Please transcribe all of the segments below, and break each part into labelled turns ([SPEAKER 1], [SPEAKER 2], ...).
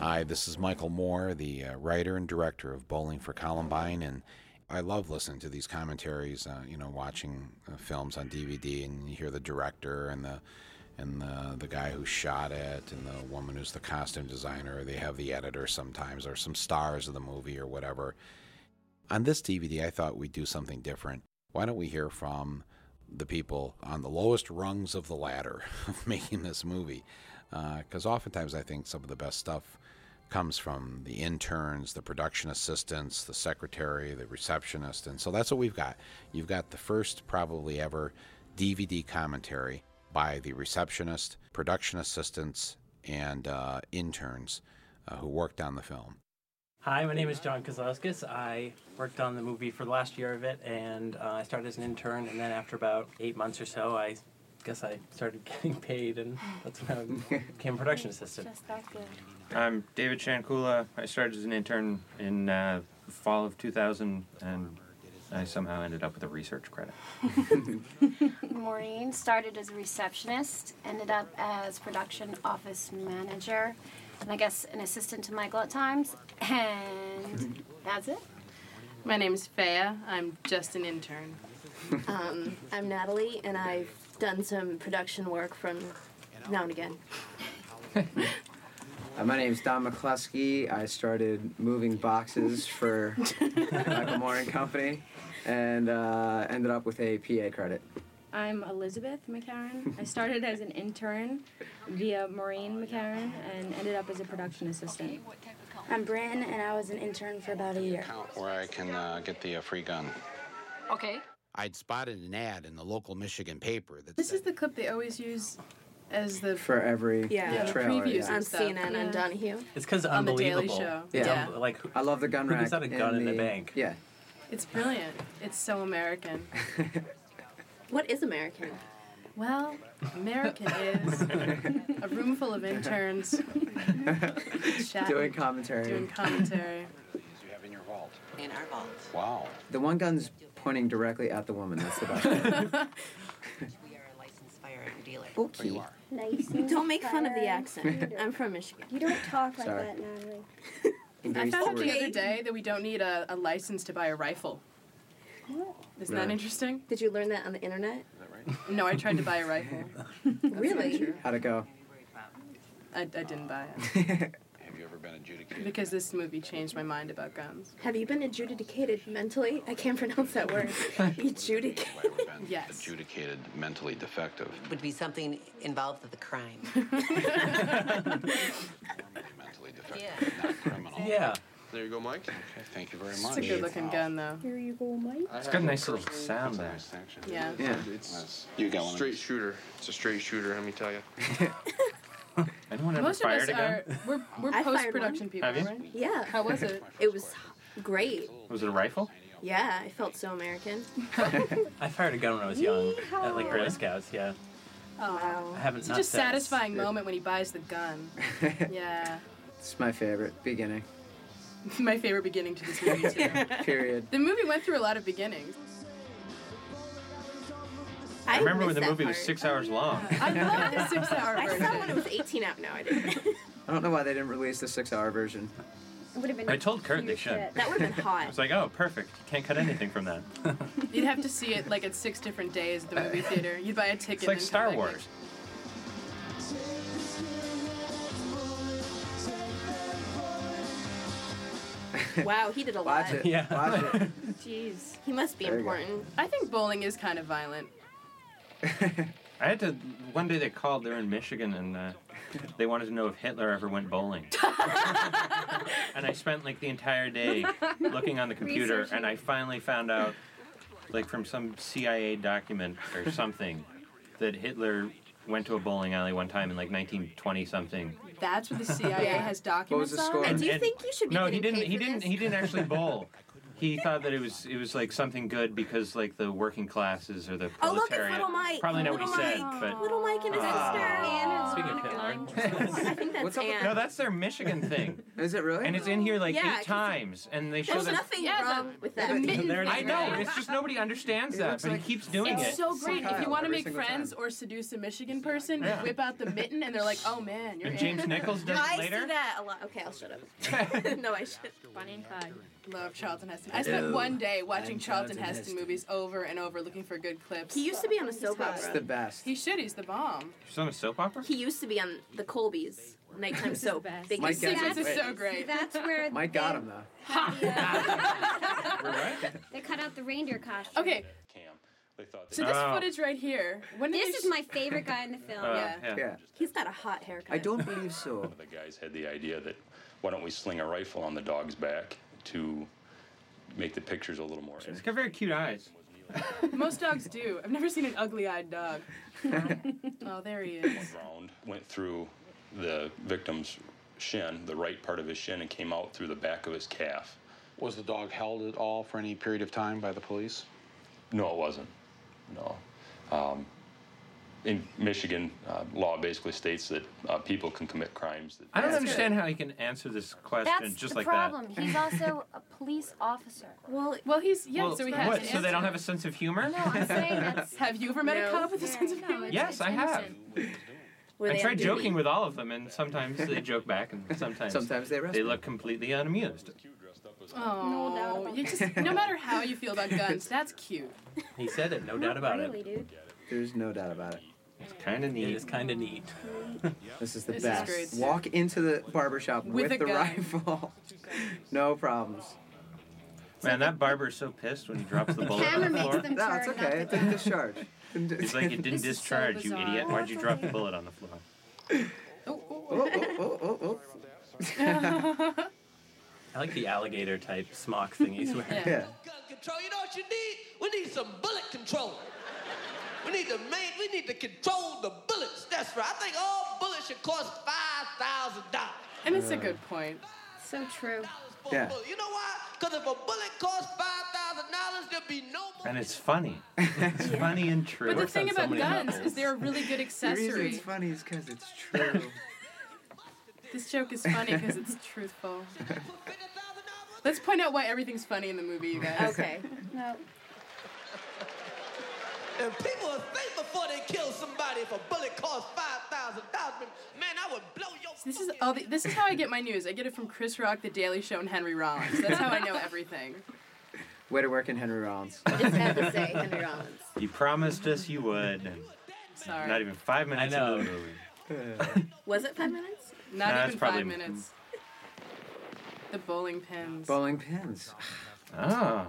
[SPEAKER 1] Hi, this is Michael Moore, the uh, writer and director of Bowling for Columbine, and I love listening to these commentaries. Uh, you know, watching uh, films on DVD, and you hear the director and the and the, the guy who shot it, and the woman who's the costume designer. They have the editor sometimes, or some stars of the movie, or whatever. On this DVD, I thought we'd do something different. Why don't we hear from the people on the lowest rungs of the ladder of making this movie? Because oftentimes, I think some of the best stuff comes from the interns, the production assistants, the secretary, the receptionist. And so that's what we've got. You've got the first, probably ever, DVD commentary by the receptionist, production assistants, and uh, interns uh, who worked on the film.
[SPEAKER 2] Hi, my name is John Kozlowskis. I worked on the movie for the last year of it, and uh, I started as an intern. And then after about eight months or so, I guess I started getting paid, and that's when I became a production assistant.
[SPEAKER 3] Just that good.
[SPEAKER 4] I'm David Shankula. I started as an intern in uh, fall of 2000, and I somehow ended up with a research credit.
[SPEAKER 3] Maureen started as a receptionist, ended up as production office manager, and I guess an assistant to Michael at times. And that's it.
[SPEAKER 5] My name's Faya. I'm just an intern.
[SPEAKER 6] Um, I'm Natalie, and I've done some production work from now and again.
[SPEAKER 7] Uh, my name's Don McCluskey. I started moving boxes for Michael Moore and Company and uh, ended up with a PA credit.
[SPEAKER 8] I'm Elizabeth McCarran. I started as an intern via Maureen McCarran and ended up as a production assistant.
[SPEAKER 6] I'm Bran, and I was an intern for about a year.
[SPEAKER 1] Where I can uh, get the uh, free gun.
[SPEAKER 3] Okay.
[SPEAKER 1] I'd spotted an ad in the local Michigan paper that
[SPEAKER 5] This
[SPEAKER 1] said,
[SPEAKER 5] is the clip they always use as the
[SPEAKER 7] For every
[SPEAKER 6] Yeah. Yeah, the
[SPEAKER 7] trailer.
[SPEAKER 5] previews
[SPEAKER 7] yeah.
[SPEAKER 6] On
[SPEAKER 5] stuff.
[SPEAKER 6] CNN
[SPEAKER 5] Yeah.
[SPEAKER 6] and Donahue.
[SPEAKER 2] It's because
[SPEAKER 5] on the
[SPEAKER 2] unbelievable.
[SPEAKER 5] Daily Show.
[SPEAKER 7] Yeah.
[SPEAKER 2] Um, Like,
[SPEAKER 7] I love the gun
[SPEAKER 2] Who
[SPEAKER 7] rack.
[SPEAKER 2] gives out a gun
[SPEAKER 7] and
[SPEAKER 2] in a bank?
[SPEAKER 7] Yeah.
[SPEAKER 5] It's brilliant. It's so American.
[SPEAKER 6] What is American?
[SPEAKER 5] Well, American is a room full of interns chatting,
[SPEAKER 7] Doing commentary.
[SPEAKER 5] doing commentary.
[SPEAKER 1] you have in your vault.
[SPEAKER 9] in our vault.
[SPEAKER 1] Wow.
[SPEAKER 7] the one gun's pointing directly at the woman. That's the best.
[SPEAKER 9] We are a licensed firearm dealer.
[SPEAKER 7] okay.
[SPEAKER 3] Nice.
[SPEAKER 6] Don't make fun of the accent. I'm from Michigan.
[SPEAKER 3] You don't talk like
[SPEAKER 7] Sorry.
[SPEAKER 3] that, Natalie.
[SPEAKER 5] I
[SPEAKER 7] Very
[SPEAKER 5] found out the
[SPEAKER 7] forward.
[SPEAKER 5] other day that we don't need a, a license to buy a rifle. Isn't that
[SPEAKER 7] Really?
[SPEAKER 5] interesting?
[SPEAKER 6] Did you learn that on the internet?
[SPEAKER 5] No, I tried to buy a rifle.
[SPEAKER 6] really?
[SPEAKER 7] How'd it go?
[SPEAKER 5] I, I didn't buy it
[SPEAKER 1] Have you ever been adjudicated?
[SPEAKER 5] because this movie changed my mind about guns.
[SPEAKER 6] Have you been adjudicated mentally? I can't pronounce that word. Adjudicated.
[SPEAKER 5] Yes.
[SPEAKER 1] Adjudicated mentally defective.
[SPEAKER 9] Would be something involved with the crime.
[SPEAKER 1] mentally defective, not criminal.
[SPEAKER 2] yeah.
[SPEAKER 10] There you go, Mike.
[SPEAKER 1] Okay, thank you very
[SPEAKER 5] It's a good looking gun, though.
[SPEAKER 3] Here you go, Mike.
[SPEAKER 4] It's got a nice little sound there.
[SPEAKER 5] Yeah.
[SPEAKER 7] Yeah.
[SPEAKER 10] It's
[SPEAKER 1] You got one.
[SPEAKER 10] straight shooter. It's a straight shooter. Let me tell you.
[SPEAKER 4] Anyone ever
[SPEAKER 5] Most of us
[SPEAKER 4] fired a gun?
[SPEAKER 5] are. We're, we're
[SPEAKER 6] I fired
[SPEAKER 5] post production people,
[SPEAKER 4] Have you?
[SPEAKER 5] right?
[SPEAKER 6] Yeah.
[SPEAKER 5] How was it?
[SPEAKER 6] It was great.
[SPEAKER 4] Was it a rifle?
[SPEAKER 6] Yeah, I felt so American.
[SPEAKER 2] I fired a gun when I was young at like Boy Scouts. Yeah. I
[SPEAKER 6] Wow.
[SPEAKER 2] haven't.
[SPEAKER 5] It's
[SPEAKER 2] not
[SPEAKER 5] such a
[SPEAKER 2] since.
[SPEAKER 5] satisfying moment when he buys the gun. Yeah.
[SPEAKER 7] It's my favorite beginning.
[SPEAKER 5] My favorite beginning to this movie, too.
[SPEAKER 7] Period.
[SPEAKER 5] The movie went through a lot of beginnings.
[SPEAKER 4] I remember when
[SPEAKER 6] missed
[SPEAKER 4] the
[SPEAKER 6] that
[SPEAKER 4] movie was
[SPEAKER 6] part.
[SPEAKER 4] six hours long.
[SPEAKER 5] I love the six hour
[SPEAKER 6] I
[SPEAKER 5] version.
[SPEAKER 6] saw when it was 18 out. No, I didn't.
[SPEAKER 7] I don't know why they didn't release the six-hour version.
[SPEAKER 3] It would have been
[SPEAKER 4] I told Kurt they
[SPEAKER 3] huge
[SPEAKER 4] should.
[SPEAKER 3] hit.
[SPEAKER 6] That would have been hot.
[SPEAKER 4] It's like, oh, perfect. You can't cut anything from that.
[SPEAKER 5] You'd have to see it like at six different days at the movie theater. You'd buy a
[SPEAKER 4] It's
[SPEAKER 5] ticket.
[SPEAKER 4] like
[SPEAKER 5] and come
[SPEAKER 4] Star
[SPEAKER 5] back next-
[SPEAKER 4] Wars.
[SPEAKER 6] Wow, he did a lot.
[SPEAKER 7] Watch it.
[SPEAKER 2] Yeah.
[SPEAKER 7] Watch it.
[SPEAKER 3] Jeez.
[SPEAKER 6] He must be
[SPEAKER 7] There you go.
[SPEAKER 6] important.
[SPEAKER 5] I think bowling is kind of violent.
[SPEAKER 4] I had to. One day they called. They're in Michigan, and uh, they wanted to know if Hitler ever went bowling. and I spent like the entire day looking on the computer, and I finally found out, like from some CIA document or something, that Hitler went to a bowling alley one time in like 1920 something.
[SPEAKER 5] That's what the CIA
[SPEAKER 6] Yeah.
[SPEAKER 5] has
[SPEAKER 7] What was
[SPEAKER 5] documents
[SPEAKER 7] the
[SPEAKER 5] on.
[SPEAKER 7] score?
[SPEAKER 6] And do you
[SPEAKER 4] And-
[SPEAKER 6] think you should be
[SPEAKER 4] No, he
[SPEAKER 6] getting
[SPEAKER 4] didn't.
[SPEAKER 6] paid
[SPEAKER 4] He
[SPEAKER 6] for
[SPEAKER 4] didn't.
[SPEAKER 6] this?
[SPEAKER 4] He didn't actually bowl. He thought that it was it was like something good because like the working classes or the
[SPEAKER 6] Oh, look, it's
[SPEAKER 4] proletariat.
[SPEAKER 6] Little Mike.
[SPEAKER 4] Probably not
[SPEAKER 6] Little
[SPEAKER 4] what he said,
[SPEAKER 6] Mike.
[SPEAKER 4] but
[SPEAKER 6] Little Mike and his
[SPEAKER 4] Ah.
[SPEAKER 6] sister.
[SPEAKER 4] Speaking of Hitler.
[SPEAKER 6] I think that's
[SPEAKER 4] What's up with
[SPEAKER 6] Anne.
[SPEAKER 4] No, that's their Michigan thing.
[SPEAKER 7] Is it really?
[SPEAKER 4] And it's in here like
[SPEAKER 6] Yeah, 'cause
[SPEAKER 4] eight
[SPEAKER 6] it-
[SPEAKER 4] times, and they show
[SPEAKER 6] There's
[SPEAKER 4] them-
[SPEAKER 6] nothing
[SPEAKER 5] Yeah, the-
[SPEAKER 6] wrong with that.
[SPEAKER 5] the mitten
[SPEAKER 4] There it is. I
[SPEAKER 5] thing,
[SPEAKER 4] know.
[SPEAKER 5] right?
[SPEAKER 4] It's just nobody understands
[SPEAKER 5] It
[SPEAKER 4] that,
[SPEAKER 5] looks
[SPEAKER 4] but
[SPEAKER 5] like-
[SPEAKER 4] he keeps doing
[SPEAKER 5] it's
[SPEAKER 4] it.
[SPEAKER 5] so great. If you
[SPEAKER 7] Kyle
[SPEAKER 5] want to
[SPEAKER 7] every
[SPEAKER 5] make
[SPEAKER 7] single
[SPEAKER 5] friends or seduce a Michigan person,
[SPEAKER 4] Yeah.
[SPEAKER 5] whip out the mitten, and they're like, "Oh man, you're
[SPEAKER 4] And
[SPEAKER 5] in."
[SPEAKER 4] James Nichols does
[SPEAKER 6] I
[SPEAKER 4] it later.
[SPEAKER 6] see that a lot. Okay, I'll shut up. no, I should.
[SPEAKER 11] Bonnie and Clyde.
[SPEAKER 5] Love Charlton Heston. I spent
[SPEAKER 7] Ew.
[SPEAKER 5] one day watching
[SPEAKER 7] I'm
[SPEAKER 5] Charlton
[SPEAKER 7] Charlton
[SPEAKER 5] Heston,
[SPEAKER 7] Heston.
[SPEAKER 5] movies over and over, looking for good clips.
[SPEAKER 6] He used to be on a soap
[SPEAKER 5] hot.
[SPEAKER 7] It's
[SPEAKER 6] opera.
[SPEAKER 7] the best.
[SPEAKER 5] He should. He's the bomb.
[SPEAKER 4] She's on a soap opera.
[SPEAKER 6] He used to be on the Colbys nighttime soap.
[SPEAKER 11] best.
[SPEAKER 6] They
[SPEAKER 7] My
[SPEAKER 6] used to
[SPEAKER 7] God.
[SPEAKER 5] This
[SPEAKER 7] That's
[SPEAKER 5] is
[SPEAKER 7] great.
[SPEAKER 5] so great.
[SPEAKER 3] That's where
[SPEAKER 7] Mike
[SPEAKER 3] they,
[SPEAKER 7] got him though.
[SPEAKER 3] they cut out the reindeer costume.
[SPEAKER 5] Okay,
[SPEAKER 12] Cam. They thought
[SPEAKER 5] so this
[SPEAKER 4] Oh.
[SPEAKER 5] footage right here. When did
[SPEAKER 3] This
[SPEAKER 5] they
[SPEAKER 3] is my favorite guy in the film.
[SPEAKER 4] Uh,
[SPEAKER 5] Yeah.
[SPEAKER 7] Yeah.
[SPEAKER 6] He's got a hot haircut.
[SPEAKER 7] I don't believe so.
[SPEAKER 12] the guys had the idea that why don't we sling a rifle on the dog's back to make the pictures a little more.
[SPEAKER 4] She's got very cute eyes.
[SPEAKER 5] Most dogs do. I've never seen an ugly-eyed dog. oh, there he is.
[SPEAKER 12] round went through the victim's shin, the right part of his shin, and came out through the back of his calf.
[SPEAKER 13] Was the dog held at all for any period of time by the police?
[SPEAKER 12] No, it wasn't. No. Um, in Michigan, uh, law basically states that uh, people can commit crimes. That
[SPEAKER 4] I don't
[SPEAKER 7] That's good.
[SPEAKER 4] understand how he can answer this question
[SPEAKER 3] That's
[SPEAKER 4] just
[SPEAKER 3] the
[SPEAKER 4] like
[SPEAKER 3] problem. He's also a police officer.
[SPEAKER 6] Well,
[SPEAKER 5] Well, he's
[SPEAKER 4] that.
[SPEAKER 5] yeah.
[SPEAKER 4] Well,
[SPEAKER 5] so he has.
[SPEAKER 4] what?
[SPEAKER 5] an
[SPEAKER 4] So they don't
[SPEAKER 5] answer.
[SPEAKER 4] have a sense of humor?
[SPEAKER 3] No, I'm saying that's.
[SPEAKER 5] Have you ever met a
[SPEAKER 6] No.
[SPEAKER 5] cop with a sense of
[SPEAKER 11] No,
[SPEAKER 5] humor?
[SPEAKER 11] it's-
[SPEAKER 4] Yes,
[SPEAKER 11] it's
[SPEAKER 4] I have.
[SPEAKER 11] innocent.
[SPEAKER 6] were
[SPEAKER 4] I
[SPEAKER 6] they
[SPEAKER 4] tried
[SPEAKER 6] on
[SPEAKER 4] joking
[SPEAKER 6] duty?
[SPEAKER 4] with all of them, and sometimes they joke back, and sometimes
[SPEAKER 7] Sometimes they arrest
[SPEAKER 4] they
[SPEAKER 7] me.
[SPEAKER 4] look completely unamused.
[SPEAKER 5] Oh,
[SPEAKER 3] No doubt about
[SPEAKER 5] you just no matter how you feel about guns, that's cute.
[SPEAKER 2] He said it, no doubt about
[SPEAKER 3] really,
[SPEAKER 2] it.
[SPEAKER 3] dude.
[SPEAKER 7] There's no doubt about it.
[SPEAKER 4] It's kind of
[SPEAKER 2] It
[SPEAKER 4] neat.
[SPEAKER 2] is kind of neat.
[SPEAKER 7] This is the
[SPEAKER 5] This is
[SPEAKER 7] best.
[SPEAKER 5] great.
[SPEAKER 7] Walk into the barbershop
[SPEAKER 5] With
[SPEAKER 7] with,
[SPEAKER 5] a
[SPEAKER 7] the
[SPEAKER 5] gun.
[SPEAKER 7] rifle. no problems.
[SPEAKER 4] Man, that barber's so pissed when he drops the bullet on
[SPEAKER 3] Camera
[SPEAKER 4] the
[SPEAKER 3] makes
[SPEAKER 4] floor.
[SPEAKER 3] them
[SPEAKER 7] No,
[SPEAKER 3] turn.
[SPEAKER 7] it's
[SPEAKER 3] not
[SPEAKER 7] okay. It
[SPEAKER 3] the
[SPEAKER 7] didn't discharge. Didn't
[SPEAKER 4] He's
[SPEAKER 7] dis-
[SPEAKER 4] like, you didn't
[SPEAKER 5] This is so
[SPEAKER 4] discharge, you
[SPEAKER 5] bizarre.
[SPEAKER 4] idiot. Why'd you drop the bullet on the floor?
[SPEAKER 7] oh, oh, oh, oh, oh.
[SPEAKER 2] I like the alligator type smock thing he's wearing.
[SPEAKER 7] Yeah.
[SPEAKER 14] gun control. You know what you need? We need some bullet control. We need to make, we need to control the bullets. That's right. I think all bullets should cost five thousand dollars.
[SPEAKER 5] And it's a good point.
[SPEAKER 3] truth. So true.
[SPEAKER 14] for
[SPEAKER 7] Yeah.
[SPEAKER 14] a bullet. You know why? Because if a bullet costs five thousand dollars, there'll be no more.
[SPEAKER 4] And it's funny. It's funny and true.
[SPEAKER 5] But the
[SPEAKER 2] works
[SPEAKER 5] thing
[SPEAKER 2] on so
[SPEAKER 5] about
[SPEAKER 2] many
[SPEAKER 5] guns
[SPEAKER 2] levels.
[SPEAKER 5] is they're a really good
[SPEAKER 7] The reason
[SPEAKER 5] accessory.
[SPEAKER 7] it's funny is because it's true.
[SPEAKER 5] This joke is funny because it's truthful. Let's point out why everything's funny in the movie, you guys.
[SPEAKER 6] Okay.
[SPEAKER 3] No.
[SPEAKER 14] And people will think before they kill somebody if a bullet costs five thousand dollars. Man, I would blow your.
[SPEAKER 5] This is
[SPEAKER 14] fucking-
[SPEAKER 5] all. The, this is how I get my news. I get it from Chris Rock, The Daily Show, and Henry Rollins. That's how I know everything.
[SPEAKER 7] Way to work in Henry Rollins.
[SPEAKER 6] Just had to say Henry Rollins.
[SPEAKER 4] You promised us you would. and
[SPEAKER 5] Sorry.
[SPEAKER 4] Not even five minutes
[SPEAKER 2] I know.
[SPEAKER 4] into the movie.
[SPEAKER 6] Was it five minutes?
[SPEAKER 5] Not
[SPEAKER 4] Nah, it's
[SPEAKER 5] even
[SPEAKER 4] probably-
[SPEAKER 5] five minutes. The bowling pins.
[SPEAKER 7] Bowling pins.
[SPEAKER 4] Oh.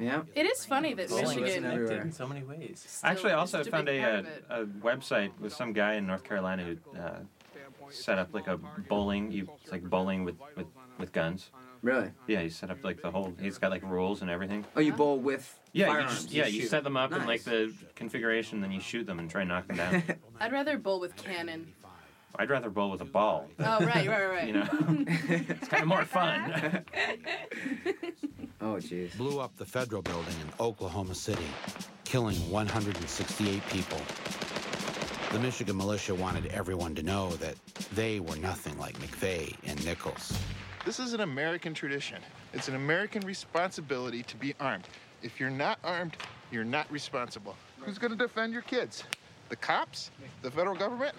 [SPEAKER 7] Yeah.
[SPEAKER 5] It is funny that
[SPEAKER 7] Bowling
[SPEAKER 2] Bowling is
[SPEAKER 7] Michigan.
[SPEAKER 5] Michigan.
[SPEAKER 2] connected in so many ways.
[SPEAKER 5] still
[SPEAKER 4] Actually,
[SPEAKER 5] is
[SPEAKER 4] also
[SPEAKER 5] such a
[SPEAKER 4] found
[SPEAKER 5] big
[SPEAKER 4] a,
[SPEAKER 5] part
[SPEAKER 4] uh
[SPEAKER 5] of it.
[SPEAKER 4] a website with some guy in North Carolina who uh, set up like a bowling. You it's like bowling with, with with guns.
[SPEAKER 7] Really?
[SPEAKER 4] Yeah, he set up like the whole. He's got like rules and everything.
[SPEAKER 7] Oh, you bowl with
[SPEAKER 4] Yeah, you
[SPEAKER 7] firearms.
[SPEAKER 4] just, yeah, you set them up in like
[SPEAKER 7] Nice.
[SPEAKER 4] the configuration, then you shoot them and try and knock them down.
[SPEAKER 5] I'd rather bowl with cannon.
[SPEAKER 4] I'd rather bowl with a ball.
[SPEAKER 5] Oh right, right, right.
[SPEAKER 4] You know, it's kind of more fun.
[SPEAKER 7] Oh, jeez.
[SPEAKER 1] blew up the federal building in Oklahoma City, killing 168 people. The Michigan militia wanted everyone to know that they were nothing like McVeigh and Nichols.
[SPEAKER 15] This is an American tradition. It's an American responsibility to be armed. If you're not armed, you're not responsible. Who's going to defend your kids? The cops? The federal government?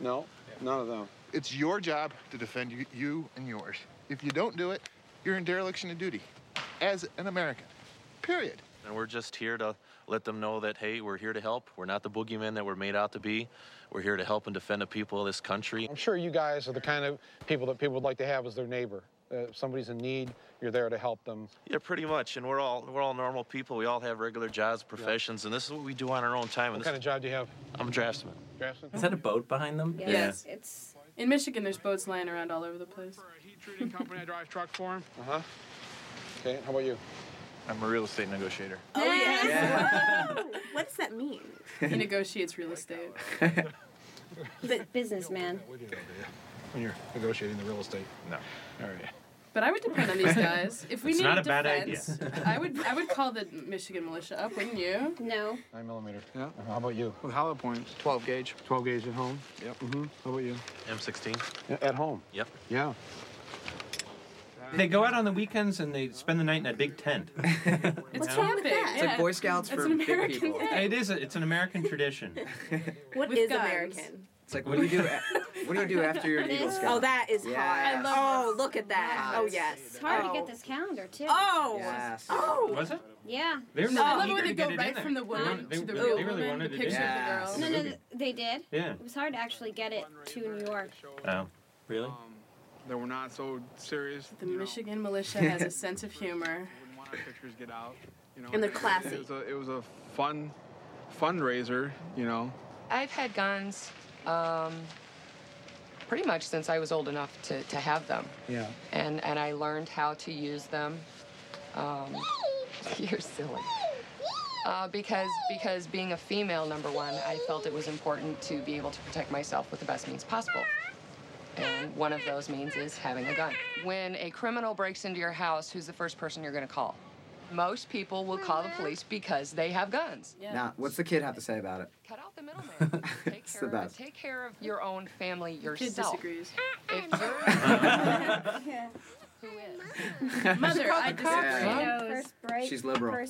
[SPEAKER 13] No, none of them.
[SPEAKER 15] It's your job to defend you, you and yours. If you don't do it, you're in dereliction of duty as an American. Period.
[SPEAKER 16] And we're just here to let them know that, hey, we're here to help. We're not the boogeyman that we're made out to be. We're here to help and defend the people of this country.
[SPEAKER 1] I'm sure you guys are the kind of people that people would like to have as their neighbor. Uh, if somebody's in need, you're there to help them.
[SPEAKER 16] Yeah, pretty much. And we're all we're all normal people. We all have regular jobs, professions, and this is what we do on our own time. And
[SPEAKER 1] What
[SPEAKER 16] this,
[SPEAKER 1] kind of job do you have,
[SPEAKER 16] I'm a draftsman.
[SPEAKER 1] Draftsman?
[SPEAKER 2] Is that a boat behind them?
[SPEAKER 5] Yes.
[SPEAKER 3] It's
[SPEAKER 5] In Michigan, there's boats lying around all over the place.
[SPEAKER 15] a heat treating company, I drive truck for him.
[SPEAKER 1] Okay, how about you?
[SPEAKER 16] I'm a real estate negotiator.
[SPEAKER 6] Oh yes. what does that mean?
[SPEAKER 5] He negotiates real estate.
[SPEAKER 3] businessman.
[SPEAKER 1] When you're negotiating the real estate.
[SPEAKER 16] No.
[SPEAKER 1] All right.
[SPEAKER 5] But I would depend on these guys. If we
[SPEAKER 4] It's
[SPEAKER 5] needed
[SPEAKER 4] not a bad
[SPEAKER 5] defense,
[SPEAKER 4] idea.
[SPEAKER 5] I would I would call the Michigan militia up, wouldn't you?
[SPEAKER 3] No.
[SPEAKER 17] Nine millimeter. Yeah.
[SPEAKER 1] Uh-huh.
[SPEAKER 17] How about you? With hollow points. Twelve gauge. Twelve gauge at home. Yep. Mm-hmm. How about you?
[SPEAKER 18] M16.
[SPEAKER 17] At home.
[SPEAKER 18] Yep.
[SPEAKER 17] Yeah.
[SPEAKER 4] They go out on the weekends and they spend the night in a big tent.
[SPEAKER 5] It's
[SPEAKER 4] You know?
[SPEAKER 5] camping.
[SPEAKER 6] It's like Boy
[SPEAKER 5] Scouts
[SPEAKER 6] It's for an big American people. thing.
[SPEAKER 4] It is. A, it's an American tradition.
[SPEAKER 6] What
[SPEAKER 5] With
[SPEAKER 6] is
[SPEAKER 5] guns.
[SPEAKER 6] American?
[SPEAKER 7] It's like, what do you do? a- What do you do after you're an Eagle Scout?
[SPEAKER 6] Oh, that is
[SPEAKER 7] Yes.
[SPEAKER 6] hot. oh, look at that. Oh, yes.
[SPEAKER 3] It's hard to
[SPEAKER 6] Oh.
[SPEAKER 3] get this calendar too.
[SPEAKER 6] Oh.
[SPEAKER 7] Yes.
[SPEAKER 6] Oh.
[SPEAKER 4] Was it?
[SPEAKER 3] Yeah.
[SPEAKER 4] They were
[SPEAKER 5] No, I
[SPEAKER 4] really
[SPEAKER 5] love it
[SPEAKER 4] eager
[SPEAKER 5] when
[SPEAKER 4] to
[SPEAKER 5] they
[SPEAKER 4] get
[SPEAKER 5] go
[SPEAKER 4] it
[SPEAKER 5] right
[SPEAKER 4] in
[SPEAKER 5] from
[SPEAKER 4] there.
[SPEAKER 5] the woman
[SPEAKER 4] They-
[SPEAKER 5] to the
[SPEAKER 4] they
[SPEAKER 5] real
[SPEAKER 4] really
[SPEAKER 5] woman,
[SPEAKER 4] wanted
[SPEAKER 5] the
[SPEAKER 4] to do
[SPEAKER 5] picture
[SPEAKER 4] that.
[SPEAKER 5] of the
[SPEAKER 3] No, no,
[SPEAKER 5] girl.
[SPEAKER 3] th- they did.
[SPEAKER 4] Yeah.
[SPEAKER 3] It was hard to actually get it to New York.
[SPEAKER 4] Oh, really?
[SPEAKER 17] They were not so serious.
[SPEAKER 5] The Michigan militia has a sense of humor.
[SPEAKER 17] Our pictures get out. You know,
[SPEAKER 5] And they're
[SPEAKER 17] it-
[SPEAKER 5] classy.
[SPEAKER 17] It was, a, it was a fun fundraiser. You know.
[SPEAKER 19] I've had guns um, pretty much since I was old enough to, to have them.
[SPEAKER 17] Yeah.
[SPEAKER 19] And, and I learned how to use them. Um, you're silly. Uh, because because being a female, number one, I felt it was important to be able to protect myself with the best means possible. And one of those means is having a gun. When a criminal breaks into your house, who's the first person you're going to call? Most people will call the police because they have guns.
[SPEAKER 7] Now, what's the kid have to say about it?
[SPEAKER 19] Cut out the middleman. Take
[SPEAKER 7] It's the
[SPEAKER 19] care, of-
[SPEAKER 7] best.
[SPEAKER 19] take care of your own family yourself.
[SPEAKER 5] disagrees.
[SPEAKER 19] If you're- Who is?
[SPEAKER 5] Mother,
[SPEAKER 19] Call
[SPEAKER 5] I
[SPEAKER 19] the cops.
[SPEAKER 5] disagree.
[SPEAKER 19] Yeah.
[SPEAKER 5] First
[SPEAKER 3] bright
[SPEAKER 7] She's liberal.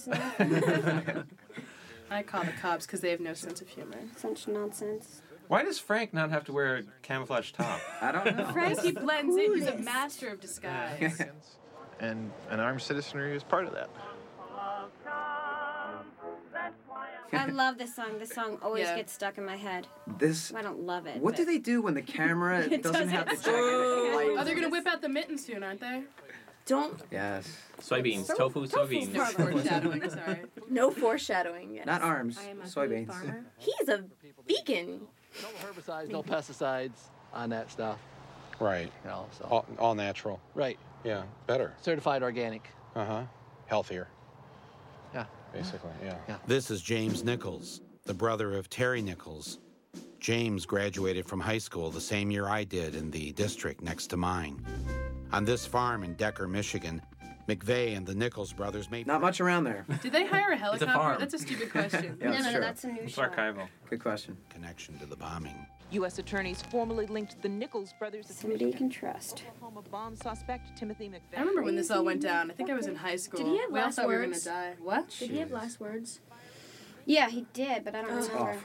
[SPEAKER 5] I call the cops because they have no sense of humor.
[SPEAKER 3] Such nonsense.
[SPEAKER 4] Why does Frank not have to wear a camouflage top?
[SPEAKER 7] I don't
[SPEAKER 5] Frank, he blends in. He's a master of disguise.
[SPEAKER 15] and an armed citizenry is part of that.
[SPEAKER 3] I love this song. This song always
[SPEAKER 5] Yeah.
[SPEAKER 3] gets stuck in my head.
[SPEAKER 7] This.
[SPEAKER 3] I don't love it.
[SPEAKER 7] What do
[SPEAKER 3] but-
[SPEAKER 7] they do when the camera
[SPEAKER 3] It
[SPEAKER 7] doesn't, have the
[SPEAKER 3] doesn't
[SPEAKER 7] jacket?
[SPEAKER 5] Oh,
[SPEAKER 7] light?
[SPEAKER 5] they're gonna whip out the mitten soon, aren't they?
[SPEAKER 6] Don't.
[SPEAKER 7] Yes.
[SPEAKER 4] Soybeans,
[SPEAKER 6] So-
[SPEAKER 4] tofu,
[SPEAKER 6] tofu's
[SPEAKER 4] soybeans.
[SPEAKER 5] No foreshadowing. Sorry.
[SPEAKER 6] No foreshadowing. Yes.
[SPEAKER 7] Not arms.
[SPEAKER 6] I am a food
[SPEAKER 7] Soybeans.
[SPEAKER 6] farmer. He's a vegan.
[SPEAKER 20] herbicides, no pesticides on that stuff.
[SPEAKER 1] Right. all, all natural.
[SPEAKER 20] Right.
[SPEAKER 1] Yeah. Better.
[SPEAKER 20] Certified organic.
[SPEAKER 1] Uh huh. Healthier.
[SPEAKER 20] Yeah.
[SPEAKER 1] Basically, yeah. This is James Nichols, the brother of Terry Nichols. James graduated from high school the same year I did in the district next to mine. On this farm in Decker, Michigan, McVeigh and the Nichols brothers made
[SPEAKER 7] not much around there.
[SPEAKER 5] Did they hire a
[SPEAKER 1] It's a
[SPEAKER 5] helicopter?
[SPEAKER 1] farm.
[SPEAKER 5] That's a stupid question.
[SPEAKER 1] Yeah, No, it's no, no, true.
[SPEAKER 9] that's a new It's show.
[SPEAKER 1] archival.
[SPEAKER 7] Good question.
[SPEAKER 1] Connection to the bombing.
[SPEAKER 9] U.S. attorneys formally linked the Nichols brothers to
[SPEAKER 3] Somebody you can trust.
[SPEAKER 9] Oklahoma bomb suspect Timothy McVeigh.
[SPEAKER 5] I remember when this all went down. I think I was in high school.
[SPEAKER 9] Did he have
[SPEAKER 5] we all
[SPEAKER 9] last
[SPEAKER 5] thought we were gonna
[SPEAKER 9] words?
[SPEAKER 5] die. What?
[SPEAKER 9] Did he have
[SPEAKER 5] last words?
[SPEAKER 3] Yeah, he did, but I don't
[SPEAKER 5] That's
[SPEAKER 3] remember.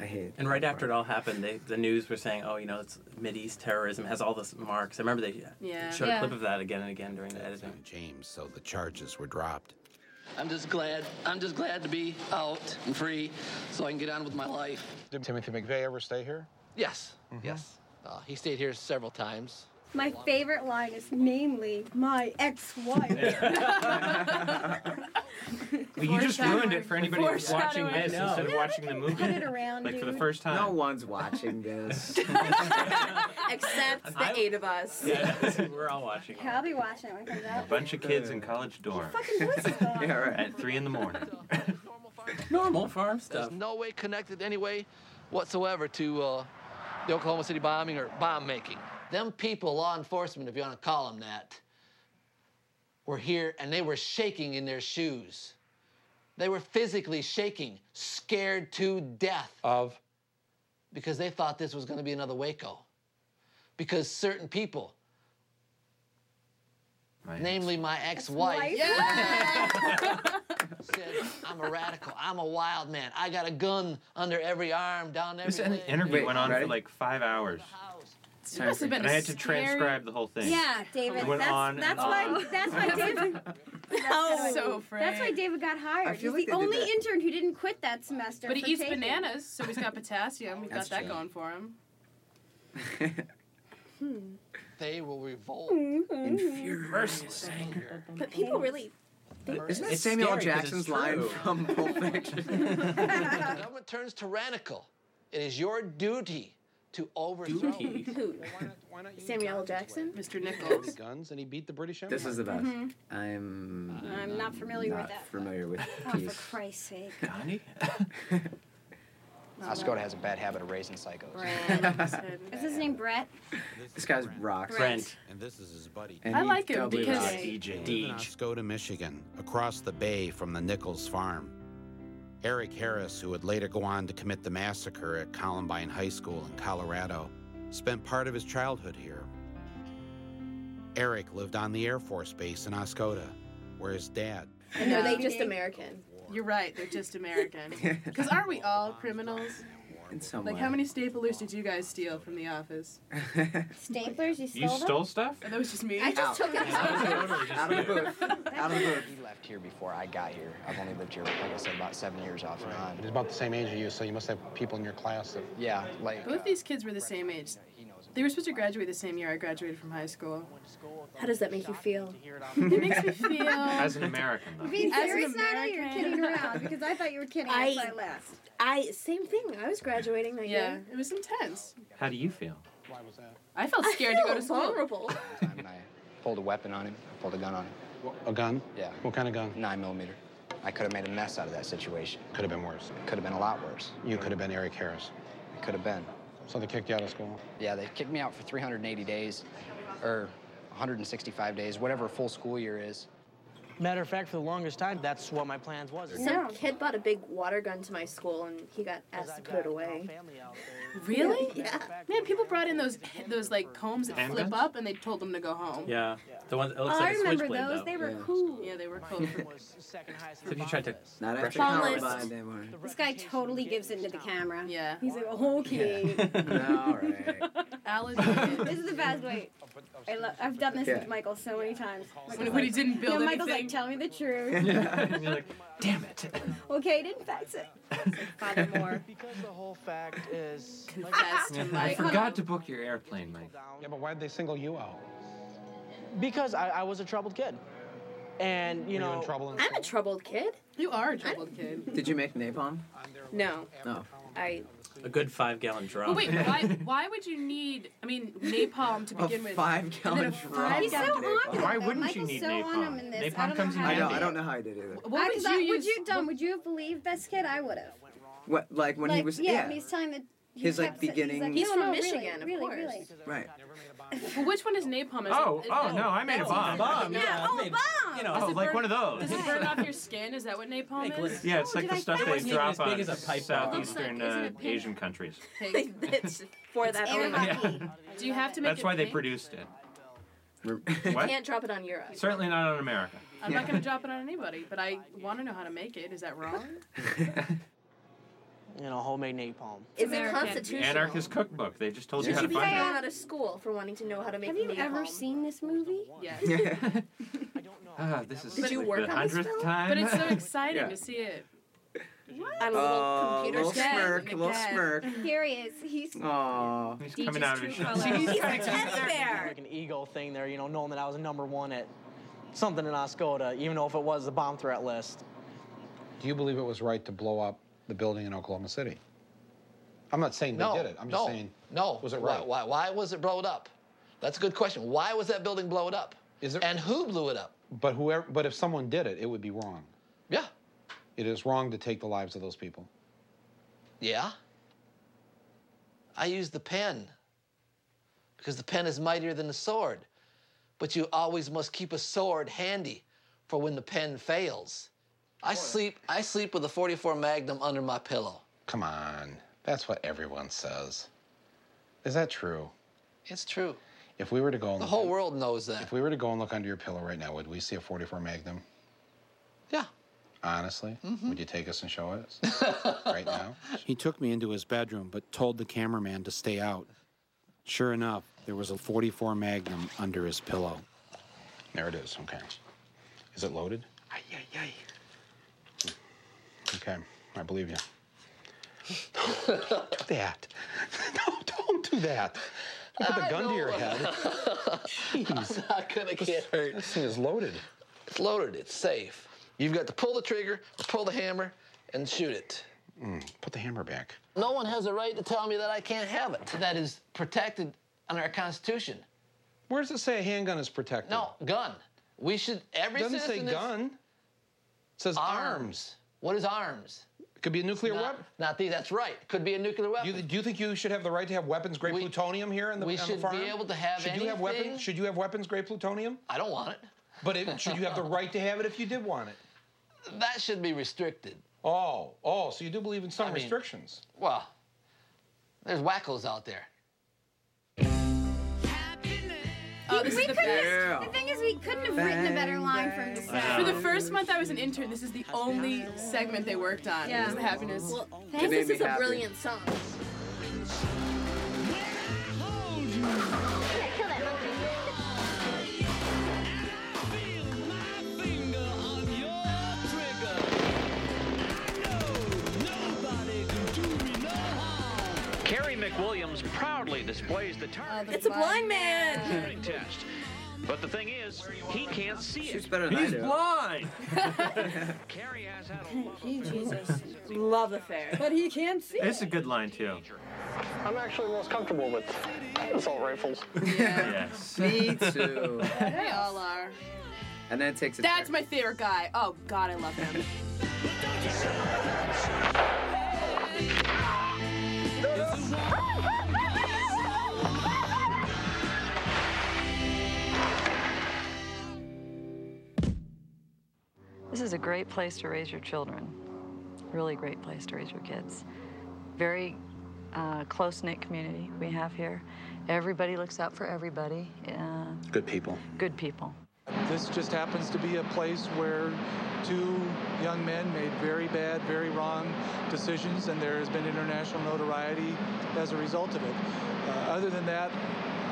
[SPEAKER 7] I hate.
[SPEAKER 2] And right after it all happened, they, the news were saying, "Oh, you know, it's Mideast terrorism has all this marks." I remember they
[SPEAKER 1] Yeah.
[SPEAKER 2] showed
[SPEAKER 1] Yeah.
[SPEAKER 2] a clip of that again and again during the editing.
[SPEAKER 1] James, so the charges were dropped.
[SPEAKER 14] I'm just glad. I'm just glad to be out and free, so I can get on with my life.
[SPEAKER 1] Did Timothy McVeigh ever stay here? Mm-hmm.
[SPEAKER 20] Yes. Yes. Uh, he stayed here several times.
[SPEAKER 3] My favorite line is namely my ex-wife.
[SPEAKER 4] Well, you just ruined it for anybody who's watching
[SPEAKER 3] Foreshadowing.
[SPEAKER 4] this instead of watching the movie.
[SPEAKER 3] Cut it around,
[SPEAKER 4] Like for the
[SPEAKER 3] dude.
[SPEAKER 4] first time.
[SPEAKER 7] No one's watching this.
[SPEAKER 6] Except the
[SPEAKER 4] I-
[SPEAKER 6] eight of us.
[SPEAKER 4] Yeah, we're all watching.
[SPEAKER 3] Okay, I'll be watching it when it comes
[SPEAKER 4] A
[SPEAKER 3] out.
[SPEAKER 4] bunch of kids in college dorms.
[SPEAKER 7] yeah, right.
[SPEAKER 4] At three in the morning.
[SPEAKER 20] Normal
[SPEAKER 2] farm
[SPEAKER 1] Uh,
[SPEAKER 20] stuff. There's no way connected anyway whatsoever to uh, the Oklahoma City bombing or bomb making.
[SPEAKER 14] Them people, law enforcement, if you want to call them that, were here and they were shaking in their shoes. They were physically shaking, scared to death.
[SPEAKER 20] Of?
[SPEAKER 14] Because they thought this was going to be another Waco. Because certain people, namely my ex wife, said, I'm a radical, I'm a wild man, I got a gun under every arm, down every
[SPEAKER 4] This in-
[SPEAKER 14] leg.
[SPEAKER 4] interview
[SPEAKER 14] Wait,
[SPEAKER 4] went on
[SPEAKER 14] ready?
[SPEAKER 4] for like five hours.
[SPEAKER 5] It must have been
[SPEAKER 4] and
[SPEAKER 5] a
[SPEAKER 4] I had to
[SPEAKER 5] scary-
[SPEAKER 4] transcribe the whole thing.
[SPEAKER 3] Yeah, David.
[SPEAKER 4] It went
[SPEAKER 3] that's
[SPEAKER 4] on and
[SPEAKER 3] that's why
[SPEAKER 4] on.
[SPEAKER 3] that's why David
[SPEAKER 5] Oh,
[SPEAKER 3] that's
[SPEAKER 5] so
[SPEAKER 3] why- That's why
[SPEAKER 5] Frank.
[SPEAKER 3] David got
[SPEAKER 5] I
[SPEAKER 3] hired. He's
[SPEAKER 5] feel
[SPEAKER 3] the
[SPEAKER 5] like they did
[SPEAKER 3] only
[SPEAKER 5] that.
[SPEAKER 3] intern who didn't quit that semester.
[SPEAKER 5] But he
[SPEAKER 3] for
[SPEAKER 5] eats
[SPEAKER 3] taking.
[SPEAKER 5] bananas, so he's got potassium. We've got
[SPEAKER 14] That's
[SPEAKER 5] that
[SPEAKER 14] true.
[SPEAKER 5] going for him.
[SPEAKER 14] They will revolt.
[SPEAKER 4] Mm-hmm. Merciless anger.
[SPEAKER 6] But people really.
[SPEAKER 7] Isn't that
[SPEAKER 4] It's
[SPEAKER 7] Samuel L.
[SPEAKER 4] scary 'cause it's
[SPEAKER 7] Jackson's line
[SPEAKER 4] true.
[SPEAKER 7] from Pulp Fiction?
[SPEAKER 14] the government turns tyrannical. It is your duty to overthrow.
[SPEAKER 6] Who? Samuel L. Jackson?
[SPEAKER 5] Mr.
[SPEAKER 1] guns and he beat the British Empire.
[SPEAKER 7] this is the Mm-hmm. best.
[SPEAKER 6] Mhm.
[SPEAKER 7] I'm.
[SPEAKER 3] Mm-hmm. I'm not familiar with
[SPEAKER 7] not
[SPEAKER 3] that.
[SPEAKER 7] Familiar with
[SPEAKER 3] Oh, for
[SPEAKER 7] peace.
[SPEAKER 3] Christ's sake.
[SPEAKER 4] Gandhi?
[SPEAKER 21] Oscoda has a bad habit of raising psychos.
[SPEAKER 3] Is his name Brett?
[SPEAKER 7] This guy's rocks.
[SPEAKER 22] Brent. And this is his buddy.
[SPEAKER 3] I like him because-
[SPEAKER 22] Deej. in Oscoda, Michigan, across the bay from the Nichols farm. Eric Harris, who would later go on to commit the massacre at Columbine High School in Colorado, spent part of his childhood here. Eric lived on the Air Force Base in Oscoda, where his dad,
[SPEAKER 5] I
[SPEAKER 6] know, they just American.
[SPEAKER 5] You're right, they're just American. Because aren't we all criminals?
[SPEAKER 7] In some
[SPEAKER 5] Like,
[SPEAKER 7] way.
[SPEAKER 5] how many staplers did you guys steal from the office?
[SPEAKER 3] Staplers? You
[SPEAKER 5] stole them?
[SPEAKER 4] stole stuff?
[SPEAKER 5] Oh, that was just me.
[SPEAKER 6] I just
[SPEAKER 5] Ow.
[SPEAKER 6] took it.
[SPEAKER 21] Out of the booth.
[SPEAKER 7] Out of the booth.
[SPEAKER 21] He left here before I got here. I've only lived here, like I said, about seven years off and on.
[SPEAKER 1] He's about the same age as you, so you must have people in your class that.
[SPEAKER 21] Yeah, like.
[SPEAKER 5] Both these kids were the same age. They were supposed to graduate the same year I graduated from high school.
[SPEAKER 6] How does that make you feel?
[SPEAKER 5] It makes me feel.
[SPEAKER 4] As an American, though.
[SPEAKER 6] You're
[SPEAKER 5] being
[SPEAKER 6] As an
[SPEAKER 5] serious now, or you're
[SPEAKER 6] American.
[SPEAKER 5] kidding around?
[SPEAKER 6] Because I thought you were kidding.
[SPEAKER 5] That's
[SPEAKER 6] I,
[SPEAKER 5] why I laughed.
[SPEAKER 6] I same thing. I was graduating that
[SPEAKER 5] Yeah,
[SPEAKER 6] year.
[SPEAKER 5] it was intense.
[SPEAKER 4] How do you feel?
[SPEAKER 5] I felt
[SPEAKER 6] I
[SPEAKER 5] scared to go
[SPEAKER 6] feel
[SPEAKER 5] to school.
[SPEAKER 6] vulnerable.
[SPEAKER 21] pulled a weapon on him. I pulled a gun on him.
[SPEAKER 1] A gun?
[SPEAKER 21] Yeah.
[SPEAKER 1] What kind of gun?
[SPEAKER 21] Nine millimeter. I could have made a mess out of that situation.
[SPEAKER 1] Could have been worse.
[SPEAKER 21] Could have been a lot worse.
[SPEAKER 1] You could have been Eric Harris.
[SPEAKER 21] It could have been.
[SPEAKER 1] So they kicked you out of school.
[SPEAKER 21] Yeah, they kicked me out for 380 days, or 165 days, whatever a full school year is.
[SPEAKER 9] Matter of fact, for the longest time, that's what my plans was.
[SPEAKER 6] Some kid bought a big water gun to my school and he got asked to put it away.
[SPEAKER 5] Really?
[SPEAKER 6] Yeah.
[SPEAKER 5] Man, people brought in those those like combs that flip
[SPEAKER 2] Handguns?
[SPEAKER 5] up, and they told them to go home.
[SPEAKER 2] Yeah. The one that
[SPEAKER 5] Oh,
[SPEAKER 2] looks like a switchblade, though.
[SPEAKER 5] cool. Yeah, they were cool.
[SPEAKER 2] So if you tried to.
[SPEAKER 7] Not
[SPEAKER 2] brush
[SPEAKER 7] after
[SPEAKER 2] it off-
[SPEAKER 7] Columbine,
[SPEAKER 3] Homeless.
[SPEAKER 7] they weren't.
[SPEAKER 3] This guy totally gives into the camera.
[SPEAKER 5] Yeah.
[SPEAKER 3] He's like, okay.
[SPEAKER 7] All right.
[SPEAKER 5] Alice.
[SPEAKER 3] this is the best way. I lo- I've done this
[SPEAKER 7] Yeah.
[SPEAKER 3] with Michael so many times.
[SPEAKER 5] When- when he didn't build
[SPEAKER 3] yeah, Michael's
[SPEAKER 5] anything.
[SPEAKER 3] like, tell me the truth.
[SPEAKER 4] You're like, damn it.
[SPEAKER 3] okay, it infects it. Father Moore.
[SPEAKER 9] Because the whole fact is.
[SPEAKER 4] I forgot to book your airplane, Mike.
[SPEAKER 9] Yeah, but why'd they single you out? Because I, I was a troubled kid. And, you
[SPEAKER 7] Were you
[SPEAKER 9] know.
[SPEAKER 7] in trouble in
[SPEAKER 6] I'm a troubled kid.
[SPEAKER 5] You are a troubled kid.
[SPEAKER 7] Did you make napalm?
[SPEAKER 6] No.
[SPEAKER 7] No.
[SPEAKER 6] I
[SPEAKER 2] A good five gallon
[SPEAKER 3] Oh,
[SPEAKER 2] drum.
[SPEAKER 5] But wait, why, why would you need, I mean, napalm to
[SPEAKER 7] A
[SPEAKER 5] begin with?
[SPEAKER 7] five-gallon
[SPEAKER 5] and then a
[SPEAKER 7] drum.
[SPEAKER 5] five
[SPEAKER 7] He's so on
[SPEAKER 5] gallon napalm.
[SPEAKER 7] it, Why though. wouldn't you
[SPEAKER 3] Michael's
[SPEAKER 7] need
[SPEAKER 3] so on him in this. I don't know how.
[SPEAKER 7] I know. I don't know how I did either.
[SPEAKER 3] I,
[SPEAKER 5] What would
[SPEAKER 3] 'cause
[SPEAKER 5] you
[SPEAKER 3] I-
[SPEAKER 5] use?
[SPEAKER 3] you done? Would you have believed this kid? I would have.
[SPEAKER 7] What? Like when
[SPEAKER 3] like,
[SPEAKER 7] he was?
[SPEAKER 3] yeah, and he's telling the. he
[SPEAKER 7] His, like,
[SPEAKER 3] kept sa-
[SPEAKER 7] beginning-
[SPEAKER 3] He's, like,
[SPEAKER 7] He's
[SPEAKER 3] no,
[SPEAKER 5] from
[SPEAKER 3] no,
[SPEAKER 5] Michigan, of
[SPEAKER 3] really,
[SPEAKER 5] course.
[SPEAKER 3] Really, really.
[SPEAKER 7] Right.
[SPEAKER 5] Well, which one is napalm? Is
[SPEAKER 4] Oh,
[SPEAKER 5] it, is
[SPEAKER 4] oh,
[SPEAKER 5] it-
[SPEAKER 4] no, I made a
[SPEAKER 5] that's
[SPEAKER 4] bomb.
[SPEAKER 5] it.
[SPEAKER 4] Bomb,
[SPEAKER 5] No.
[SPEAKER 4] yeah, I made-
[SPEAKER 5] oh, bomb!
[SPEAKER 4] you know,
[SPEAKER 5] Does it
[SPEAKER 4] like
[SPEAKER 5] burn-
[SPEAKER 4] one of those.
[SPEAKER 5] Does it burn off your skin? Is that what napalm is?
[SPEAKER 4] Yeah, it's
[SPEAKER 5] Oh,
[SPEAKER 4] like
[SPEAKER 5] did
[SPEAKER 4] the
[SPEAKER 5] I-
[SPEAKER 4] stuff
[SPEAKER 5] that
[SPEAKER 4] they
[SPEAKER 5] wasn't even
[SPEAKER 4] drop
[SPEAKER 5] as big
[SPEAKER 4] on
[SPEAKER 5] as a pipe bomb.
[SPEAKER 4] southeastern
[SPEAKER 5] Looks
[SPEAKER 4] uh,
[SPEAKER 5] like- isn't it
[SPEAKER 4] Asian countries.
[SPEAKER 5] Pink.
[SPEAKER 6] it's for that only.
[SPEAKER 5] Do you have to make
[SPEAKER 4] That's
[SPEAKER 5] it
[SPEAKER 4] why they
[SPEAKER 5] pink?
[SPEAKER 4] produced it.
[SPEAKER 6] You
[SPEAKER 4] What?
[SPEAKER 6] can't drop it on Europe.
[SPEAKER 4] Certainly not on America.
[SPEAKER 5] I'm not going to drop it on anybody, but I want to know how to make it. Is that wrong?
[SPEAKER 9] You know, homemade napalm.
[SPEAKER 6] Is it
[SPEAKER 5] American.
[SPEAKER 4] The
[SPEAKER 6] constitutional?
[SPEAKER 4] Anarchist Cookbook. They just told you
[SPEAKER 6] You
[SPEAKER 4] how to
[SPEAKER 6] should be thrown
[SPEAKER 4] find it.
[SPEAKER 6] out of school for wanting to know how to make
[SPEAKER 3] Have you ever
[SPEAKER 6] napalm.
[SPEAKER 3] seen this movie?
[SPEAKER 5] Yes.
[SPEAKER 4] Ah, this is
[SPEAKER 6] Did you
[SPEAKER 4] like
[SPEAKER 6] work
[SPEAKER 4] the
[SPEAKER 6] on this
[SPEAKER 4] hundredth
[SPEAKER 6] film?
[SPEAKER 4] time.
[SPEAKER 5] But it's so exciting
[SPEAKER 4] Yeah.
[SPEAKER 5] to see it.
[SPEAKER 6] I'm a little computer
[SPEAKER 7] little
[SPEAKER 6] scared.
[SPEAKER 7] smirk, little smirk.
[SPEAKER 3] Here he is. He's
[SPEAKER 7] Aw.
[SPEAKER 4] He's
[SPEAKER 3] coming out of his shell.
[SPEAKER 9] See,
[SPEAKER 3] He's
[SPEAKER 9] he's
[SPEAKER 3] a
[SPEAKER 9] kinda cute
[SPEAKER 3] teddy
[SPEAKER 9] there.
[SPEAKER 3] bear.
[SPEAKER 9] Like an ego thing there, you know, knowing that I was number one at something in Oscoda, even though if it was the bomb threat list.
[SPEAKER 1] Do you believe it was right to blow up the building in Oklahoma City? I'm not saying
[SPEAKER 14] No,
[SPEAKER 1] they did it. I'm just
[SPEAKER 14] no,
[SPEAKER 1] saying.
[SPEAKER 14] no.
[SPEAKER 1] Was it
[SPEAKER 14] Why-
[SPEAKER 1] right?
[SPEAKER 14] Why, why, was it blown up? That's a good question. Why was that building blown up? Is there, and who blew it up?
[SPEAKER 1] But whoever, but if someone did it, it would be wrong.
[SPEAKER 14] Yeah.
[SPEAKER 1] It is wrong to take the lives of those people.
[SPEAKER 14] Yeah. I use the pen because the pen is mightier than the sword. But you always must keep a sword handy for when the pen fails. I sleep I sleep with a 44 Magnum under my pillow.
[SPEAKER 1] Come on, that's what everyone says. Is that true?
[SPEAKER 14] It's true.
[SPEAKER 1] If we were to go, and
[SPEAKER 14] The
[SPEAKER 1] look-
[SPEAKER 14] whole world knows that.
[SPEAKER 1] If we were to go and look under your pillow right now, would we see a 44 Magnum?
[SPEAKER 14] Yeah. Mm-hmm.
[SPEAKER 1] Honestly, would you take us and show us right now? He took me into his bedroom, but told the cameraman to stay out. Sure enough, there was a 44 Magnum under his pillow. There it is. Okay. Is it loaded?
[SPEAKER 14] Ay, ay, ay.
[SPEAKER 1] Okay, I believe you. Don't do that. No, don't do that. Don't put the
[SPEAKER 14] I
[SPEAKER 1] gun to your
[SPEAKER 14] know.
[SPEAKER 1] head. Jeez.
[SPEAKER 14] I'm not gonna get hurt.
[SPEAKER 1] This thing is loaded.
[SPEAKER 14] It's loaded, it's safe. You've got to pull the trigger, pull the hammer, and shoot it.
[SPEAKER 1] Mm, put the hammer back.
[SPEAKER 14] No one has a right to tell me that I can't have it. That is protected under our Constitution.
[SPEAKER 1] Where does it say a handgun is protected?
[SPEAKER 14] No, gun. We should every
[SPEAKER 1] Doesn't say
[SPEAKER 14] citizen is-
[SPEAKER 1] gun. It says
[SPEAKER 14] arms. What is arms? Could be a nuclear
[SPEAKER 23] Not-
[SPEAKER 14] weapon.
[SPEAKER 23] Not the. That's right. Could be a nuclear weapon.
[SPEAKER 14] Do you, do you think you should have the right to have weapons grade plutonium here in the,
[SPEAKER 23] we
[SPEAKER 14] on the
[SPEAKER 23] should be
[SPEAKER 14] farm?
[SPEAKER 23] able to have
[SPEAKER 14] should You
[SPEAKER 23] anything.
[SPEAKER 14] have weapons? Should you have weapons grade plutonium?
[SPEAKER 23] I don't want it.
[SPEAKER 14] But it, should you have the right to have it if you did want it?
[SPEAKER 23] That should be restricted.
[SPEAKER 14] Oh, oh, so you do believe in some
[SPEAKER 23] I mean-
[SPEAKER 14] restrictions.
[SPEAKER 23] Well, there's wackos out there.
[SPEAKER 5] Oh, this
[SPEAKER 6] we
[SPEAKER 5] is the
[SPEAKER 6] couldn't-
[SPEAKER 5] best.
[SPEAKER 6] The thing is, we couldn't have written a better line for him to say.
[SPEAKER 5] For the first month I was an intern, this is the only segment they worked on.
[SPEAKER 24] Yeah.
[SPEAKER 5] It was the happiness.
[SPEAKER 24] Well,
[SPEAKER 5] It made
[SPEAKER 24] this
[SPEAKER 5] me
[SPEAKER 24] is a
[SPEAKER 5] happy.
[SPEAKER 24] brilliant song.
[SPEAKER 25] Carrie McWilliams proudly displays the target.
[SPEAKER 24] It's a blind man.
[SPEAKER 25] hearing test. But the thing is, he can't see it.
[SPEAKER 7] better than I
[SPEAKER 25] He's
[SPEAKER 7] do.
[SPEAKER 25] blind.
[SPEAKER 9] Jesus. Love affair. But he can't see.
[SPEAKER 4] It's a good line too.
[SPEAKER 9] I'm actually most comfortable with assault rifles.
[SPEAKER 4] Yes.
[SPEAKER 7] Me too.
[SPEAKER 5] They all are.
[SPEAKER 7] And then it takes a
[SPEAKER 5] That's my favorite guy. Oh God, I love him.
[SPEAKER 19] This is a great place to raise your children. Really great place to raise your kids. Very uh, close knit community we have here. Everybody looks out for everybody. Uh,
[SPEAKER 1] Good people.
[SPEAKER 19] good people.
[SPEAKER 26] This just happens to be a place where two young men made very bad, very wrong decisions, and there has been international notoriety as a result of it. Uh, other than that,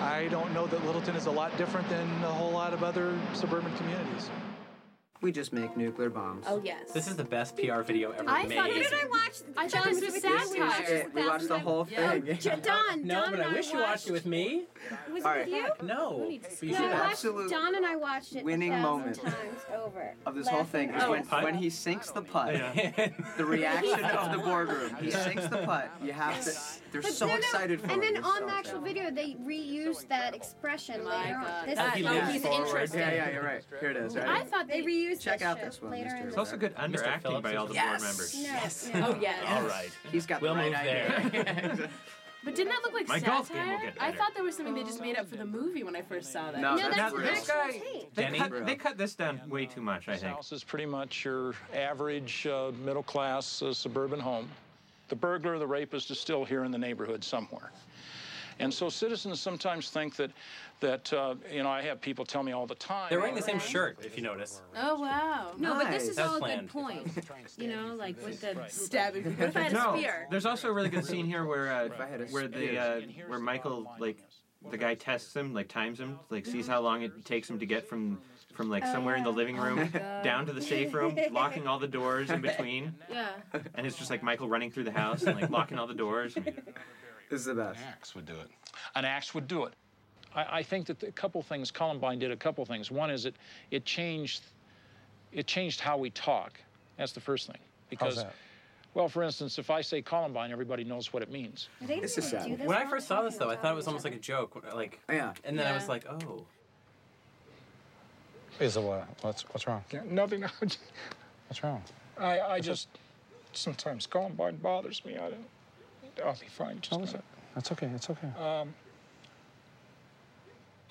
[SPEAKER 26] I don't know that Littleton is a lot different than a whole lot of other suburban communities.
[SPEAKER 7] We just make nuclear bombs.
[SPEAKER 24] Oh yes.
[SPEAKER 2] This is the best PR video ever
[SPEAKER 5] I
[SPEAKER 2] made.
[SPEAKER 5] thought this-
[SPEAKER 3] Did I watch?
[SPEAKER 5] I thought
[SPEAKER 3] John's
[SPEAKER 5] this was
[SPEAKER 3] satire.
[SPEAKER 5] satire. This is it. We watched the whole
[SPEAKER 3] Yeah.
[SPEAKER 7] thing.
[SPEAKER 3] Oh, J- Don,
[SPEAKER 2] no,
[SPEAKER 3] Don
[SPEAKER 2] but
[SPEAKER 3] and
[SPEAKER 2] I wish you watched it with me.
[SPEAKER 3] Was
[SPEAKER 7] All
[SPEAKER 3] it with
[SPEAKER 7] right.
[SPEAKER 3] you?
[SPEAKER 2] No.
[SPEAKER 3] Who needs-
[SPEAKER 2] But you
[SPEAKER 3] No,
[SPEAKER 2] should
[SPEAKER 3] I
[SPEAKER 2] have-
[SPEAKER 3] watched-
[SPEAKER 7] Absolute
[SPEAKER 3] Don and I watched it
[SPEAKER 7] winning
[SPEAKER 3] a thousand
[SPEAKER 7] moment.
[SPEAKER 3] times over.
[SPEAKER 7] Of this whole thing is
[SPEAKER 3] Laughing
[SPEAKER 7] when,
[SPEAKER 3] our asses
[SPEAKER 7] when he sinks the putt, the reaction of the boardroom. He sinks the putt. You have to. They're
[SPEAKER 3] But
[SPEAKER 7] so
[SPEAKER 3] no, no,
[SPEAKER 7] excited for
[SPEAKER 3] And
[SPEAKER 7] him.
[SPEAKER 3] then
[SPEAKER 7] They're
[SPEAKER 3] on
[SPEAKER 7] so
[SPEAKER 3] the actual video, they reused that expression later on. This
[SPEAKER 7] excited.
[SPEAKER 3] is not-
[SPEAKER 7] Yeah, yeah, you're right. Here it is. Right?
[SPEAKER 3] I thought they reused
[SPEAKER 7] Check
[SPEAKER 3] that
[SPEAKER 7] out
[SPEAKER 3] shit
[SPEAKER 7] this one,
[SPEAKER 3] later.
[SPEAKER 7] Mr.
[SPEAKER 4] It's also good underacting by all the board
[SPEAKER 5] Yes.
[SPEAKER 4] members.
[SPEAKER 3] No,
[SPEAKER 5] Yes.
[SPEAKER 3] no.
[SPEAKER 5] Oh, yes.
[SPEAKER 4] All right.
[SPEAKER 7] He's got
[SPEAKER 4] we'll
[SPEAKER 7] the right
[SPEAKER 4] move
[SPEAKER 7] idea.
[SPEAKER 4] there.
[SPEAKER 5] But didn't that look like
[SPEAKER 4] My golf
[SPEAKER 5] satire?
[SPEAKER 4] game will get
[SPEAKER 5] I
[SPEAKER 4] better.
[SPEAKER 5] thought there was something they just made up for the movie when I first saw that.
[SPEAKER 4] No, No, that's that's real.
[SPEAKER 5] this
[SPEAKER 4] this
[SPEAKER 5] guy.
[SPEAKER 4] Denny, they cut this down way too much, I
[SPEAKER 27] uh, This
[SPEAKER 4] think.
[SPEAKER 27] house is pretty much your average uh, middle class uh, suburban home. The burglar, the rapist is still here in the neighborhood somewhere. And so citizens sometimes think that, that uh, you know, I have people tell me all the time.
[SPEAKER 2] They're wearing the same shirt, if you notice.
[SPEAKER 5] Oh wow.
[SPEAKER 19] No, but this is
[SPEAKER 2] That's
[SPEAKER 19] all a
[SPEAKER 2] planned.
[SPEAKER 19] good point. You know, like with the
[SPEAKER 5] stabbing.
[SPEAKER 19] What if I had a
[SPEAKER 4] no,
[SPEAKER 19] spear?
[SPEAKER 4] there's also a really good scene here where uh,
[SPEAKER 7] a
[SPEAKER 4] where the
[SPEAKER 7] spear.
[SPEAKER 4] uh, where Michael like the guy tests him, like times him, like sees how long it takes him to get from from like
[SPEAKER 19] Oh,
[SPEAKER 4] somewhere in the
[SPEAKER 19] yeah.
[SPEAKER 4] living
[SPEAKER 19] Oh,
[SPEAKER 4] room
[SPEAKER 19] my God.
[SPEAKER 4] down to the safe room, locking all the doors in between,
[SPEAKER 19] Yeah.
[SPEAKER 4] and it's just like Michael running through the house and like locking all the doors.
[SPEAKER 7] This is the best.
[SPEAKER 27] An axe would do it. An axe would do it. I, I think that the- a couple things Columbine did. A couple things. One is it it changed it changed how we talk. That's the first thing. Because,
[SPEAKER 2] that?
[SPEAKER 27] well, for instance, if I say Columbine, everybody knows what it means.
[SPEAKER 7] This is sad.
[SPEAKER 2] When I first saw this, though, I thought it was almost like a joke. Like,
[SPEAKER 7] yeah.
[SPEAKER 2] And then I was like, oh.
[SPEAKER 27] Is it what? What's what's wrong? nothing. what's wrong? I I just sometimes Columbine bothers me. I don't. I'll be fine. Just a minute.
[SPEAKER 1] That's okay. That's okay.
[SPEAKER 27] Um,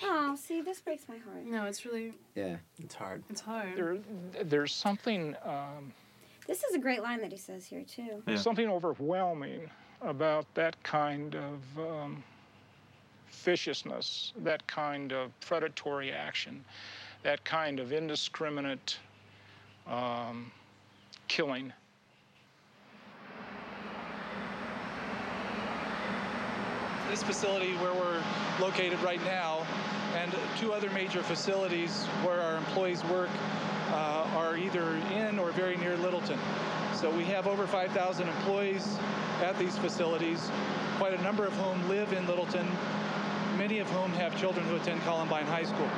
[SPEAKER 3] Oh, see, this breaks my heart.
[SPEAKER 5] No, it's really.
[SPEAKER 7] Yeah.
[SPEAKER 2] It's hard.
[SPEAKER 5] It's hard.
[SPEAKER 27] There, there's something. Um,
[SPEAKER 3] This is a great line that he says here too.
[SPEAKER 27] something overwhelming about that kind of um, viciousness, that kind of predatory action, that kind of indiscriminate um, killing. This facility where we're located right now, and two other major facilities where our employees work, uh, are either in or very near Littleton. So we have over 5,000 employees at these facilities, quite a number of whom live in Littleton, many of whom have children who attend Columbine High School.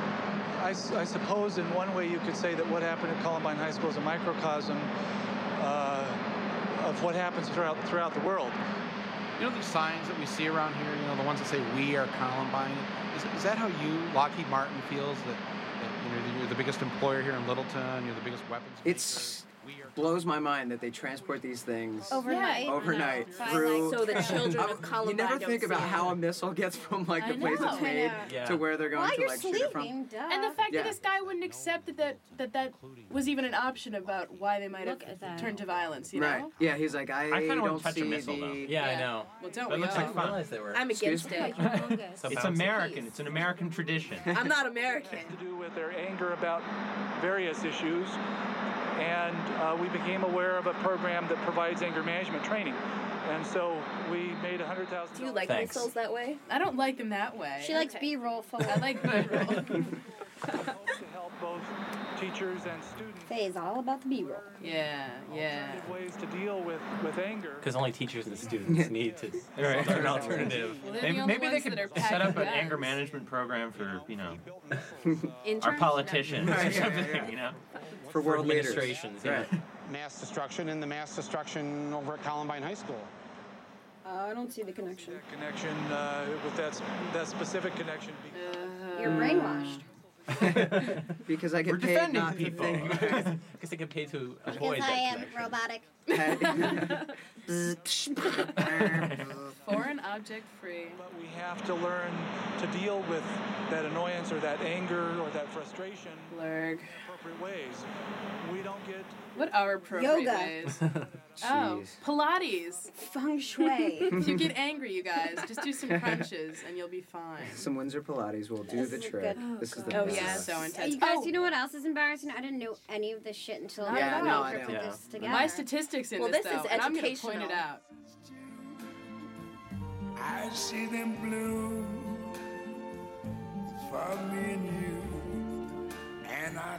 [SPEAKER 27] I, s- I suppose in one way you could say that what happened at Columbine High School is a microcosm uh, of what happens throughout throughout the world.
[SPEAKER 1] You know the signs that we see around here, you know, the ones that say we are Columbine? Is, is that how you, Lockheed Martin, feels that, that you know, you're the biggest employer here in Littleton, you're the biggest weapons?
[SPEAKER 7] It's blows my mind that they transport these things
[SPEAKER 3] Overnight. Yeah.
[SPEAKER 7] overnight
[SPEAKER 3] By, like,
[SPEAKER 7] through
[SPEAKER 3] So that
[SPEAKER 7] I-
[SPEAKER 3] children of
[SPEAKER 7] You never
[SPEAKER 3] Columbine
[SPEAKER 7] think
[SPEAKER 3] don't
[SPEAKER 7] about
[SPEAKER 3] see
[SPEAKER 7] how a missile gets from like the
[SPEAKER 5] I
[SPEAKER 7] place
[SPEAKER 5] know.
[SPEAKER 7] it's
[SPEAKER 5] I
[SPEAKER 7] made
[SPEAKER 5] know. Yeah.
[SPEAKER 7] to where they're going
[SPEAKER 5] While
[SPEAKER 7] to
[SPEAKER 5] you're
[SPEAKER 7] like shoot it from.
[SPEAKER 5] And the fact
[SPEAKER 7] Yeah.
[SPEAKER 5] that this guy wouldn't accept that that that was even an option about why they might
[SPEAKER 3] Look at that.
[SPEAKER 5] have turned to violence, you
[SPEAKER 7] Right?
[SPEAKER 5] know?
[SPEAKER 7] Yeah, he's like I,
[SPEAKER 5] I kinda wouldn't
[SPEAKER 7] don't
[SPEAKER 5] touch a
[SPEAKER 7] see
[SPEAKER 5] missile,
[SPEAKER 7] the.
[SPEAKER 5] though.
[SPEAKER 2] Yeah, I know.
[SPEAKER 5] Well, don't
[SPEAKER 4] That
[SPEAKER 5] we
[SPEAKER 4] looks
[SPEAKER 5] all?
[SPEAKER 4] like fun.
[SPEAKER 2] realize they were.
[SPEAKER 5] I'm
[SPEAKER 9] against
[SPEAKER 4] it's
[SPEAKER 2] bounce
[SPEAKER 4] American. It's an American tradition.
[SPEAKER 9] I'm
[SPEAKER 3] not American.
[SPEAKER 26] To do with their anger about various issues, and uh, we became aware of a program that provides anger management training, and so we made a hundred thousand.
[SPEAKER 5] Do you like Thanks. missiles
[SPEAKER 8] that way?
[SPEAKER 5] I don't like them that way.
[SPEAKER 3] She likes
[SPEAKER 5] B-roll for I like B-roll.
[SPEAKER 26] both teachers and students.
[SPEAKER 3] Faye is all about the B-roll.
[SPEAKER 5] Yeah, yeah.
[SPEAKER 26] Ways to deal with with anger.
[SPEAKER 2] Because only teachers and students need to start an alternative.
[SPEAKER 5] Well, they're the
[SPEAKER 4] Maybe,
[SPEAKER 5] only
[SPEAKER 4] maybe they
[SPEAKER 5] ones
[SPEAKER 4] could
[SPEAKER 5] that are
[SPEAKER 4] set up
[SPEAKER 5] packing
[SPEAKER 4] an
[SPEAKER 5] guns.
[SPEAKER 4] anger management program for you know our
[SPEAKER 8] Interns?
[SPEAKER 4] politicians
[SPEAKER 8] No.
[SPEAKER 4] or
[SPEAKER 8] Right, yeah,
[SPEAKER 4] something.
[SPEAKER 8] yeah.
[SPEAKER 4] You know,
[SPEAKER 7] for world leaders.
[SPEAKER 4] administrations. Yeah.
[SPEAKER 28] Mass destruction and the mass destruction over at Columbine High School.
[SPEAKER 3] Uh, I don't see the connection.
[SPEAKER 26] Connection uh, with that s- that specific connection.
[SPEAKER 3] You're brainwashed.
[SPEAKER 7] Mm. Because I get
[SPEAKER 2] We're
[SPEAKER 7] paid
[SPEAKER 2] defending
[SPEAKER 7] not to
[SPEAKER 2] people.
[SPEAKER 7] think.
[SPEAKER 2] Because they get paid to avoid
[SPEAKER 3] I
[SPEAKER 2] that.
[SPEAKER 3] am robotic.
[SPEAKER 5] Foreign object free.
[SPEAKER 26] We have to learn to deal with that annoyance or that anger or that frustration
[SPEAKER 5] Blurg.
[SPEAKER 26] in appropriate ways. We don't get
[SPEAKER 5] What are appropriate
[SPEAKER 3] Yoga.
[SPEAKER 5] ways? Oh,
[SPEAKER 26] Jeez.
[SPEAKER 5] Pilates.
[SPEAKER 3] Feng Shui.
[SPEAKER 5] if you get angry, you guys, just do some crunches and you'll be fine.
[SPEAKER 7] Some Windsor Pilates will do
[SPEAKER 3] This
[SPEAKER 7] the
[SPEAKER 3] is a
[SPEAKER 7] trick.
[SPEAKER 3] good-
[SPEAKER 7] this is the
[SPEAKER 5] Oh,
[SPEAKER 7] best.
[SPEAKER 5] yeah, so intense.
[SPEAKER 3] You guys, you know what else is embarrassing? I didn't know any of this shit until
[SPEAKER 5] Not
[SPEAKER 7] Yeah,
[SPEAKER 5] at
[SPEAKER 3] no,
[SPEAKER 5] all.
[SPEAKER 3] I know.
[SPEAKER 7] Yeah.
[SPEAKER 3] this together.
[SPEAKER 5] My statistics in
[SPEAKER 3] Well,
[SPEAKER 5] this,
[SPEAKER 3] this is
[SPEAKER 5] though, and I'm going to point
[SPEAKER 3] educational.
[SPEAKER 5] it out.
[SPEAKER 29] I see them blue for me and you, and I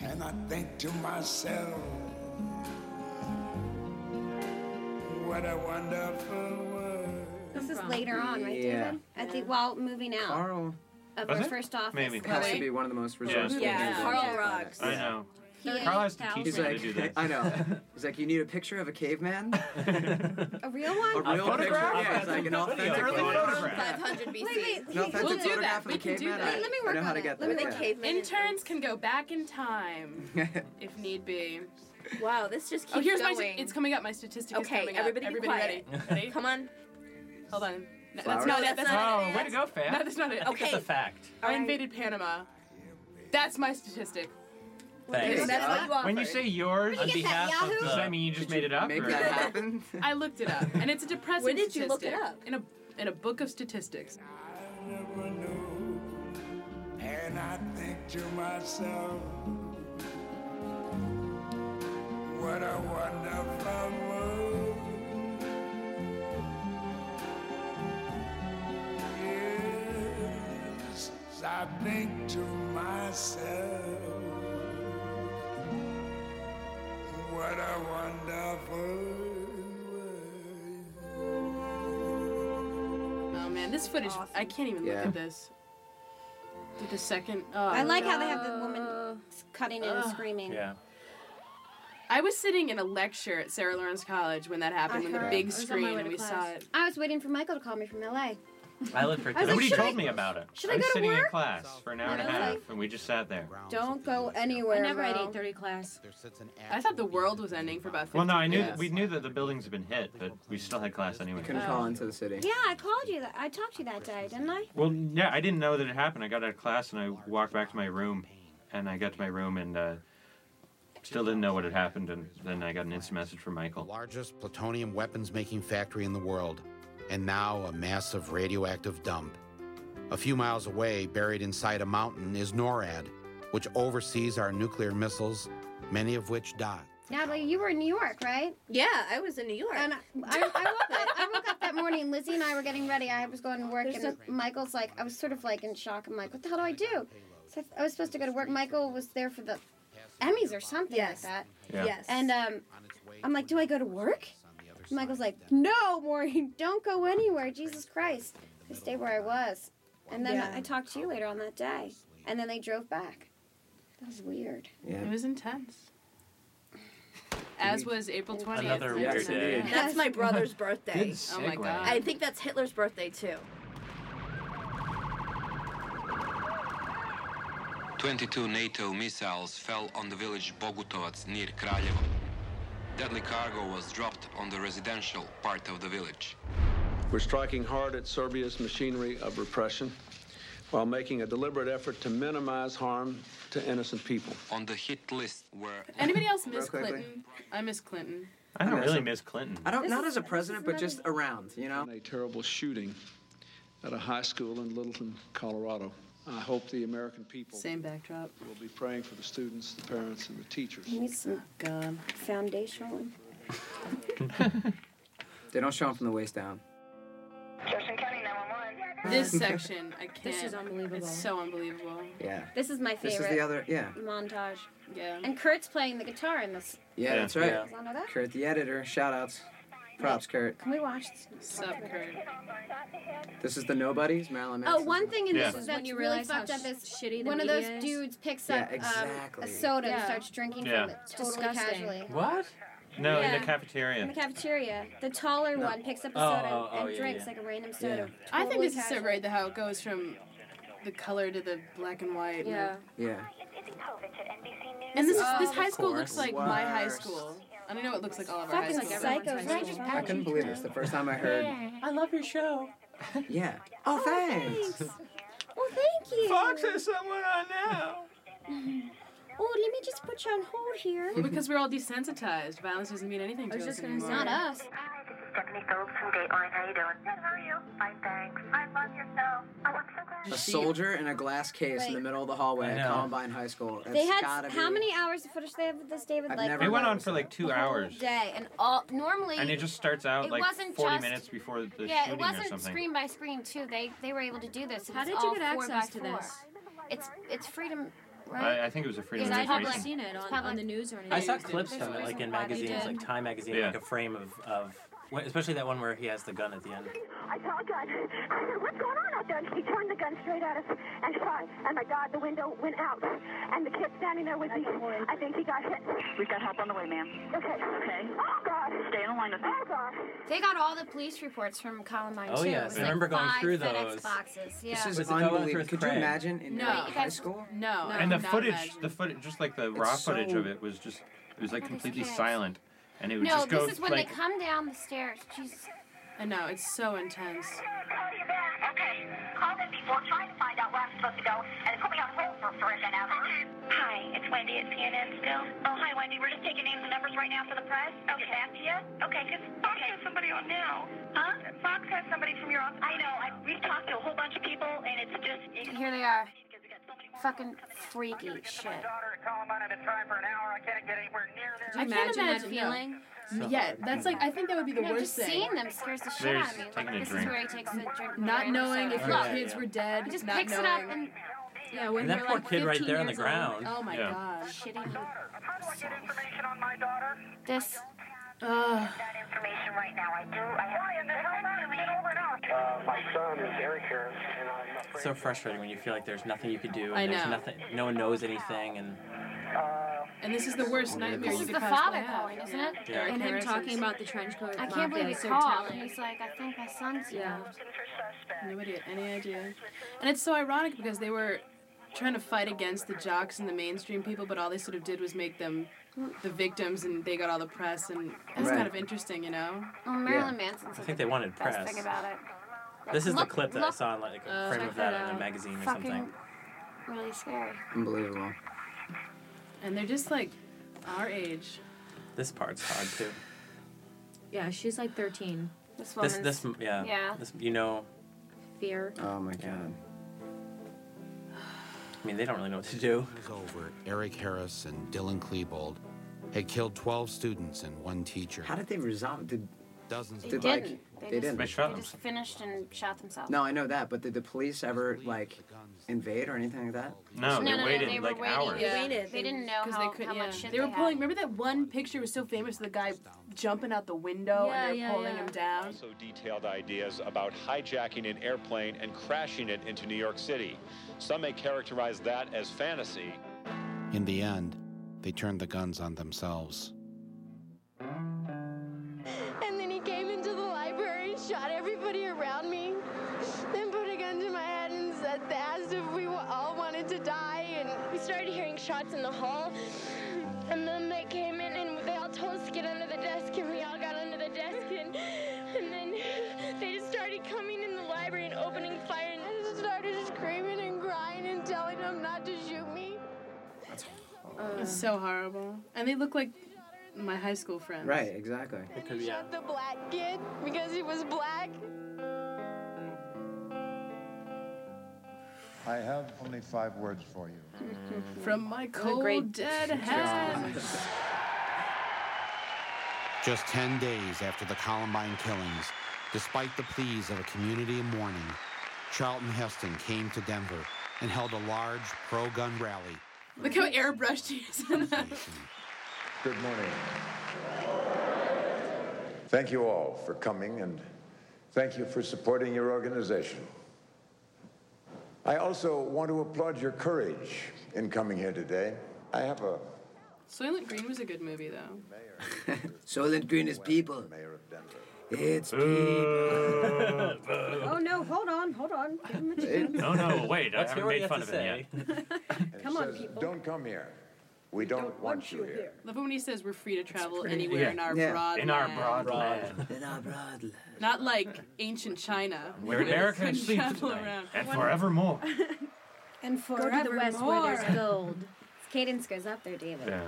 [SPEAKER 29] and I think to myself, what a wonderful world.
[SPEAKER 3] This is later on, right,
[SPEAKER 7] Yeah.
[SPEAKER 3] David? At the while moving out
[SPEAKER 7] Carl
[SPEAKER 3] of
[SPEAKER 7] Was
[SPEAKER 3] her
[SPEAKER 7] it?
[SPEAKER 3] first office.
[SPEAKER 7] has to be one of the most resourceful.
[SPEAKER 3] Yeah.
[SPEAKER 7] dudes
[SPEAKER 3] Carl
[SPEAKER 7] on the planet.
[SPEAKER 3] rocks.
[SPEAKER 4] I know.
[SPEAKER 3] He
[SPEAKER 4] Carl has
[SPEAKER 3] ate
[SPEAKER 4] to teach
[SPEAKER 7] He's
[SPEAKER 4] me how to
[SPEAKER 7] like,
[SPEAKER 4] do that.
[SPEAKER 7] I know. He's like, you need a picture of a caveman?
[SPEAKER 3] a real one.
[SPEAKER 7] A real picture? Yeah, it's like an authentic one.
[SPEAKER 3] 500 BC. Wait, wait.
[SPEAKER 7] No offense,
[SPEAKER 5] We'll
[SPEAKER 7] a
[SPEAKER 5] do that.
[SPEAKER 7] photograph of
[SPEAKER 5] We
[SPEAKER 7] a
[SPEAKER 5] can do
[SPEAKER 7] caveman.
[SPEAKER 5] that.
[SPEAKER 7] I, I know how to get that. yeah.
[SPEAKER 5] Interns can go back in time if need be.
[SPEAKER 8] Wow, this just keeps
[SPEAKER 5] oh, here's my.
[SPEAKER 8] going.
[SPEAKER 5] st- It's coming up. My statistic
[SPEAKER 8] Okay,
[SPEAKER 5] is coming
[SPEAKER 8] everybody
[SPEAKER 5] up.
[SPEAKER 8] be
[SPEAKER 5] Everybody
[SPEAKER 8] quiet.
[SPEAKER 5] ready? ready? Come
[SPEAKER 8] on.
[SPEAKER 5] Hold on. No,
[SPEAKER 2] Flowers?
[SPEAKER 5] that's, no, that's,
[SPEAKER 8] That's
[SPEAKER 5] not
[SPEAKER 2] not
[SPEAKER 5] it.
[SPEAKER 2] it. Oh, way to go, Fab.
[SPEAKER 5] No, that's not it.
[SPEAKER 2] Look at the fact.
[SPEAKER 5] I invaded Panama. That's my statistic.
[SPEAKER 4] Thanks.
[SPEAKER 5] That's what you offered.
[SPEAKER 4] when you say yours
[SPEAKER 5] Where'd you
[SPEAKER 4] on
[SPEAKER 5] get that,
[SPEAKER 4] behalf of,
[SPEAKER 5] Yahoo?
[SPEAKER 4] does that mean you just made it up?
[SPEAKER 7] make
[SPEAKER 4] or-
[SPEAKER 7] that happen?
[SPEAKER 5] I looked it up, and it's a depressing.
[SPEAKER 8] Where did you look it
[SPEAKER 5] statistic.
[SPEAKER 8] up?
[SPEAKER 5] In a in a book of statistics.
[SPEAKER 29] And I think to myself, what a wonderful world. Yes, I think to myself, what a wonderful
[SPEAKER 5] Oh man, this footage. I can't even
[SPEAKER 7] Yeah.
[SPEAKER 5] look at this. Did the second. Oh,
[SPEAKER 3] I like how they
[SPEAKER 5] no.
[SPEAKER 3] have the woman s- cutting in and
[SPEAKER 5] Ugh.
[SPEAKER 3] screaming.
[SPEAKER 5] I was sitting in a lecture at Sarah Lawrence College when that happened,
[SPEAKER 3] I
[SPEAKER 5] when the
[SPEAKER 3] heard- I
[SPEAKER 5] big
[SPEAKER 3] was on my
[SPEAKER 5] screen,
[SPEAKER 3] way
[SPEAKER 5] and
[SPEAKER 3] to
[SPEAKER 5] we
[SPEAKER 3] class.
[SPEAKER 5] saw it.
[SPEAKER 3] I was waiting for Michael to call me from LA.
[SPEAKER 4] I lived for
[SPEAKER 3] I was like,
[SPEAKER 4] Nobody
[SPEAKER 3] should
[SPEAKER 4] told
[SPEAKER 3] I-
[SPEAKER 4] me about it.
[SPEAKER 3] should I
[SPEAKER 4] I was
[SPEAKER 3] go to
[SPEAKER 4] sitting in
[SPEAKER 3] work?
[SPEAKER 4] class for an hour and a
[SPEAKER 3] I was
[SPEAKER 4] half, and we just sat there.
[SPEAKER 3] Don't go anywhere. I never had bro. 8:30 class.
[SPEAKER 5] I thought the world was ending for about 15
[SPEAKER 4] Well, no, I knew
[SPEAKER 5] minutes.
[SPEAKER 4] that we knew that the buildings had been hit, but we still had class anyway.
[SPEAKER 7] Couldn't call into the city.
[SPEAKER 3] Yeah, I called you. That I talked to you that day, didn't I?
[SPEAKER 4] Well, yeah, I didn't know that it happened. I got out of class and I walked back to my room, and I got to my room and uh, still didn't know what had happened. And then I got an instant message from Michael.
[SPEAKER 1] Largest plutonium weapons making factory in the world, and now a massive radioactive dump. A few miles away, buried inside a mountain, is NORAD, which oversees our nuclear missiles, many of which dot.
[SPEAKER 3] Natalie, you were in New York, right?
[SPEAKER 8] Yeah, I was in New York.
[SPEAKER 3] And I, I, I woke up. I woke up that morning. Lizzie and I were getting ready. I was going to work, and Michael's like, I was sort of like in shock. I'm like, what the hell do I do? So I was supposed to go to work. Michael was there for the Emmys or something like that.
[SPEAKER 8] Yeah. Yes.
[SPEAKER 3] And um, I'm like, do I go to work? Michael's like, no, Maureen, don't go anywhere. Jesus Christ. I stay where I was. And then
[SPEAKER 5] Yeah.
[SPEAKER 3] I talked to you later on that day. And then they drove back. That was weird.
[SPEAKER 5] It was intense. As was April 20th.
[SPEAKER 2] Another weird
[SPEAKER 5] Yes,
[SPEAKER 2] day.
[SPEAKER 5] indeed.
[SPEAKER 8] That's my brother's birthday.
[SPEAKER 5] Good Oh my segue. God.
[SPEAKER 8] I think that's Hitler's birthday too.
[SPEAKER 25] 22 NATO missiles fell on the village Bogutovac near Kraljevo. Deadly cargo was dropped on the residential part of the village.
[SPEAKER 30] We're striking hard at Serbia's machinery of repression while making a deliberate effort to minimize harm to innocent people.
[SPEAKER 25] On the hit list were
[SPEAKER 5] Anybody else
[SPEAKER 30] Real
[SPEAKER 5] miss
[SPEAKER 30] quickly.
[SPEAKER 5] Clinton? I miss Clinton.
[SPEAKER 4] I don't really miss Clinton.
[SPEAKER 7] I don't,
[SPEAKER 5] This
[SPEAKER 7] not
[SPEAKER 5] is-
[SPEAKER 7] as a president, but just around, you know?
[SPEAKER 30] A terrible shooting at a high school in Littleton, Colorado. I hope the American people
[SPEAKER 5] Same backdrop.
[SPEAKER 30] will be praying for the students, the parents, and the teachers.
[SPEAKER 3] He needs some um,
[SPEAKER 5] God.
[SPEAKER 3] foundational.
[SPEAKER 7] They don't show them from the waist down.
[SPEAKER 5] This section, I can't.
[SPEAKER 3] This is unbelievable.
[SPEAKER 5] It's so unbelievable.
[SPEAKER 7] Yeah.
[SPEAKER 3] This is my
[SPEAKER 7] This
[SPEAKER 3] favorite.
[SPEAKER 7] is the other- yeah.
[SPEAKER 3] Montage.
[SPEAKER 5] Yeah.
[SPEAKER 3] And Kurt's playing the guitar in this.
[SPEAKER 7] Yeah, that's right.
[SPEAKER 3] Does anyone know that?
[SPEAKER 7] Kurt the editor, shout outs. Props, Kurt.
[SPEAKER 3] Can we watch this?
[SPEAKER 5] Sup, Kurt.
[SPEAKER 7] This is the nobodies, Marilyn
[SPEAKER 3] Oh,
[SPEAKER 7] Manson.
[SPEAKER 3] one thing in
[SPEAKER 7] Yeah.
[SPEAKER 3] this is
[SPEAKER 8] When
[SPEAKER 3] that's
[SPEAKER 8] you
[SPEAKER 3] really
[SPEAKER 8] realize how
[SPEAKER 3] fucked up
[SPEAKER 8] sh-
[SPEAKER 3] is
[SPEAKER 8] shitty the
[SPEAKER 3] one of those
[SPEAKER 8] media is.
[SPEAKER 3] dudes picks
[SPEAKER 7] Yeah,
[SPEAKER 3] up um,
[SPEAKER 7] exactly.
[SPEAKER 3] a soda and
[SPEAKER 8] Yeah.
[SPEAKER 3] starts drinking
[SPEAKER 4] Yeah.
[SPEAKER 3] from it totally
[SPEAKER 8] Disgusting.
[SPEAKER 3] casually.
[SPEAKER 2] What?
[SPEAKER 4] No, in
[SPEAKER 3] Yeah.
[SPEAKER 4] the
[SPEAKER 3] In the
[SPEAKER 4] cafeteria.
[SPEAKER 3] cafeteria, the taller one picks up a
[SPEAKER 4] Oh,
[SPEAKER 3] soda
[SPEAKER 4] oh, oh,
[SPEAKER 3] and
[SPEAKER 4] yeah,
[SPEAKER 3] drinks
[SPEAKER 4] yeah.
[SPEAKER 3] like a random soda.
[SPEAKER 5] I think
[SPEAKER 3] Totally
[SPEAKER 5] this is so
[SPEAKER 3] casual.
[SPEAKER 5] great, the how it goes from the color to the black and white. and the-
[SPEAKER 3] Yeah.
[SPEAKER 7] Yeah.
[SPEAKER 5] And this,
[SPEAKER 3] Oh,
[SPEAKER 5] this
[SPEAKER 3] of
[SPEAKER 5] high school looks
[SPEAKER 7] course.
[SPEAKER 5] like my high
[SPEAKER 7] Worse.
[SPEAKER 5] school. I don't know what it looks like all of our
[SPEAKER 3] Fucking
[SPEAKER 5] high schools.
[SPEAKER 3] psychos. Right? Just
[SPEAKER 7] I couldn't believe this the first time I heard.
[SPEAKER 2] I love your show.
[SPEAKER 7] Yeah. Oh, thanks.
[SPEAKER 3] Well, thank you.
[SPEAKER 4] someone I know.
[SPEAKER 3] Oh, let me just put you on hold here.
[SPEAKER 5] Well, because we're all desensitized. Violence doesn't mean anything to
[SPEAKER 3] I was
[SPEAKER 5] us
[SPEAKER 3] just gonna say.
[SPEAKER 5] anymore.
[SPEAKER 3] Not us.
[SPEAKER 9] Stephanie Phillips from Dateline. How you doing? Good. How are you? Fine, thanks. I love your show. I want so glad.
[SPEAKER 7] A soldier in a glass case in the middle of the hallway
[SPEAKER 4] I
[SPEAKER 7] at
[SPEAKER 4] know.
[SPEAKER 7] Columbine High School. That's
[SPEAKER 3] they had
[SPEAKER 7] gotta be.
[SPEAKER 3] how many hours of footage they have of this, David?
[SPEAKER 7] I've
[SPEAKER 3] like
[SPEAKER 7] never
[SPEAKER 4] It went
[SPEAKER 7] heard
[SPEAKER 4] on for like two hours.
[SPEAKER 3] day, and all normally.
[SPEAKER 4] And it just starts out
[SPEAKER 3] It
[SPEAKER 4] like
[SPEAKER 3] wasn't
[SPEAKER 4] 40
[SPEAKER 3] just-
[SPEAKER 4] minutes before the
[SPEAKER 3] yeah, it
[SPEAKER 4] shooting or
[SPEAKER 3] wasn't
[SPEAKER 4] something.
[SPEAKER 3] screen by screen too. They they were able to do this. It
[SPEAKER 8] How
[SPEAKER 3] was
[SPEAKER 8] did you
[SPEAKER 3] all
[SPEAKER 8] get
[SPEAKER 3] four
[SPEAKER 8] access
[SPEAKER 3] by
[SPEAKER 8] to
[SPEAKER 3] four.
[SPEAKER 8] this?
[SPEAKER 3] It's it's freedom, right?
[SPEAKER 4] I, I think it was a freedom
[SPEAKER 3] Is
[SPEAKER 4] of
[SPEAKER 3] that
[SPEAKER 4] information.
[SPEAKER 3] public?
[SPEAKER 8] Seen it
[SPEAKER 3] It's
[SPEAKER 8] on,
[SPEAKER 3] probably-
[SPEAKER 8] on the news or anything.
[SPEAKER 2] I saw
[SPEAKER 8] There's
[SPEAKER 2] clips
[SPEAKER 8] a
[SPEAKER 2] from it,
[SPEAKER 8] reason
[SPEAKER 2] like in
[SPEAKER 8] why they
[SPEAKER 2] magazines,
[SPEAKER 8] did.
[SPEAKER 2] like Time magazine, like a frame of of, when- especially that one where he has the gun at the end.
[SPEAKER 9] I saw a gun. I said, what's going on out there? And she turned the gun straight at us and shot. And my God, the window went out. And the kid standing there with me, I think he got hit. We've got help on the way, ma'am. Okay. Okay. Oh, God. Stay in the line with me. Oh, God.
[SPEAKER 3] They got all the police reports from Columbine
[SPEAKER 2] Oh,
[SPEAKER 3] too.
[SPEAKER 2] yes.
[SPEAKER 3] It was
[SPEAKER 2] I
[SPEAKER 3] like
[SPEAKER 2] remember going
[SPEAKER 3] five
[SPEAKER 2] through
[SPEAKER 3] FedEx
[SPEAKER 2] those.
[SPEAKER 3] boxes. Yeah.
[SPEAKER 7] This is
[SPEAKER 4] Was it Owen
[SPEAKER 7] unbelievable.
[SPEAKER 4] Thurth's
[SPEAKER 7] Could you
[SPEAKER 4] crane?
[SPEAKER 7] imagine in
[SPEAKER 5] No.
[SPEAKER 7] like,
[SPEAKER 3] You
[SPEAKER 7] high
[SPEAKER 3] guys-
[SPEAKER 7] school?
[SPEAKER 5] No.
[SPEAKER 4] and the
[SPEAKER 5] not
[SPEAKER 4] footage,
[SPEAKER 5] imagine.
[SPEAKER 4] the footage, just like the raw
[SPEAKER 7] It's so-
[SPEAKER 4] footage of it was just, it was like
[SPEAKER 3] What is
[SPEAKER 4] completely
[SPEAKER 3] this?
[SPEAKER 4] silent, and it would
[SPEAKER 3] No,
[SPEAKER 4] just go
[SPEAKER 3] this is when
[SPEAKER 4] like.
[SPEAKER 3] they come down the stairs. Jesus.
[SPEAKER 5] I know, it's so intense.
[SPEAKER 9] Okay. Call them before trying to find out where I'm supposed to go. And put me on hold for forever now. Hi, it's Wendy at CNN still. Oh, hi, Wendy. We're just taking names and numbers right now for the press. Okay. Get back to you. Okay, because Fox has somebody on now. Huh? Fox has somebody from your office. I know. I, we've talked to a whole bunch of people, and it's just...
[SPEAKER 3] Here they are. Fucking freaky shit.
[SPEAKER 5] I can't imagine
[SPEAKER 3] that
[SPEAKER 5] feeling. Yeah, Uh, that's like I think that would be the
[SPEAKER 3] No, just
[SPEAKER 5] worst thing.
[SPEAKER 3] seeing them scares the shit
[SPEAKER 4] There's
[SPEAKER 3] out of me.
[SPEAKER 4] taking a
[SPEAKER 3] Like, this
[SPEAKER 4] drink.
[SPEAKER 3] is where he takes a drink. from
[SPEAKER 5] Not
[SPEAKER 3] the
[SPEAKER 5] knowing if
[SPEAKER 3] soda.
[SPEAKER 5] your
[SPEAKER 4] Yeah,
[SPEAKER 5] kids
[SPEAKER 4] yeah.
[SPEAKER 5] were dead.
[SPEAKER 3] He just
[SPEAKER 5] not
[SPEAKER 3] picks
[SPEAKER 5] knowing.
[SPEAKER 3] it up and
[SPEAKER 5] yeah, when
[SPEAKER 2] And that
[SPEAKER 5] you're
[SPEAKER 2] poor
[SPEAKER 5] like
[SPEAKER 2] kid right
[SPEAKER 5] 15
[SPEAKER 2] there on the
[SPEAKER 5] years old,
[SPEAKER 2] ground.
[SPEAKER 5] Oh my
[SPEAKER 4] Yeah.
[SPEAKER 5] gosh.
[SPEAKER 3] shitty. This.
[SPEAKER 5] Ugh.
[SPEAKER 9] My son is Eric here, and I'm
[SPEAKER 2] It's so frustrating when you feel like there's nothing you could do and
[SPEAKER 5] I
[SPEAKER 2] there's
[SPEAKER 5] know.
[SPEAKER 2] nothing, no one knows anything, and
[SPEAKER 5] And this is the worst nightmare
[SPEAKER 3] This
[SPEAKER 5] you
[SPEAKER 3] is
[SPEAKER 5] could
[SPEAKER 3] the
[SPEAKER 5] possibly
[SPEAKER 3] father
[SPEAKER 5] have.
[SPEAKER 3] calling, isn't it?
[SPEAKER 2] Yeah.
[SPEAKER 8] And him talking about the trench coat.
[SPEAKER 3] I can't believe he called. And he's like, I think my son's
[SPEAKER 8] Yeah.
[SPEAKER 3] involved.
[SPEAKER 5] Nobody had any idea. And it's so ironic because they were trying to fight against the jocks and the mainstream people, but all they sort of did was make them the victims and they got all the press and it's
[SPEAKER 7] Right.
[SPEAKER 5] kind of interesting, you know?
[SPEAKER 3] Well, Marilyn Manson's.
[SPEAKER 2] I think they wanted
[SPEAKER 3] the best
[SPEAKER 2] press.
[SPEAKER 3] thing about it.
[SPEAKER 2] This is
[SPEAKER 3] Look-
[SPEAKER 2] the clip that I
[SPEAKER 3] look-
[SPEAKER 2] saw in like a
[SPEAKER 5] Uh,
[SPEAKER 2] frame
[SPEAKER 5] check
[SPEAKER 2] of that
[SPEAKER 5] that
[SPEAKER 2] in a
[SPEAKER 5] out.
[SPEAKER 2] magazine or
[SPEAKER 3] Fucking
[SPEAKER 2] something.
[SPEAKER 3] really scary.
[SPEAKER 7] Unbelievable.
[SPEAKER 5] And they're just like our age.
[SPEAKER 2] This part's hard too.
[SPEAKER 8] Yeah, she's like 13.
[SPEAKER 3] This
[SPEAKER 2] This
[SPEAKER 3] woman's.
[SPEAKER 2] this yeah.
[SPEAKER 3] Yeah.
[SPEAKER 2] This you know,
[SPEAKER 8] Fear.
[SPEAKER 7] Oh my god.
[SPEAKER 2] I mean they don't really know what to do.
[SPEAKER 1] was over, Eric Harris and Dylan Klebold had killed 12 students and one teacher.
[SPEAKER 7] How did they resolve? Did
[SPEAKER 1] Dozens
[SPEAKER 31] They
[SPEAKER 1] of
[SPEAKER 31] didn't. They, just,
[SPEAKER 7] didn't. They shot
[SPEAKER 31] They just finished and shot themselves.
[SPEAKER 7] No, I know that, but did the police ever like invade or anything like that?
[SPEAKER 4] No, they waited
[SPEAKER 31] they
[SPEAKER 4] like
[SPEAKER 31] were waiting.
[SPEAKER 4] hours.
[SPEAKER 31] They waited. They didn't know
[SPEAKER 5] 'Cause
[SPEAKER 31] how,
[SPEAKER 5] they could,
[SPEAKER 31] how
[SPEAKER 5] yeah.
[SPEAKER 31] much shit
[SPEAKER 5] they were
[SPEAKER 31] had.
[SPEAKER 5] pulling. Remember that one picture was so famous of the guy jumping out the window
[SPEAKER 31] Yeah,
[SPEAKER 5] and they were
[SPEAKER 31] yeah,
[SPEAKER 5] pulling
[SPEAKER 31] yeah.
[SPEAKER 5] him down.
[SPEAKER 12] Also detailed ideas about hijacking an airplane and crashing it into New York City. Some may characterize that as fantasy.
[SPEAKER 1] In the end, they turned the guns on themselves.
[SPEAKER 8] And then he came into the library and shot everybody around me. Then put a gun to my head and said, asked if we wa- all wanted to die. And we started hearing shots in the hall. And then they came in and they all told us to get under the desk, and we all got under the desk. And, and then they just started coming in the library and opening fire. And I just started screaming and crying and telling them not to shoot me.
[SPEAKER 5] It's so horrible. And they look like my high school friends.
[SPEAKER 7] Right, exactly.
[SPEAKER 8] The black kid, because he was black.
[SPEAKER 32] I have only five words for you.
[SPEAKER 5] From my
[SPEAKER 8] What a
[SPEAKER 5] cold
[SPEAKER 8] great
[SPEAKER 5] dead
[SPEAKER 8] job.
[SPEAKER 5] hands.
[SPEAKER 1] Just 10 days after the Columbine killings, despite the pleas of a community in mourning, Charlton Heston came to Denver and held a large pro gun rally.
[SPEAKER 5] Look how airbrushed he is. in that.
[SPEAKER 32] Good morning. Thank you all for coming and thank you for supporting your organization. I also want to applaud your courage in coming here today. I have a
[SPEAKER 5] Soylent Green was a good movie though.
[SPEAKER 7] Soylent Green is people. It's people.
[SPEAKER 3] Oh no! Hold on! Hold on! Give him a chance.
[SPEAKER 4] No, no, Oh, wait. I
[SPEAKER 32] Let's hear
[SPEAKER 4] haven't
[SPEAKER 32] what
[SPEAKER 4] made
[SPEAKER 32] you
[SPEAKER 4] fun
[SPEAKER 32] have
[SPEAKER 4] of
[SPEAKER 32] to
[SPEAKER 4] him yet.
[SPEAKER 3] Come on, people.
[SPEAKER 32] Don't come here. We don't, want, you here.
[SPEAKER 5] Love it when he says we're free to travel anywhere
[SPEAKER 32] Yeah.
[SPEAKER 5] in our
[SPEAKER 32] Yeah.
[SPEAKER 5] broad
[SPEAKER 4] In our
[SPEAKER 5] land."
[SPEAKER 4] broad land.
[SPEAKER 7] In our broad land.
[SPEAKER 5] Not like ancient China.
[SPEAKER 4] Where America
[SPEAKER 5] Couldn't
[SPEAKER 4] sleeps
[SPEAKER 5] travel
[SPEAKER 4] tonight
[SPEAKER 5] around.
[SPEAKER 4] and forevermore.
[SPEAKER 3] And forever Go to the
[SPEAKER 5] forevermore.
[SPEAKER 3] west where there's gold. His cadence goes up there, David.
[SPEAKER 4] Yeah.